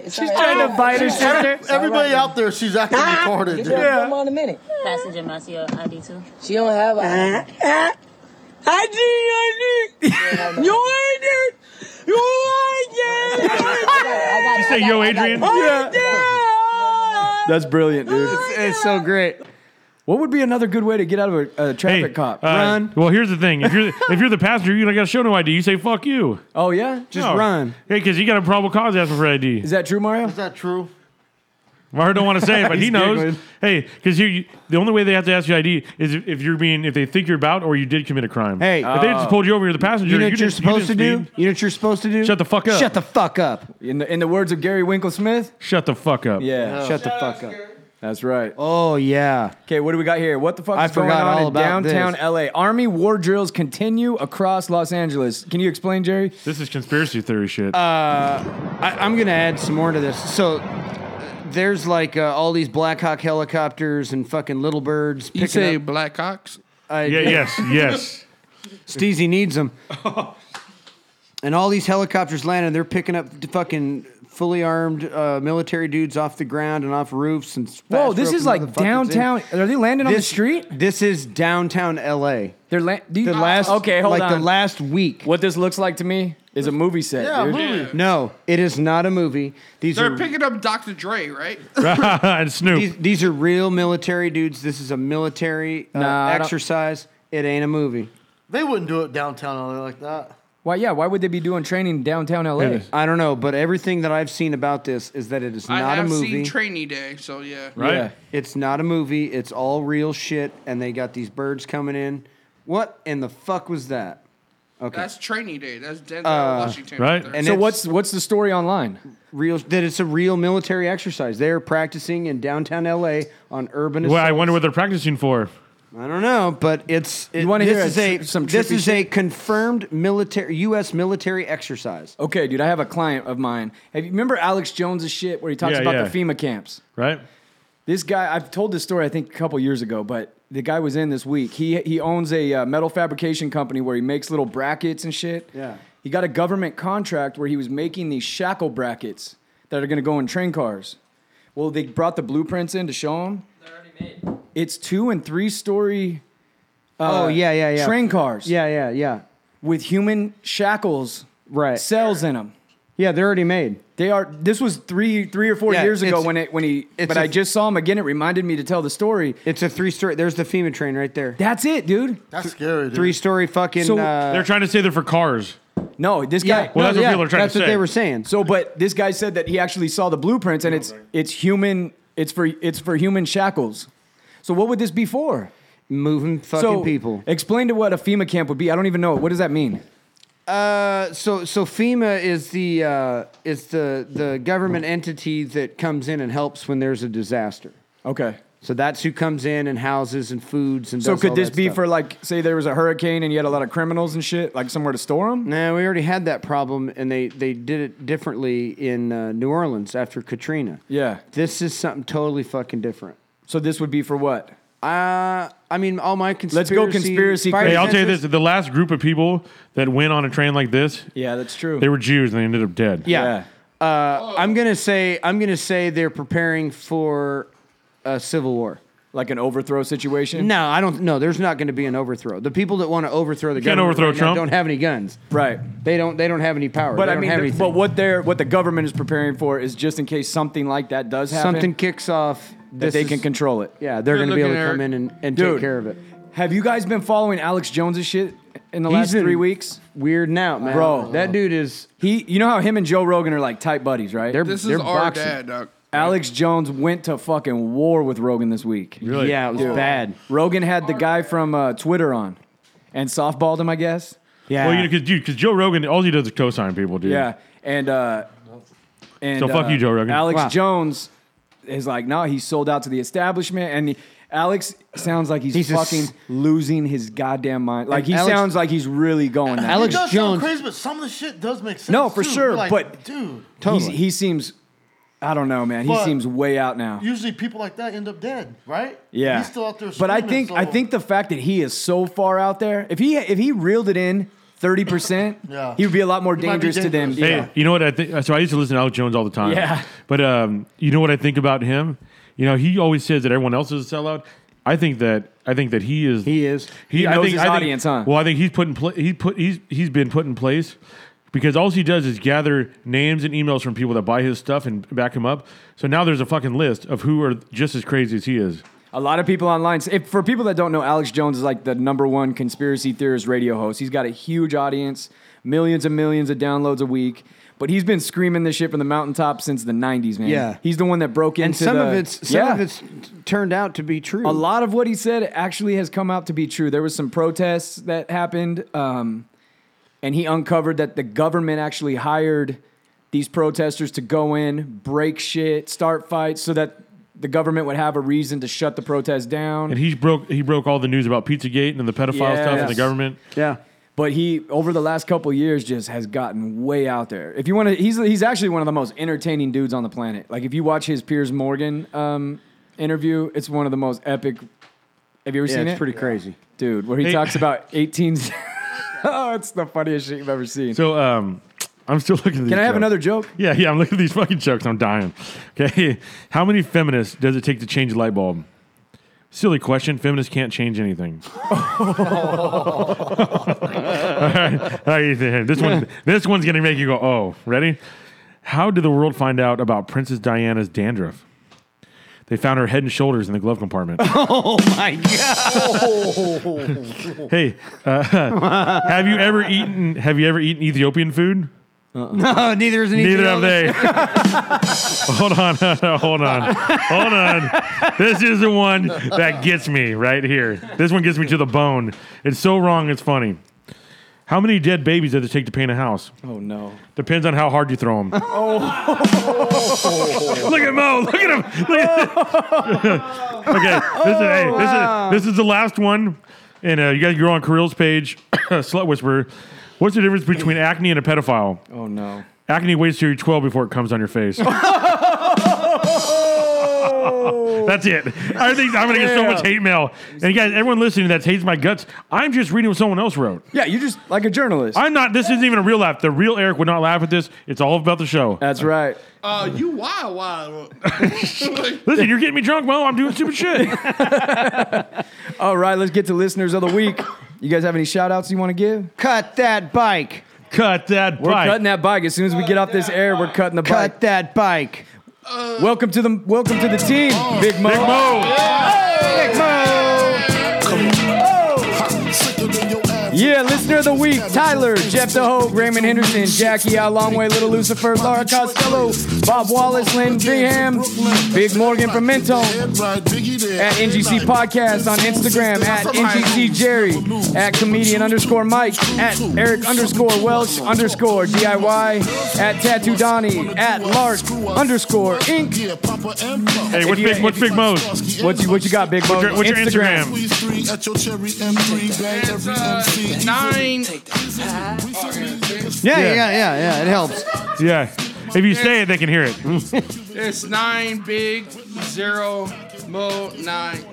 M: She's
E: trying to bite her sister.
F: Everybody out there, she's acting
M: Get
F: retarded. dude.
M: your yeah. on a minute.
O: Passenger Masio ID2.
M: She don't have a.
N: Ah, I did, I did. You ain't it. You ain't it.
C: She say, "Yo, Adrian."
E: That's brilliant, dude.
D: It's so great.
E: What would be another good way to get out of a, a traffic
C: Hey,
E: cop?
C: uh, Well, here's the thing: if you're if you're the passenger, you don't got to show no ID. You say "fuck you."
E: oh yeah,
D: Just run.
C: Hey, because you got a probable cause asking for ID.
E: is that true, Mario?
F: Is that true?
C: Maher don't want to say it, but he
E: He's
C: knows.
E: giggling.
C: Hey, because you, the only way they have to ask you ID is if, if you're being if they think you're about or you did commit a crime.
D: Hey.
C: if they just pulled you over, you're the passenger.
D: You know what you're
C: didn't-
D: supposed to
C: didn't
D: do?
C: speed.
D: You know what you're supposed to do?
C: Shut the fuck up.
D: Shut the fuck up.
E: In the, in the words of Gary Winklesmith,
C: Shut the fuck up.
E: yeah,
D: Shut the fuck up.
E: that's right.
D: Oh, yeah.
E: Okay, what do we got here? What the fuck
D: I
E: is going
D: forgot
E: on
D: all
E: in
D: about
E: downtown
D: this.
E: LA? Army war drills continue across Los Angeles. Can you explain, Jerry?
C: This is conspiracy theory shit.
D: Uh, I, I'm gonna add some more to this. So uh, there's like uh, all these Black Hawk helicopters and fucking little birds.
H: You
D: Picking
H: say
D: up,
H: black cocks?
D: I,
C: yeah. Yes. Yes.
D: Steezy needs them. and all these helicopters land and they're picking up the fucking fully armed uh, military dudes off the ground and off roofs and.
E: Whoa,
D: fast
E: this
D: roping
E: is like
D: motherfuckers in.
E: downtown. Are they landing on the street?
D: This is downtown L.A.
E: They're la- do you,
D: The last
E: okay, hold
D: like
E: on.
D: the last week.
E: what this looks like to me is a movie set,
F: Yeah,
E: dude.
F: movie.
D: No, it is not a movie. These
H: They're
D: are
H: picking up Dr. Dre, right?
C: and Snoop.
D: These, these are real military dudes. This is a military uh,
E: Nah, I don't-
D: exercise. It ain't a movie.
F: They wouldn't do it downtown LA like that.
E: Why? Yeah. Why would they be doing training in downtown LA?
C: It is.
D: I don't know, but everything that I've seen about this is that it is
H: I
D: not a
H: have
D: movie.
H: seen Trainee Day, so yeah.
C: right.
E: Yeah.
D: it's not a movie. It's all real shit, and they got these birds coming in. What in the fuck was that? Okay,
H: That's Trainee Day. That's Denzel Washington.
C: right.
H: there.
D: and
E: so
D: it's
E: what's what's the story online?
D: real? That it's a real military exercise. They're practicing in downtown L.A. on urban.
C: Well, I
D: assaults.
C: wonder what they're practicing for.
D: I don't know, but it's it,
E: You wanna
D: this
E: hear
D: is
E: a
D: a
E: tr- some
D: this
E: trippy
D: is a confirmed military U.S. military exercise.
E: Okay, dude, I have a client of mine. Have you remember Alex Jones' shit where he talks
D: Yeah,
E: about
D: yeah.
E: the FEMA camps?
C: Right.
E: This guy, I've told this story I think a couple years ago, but the guy was in this week. He he owns a uh, metal fabrication company where he makes little brackets and shit.
D: Yeah.
E: He got a government contract where he was making these shackle brackets that are going to go in train cars. Well, they brought the blueprints in to show him. They're already made. It's two and three story.
D: oh yeah, yeah, yeah.
E: Train cars.
D: Yeah, yeah, yeah.
E: With human shackles,
D: right?
E: Cells in them.
D: Yeah, they're already made.
E: They are. This was three, three or four
D: Yeah,
E: years ago
D: it's-
E: when it when he.
D: it's
E: But
D: a-
E: I just saw him again. It reminded me to tell the story.
D: It's a three story. There's the FEMA train right there.
E: That's it, dude.
F: That's scary. Dude.
D: Three story fucking.
E: So-
D: uh,
C: They're trying to say they're for cars.
E: No, this
D: Yeah,
E: guy.
D: Well, that's no, what yeah, people are trying that's to what say. they were saying.
E: So, but this guy said that he actually saw the blueprints, and it's it's human. It's for it's for human shackles. So, what would this be for?
D: Moving fucking people.
E: Explain to what a FEMA camp would be. I don't even know. What does that mean?
D: Uh, so so FEMA is the uh, is the the government entity that comes in and helps when there's a disaster.
E: Okay.
D: So that's who comes in and houses and foods and.
E: So,
D: does all
E: could this
D: that
E: be
D: stuff.
E: for like, say, there was a hurricane and you had a lot of criminals and shit, like somewhere to store them?
D: No, we already had that problem, and they they did it differently in uh, New Orleans after Katrina.
E: Yeah.
D: This is something totally fucking different.
E: So this would be for what?
D: Uh, I mean, all my
E: Let's
D: conspiracy.
E: go conspiracy
D: fire
C: Hey, I'll tell you this:
D: defenses-
C: the last group of people that went on a train like this,
E: Yeah, that's true.
C: they were Jews and they ended up dead.
D: Yeah.
E: Oh.
D: Uh, I'm gonna say I'm gonna say they're preparing for a civil war.
E: Like an overthrow situation?
D: No, I don't. No, there's not going to be an overthrow. The people that want to overthrow the
E: You can't
D: government
E: overthrow
D: right now
E: Trump.
D: don't have any guns.
E: Right.
D: They don't. They don't have any power.
E: But
D: They
E: I
D: don't
E: mean,
D: have
E: the-
D: anything.
E: but what they're what the government is preparing for is just in case something like that does happen.
D: something kicks off.
E: that
D: This
E: they
D: is-
E: can control it.
D: Yeah, they're
E: Good
D: going to be able
E: looking,
D: to come
E: Eric.
D: in and, and
E: Dude.
D: take care of it.
E: Have you guys been following Alex Jones's shit in the
D: He's
E: last
D: been
E: three weeks?
D: Weirding out, man.
E: Bro,
D: that dude is
E: he. You know how him and Joe Rogan are like tight buddies, right? They're,
H: This is they're our boxing. dad, Doc.
E: Alex Jones went to fucking war with Rogan this week.
D: Really? Yeah, it was bad.
E: Rogan had the guy from uh, Twitter on and softballed him, I guess.
C: Well, you know, because dude, because Joe Rogan, all he does is co-sign people, dude.
E: Yeah, and uh, and
C: So fuck
E: uh,
C: you, Joe Rogan.
E: Alex
C: Wow.
E: Jones is like, no, he's sold out to the establishment, and he- Alex sounds like he's,
D: He's a
E: fucking
D: s-
E: losing his goddamn mind. Like he
D: Alex-
E: sounds like he's really going. that
D: Alex
F: It does
E: way.
F: sound crazy, but some of the shit does make sense.
E: no, for
F: too.
E: sure,
F: You're like,
E: but
F: dude,
E: he's- he seems. I don't know, man. He
F: But-
E: seems way out now.
F: usually people like that end up dead, right?
E: Yeah,
F: he's still out there.
E: But I
F: screaming,
E: think I
F: so-
E: think the fact that he is so far out there, if he if he reeled it in thirty percent,
F: Yeah.
E: he would be a lot more
F: He might be
E: dangerous, to them.
C: Hey, you know what I think? So I used to listen to Alex Jones all the time.
E: Yeah.
C: But um, you know what I think about him? You know, he always says that everyone else is a sellout. I think that I think that he is.
D: He is.
E: He knows his
C: think-
E: audience, huh?
C: Well, I think he's put in pla- he put he's he's been put in place because all he does is gather names and emails from people that buy his stuff and back him up. So now there's a fucking list of who are just as crazy as he is.
E: A lot of people online. If, for people that don't know, Alex Jones is like the number one conspiracy theorist radio host. He's got a huge audience, millions and millions of downloads a week. But he's been screaming this shit from the mountaintop since the '90s, man.
D: Yeah.
E: he's the one that broke into
D: and some
E: the-
D: of it's some
E: yeah.
D: of it's turned out to be true.
E: A lot of what he said actually has come out to be true. There was some protests that happened, um, and he uncovered that the government actually hired these protesters to go in, break shit, start fights, so that the government would have a reason to shut the protest down.
C: And he broke he broke all the news about Pizzagate and the pedophile stuff and the
E: Yes.
C: government.
D: Yeah.
E: But he over the last couple years just has gotten way out there. If you want to, he's he's actually one of the most entertaining dudes on the planet. Like if you watch his Piers Morgan um, interview, it's one of the most epic. Have you ever
D: Yeah,
E: seen
D: it's
E: it?
D: pretty crazy.
E: dude. Where he
D: Hey-
E: talks about 18. oh, it's the funniest shit you've ever seen.
C: So um, I'm still looking. at these
E: Can I have
C: jokes.
E: another joke?
C: Yeah, yeah. I'm looking at these fucking jokes. I'm dying. Okay, how many feminists does it take to change a light bulb? Silly question. Feminists can't change anything. All right, all right, Ethan, this one, this one's gonna make you go, oh, ready? How did the world find out about Princess Diana's dandruff? They found her head and shoulders in the glove compartment.
D: Oh my
F: god!
C: hey, uh, have you ever eaten? Have you ever eaten Ethiopian food?
D: No, Oh, neither is an
C: Neither have they.
D: Ethiopian.
C: hold on, hold on, hold on. This is the one that gets me right here. This one gets me to the bone. It's so wrong. It's funny. How many dead babies does it take to paint a house?
E: Oh no.
C: Depends on how hard you throw them.
E: Oh.
C: look at Mo. Look at him. Look at- okay. This is, hey, this,
B: wow.
C: is, this is the last one. And uh, you guys go on Kirill's page, Slut Whisperer. What's the difference between acne and a pedophile?
E: Oh, no.
C: Acne waits till you're 12 before it comes on your face.
E: Oh.
C: That's it. I think I'm gonna get so
E: Yeah.
C: much hate mail. And guys, everyone listening that hates my guts, I'm just reading what someone else wrote.
E: Yeah, you're just like a journalist.
C: I'm not. This isn't even a real laugh. The real Eric would not laugh at this. It's all about the show.
E: That's right.
H: Uh, you wild, wild.
C: Listen, you're getting me drunk, Mo. I'm doing stupid shit.
E: All right, let's get to listeners of the week. You guys have any shout outs you want to give?
D: Cut that bike.
C: Cut that
E: We're
C: bike.
E: cutting that bike. As soon as we get off this air, we're cutting the bike. Cut
D: that bike.
E: welcome to the welcome to the team, Big Mo.
B: Big Mo.
C: Oh.
E: Big Mo. Yeah, listener of the week, Tyler, Jeff DeHoe, Raymond Henderson, Jackie Al Longway, Little Lucifer, Laura Costello, Bob Wallace, Lynn Bingham, Big Morgan from Menton, at NGC Podcast on Instagram, at NGC Jerry, at comedian underscore Mike, at Eric underscore Welch underscore DIY, at Tattoo Donnie, at Lark underscore Inc.
C: Hey, what's big? What's big Mo's?
E: What you what you got, big Mo?
C: What's your, what's your Instagram?
H: It's uh, nine.
D: Yeah, yeah, yeah, yeah. It helps.
C: Yeah. If you say it, they can hear it.
H: It's nine big zero mo nine.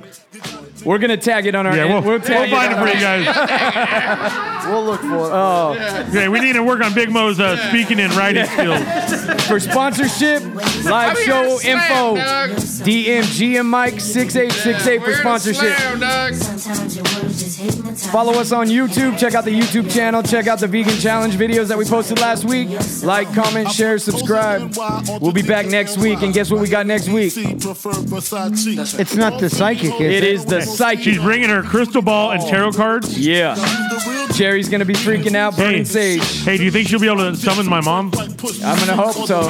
E: We're gonna tag it on our.
C: Yeah, we'll-
E: we'll, tag
C: we'll find
E: on
C: it for
E: our-
C: you
H: guys.
E: we'll look for it. Oh.
C: yeah, we need to work on Big Mo's uh, speaking and writing skills.
E: For sponsorship, live
H: I'm here
E: show
H: to slam,
E: info,
H: dog.
E: DM GM Mike six eight six eight for sponsorship. Follow us on YouTube. Check out the YouTube channel. Check out the vegan challenge videos that we posted last week. Like, comment, share, subscribe. We'll be back next week, and guess what we got next week?
D: It's not the psychic, is it?
E: It is the psychic.
C: She's bringing her crystal ball and tarot cards.
E: Yeah. Jerry's gonna be freaking out, burning
C: hey,
E: sage.
C: Hey, do you think she'll be able to summon my mom?
E: I'm gonna hope so.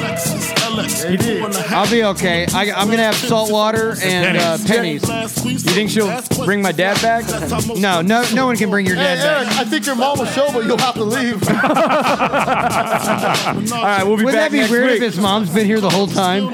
D: I'll be okay. I, I'm gonna have salt water and uh, pennies.
E: You think she'll bring my dad back?
D: No, no, no one can bring your
F: Hey,
D: dad
F: Eric,
D: back.
F: I think your mom will show, but you'll have to leave. All
E: right, we'll be
D: Wouldn't that
E: back
D: be
E: next
D: weird
E: week.
D: if his mom's been here the whole time?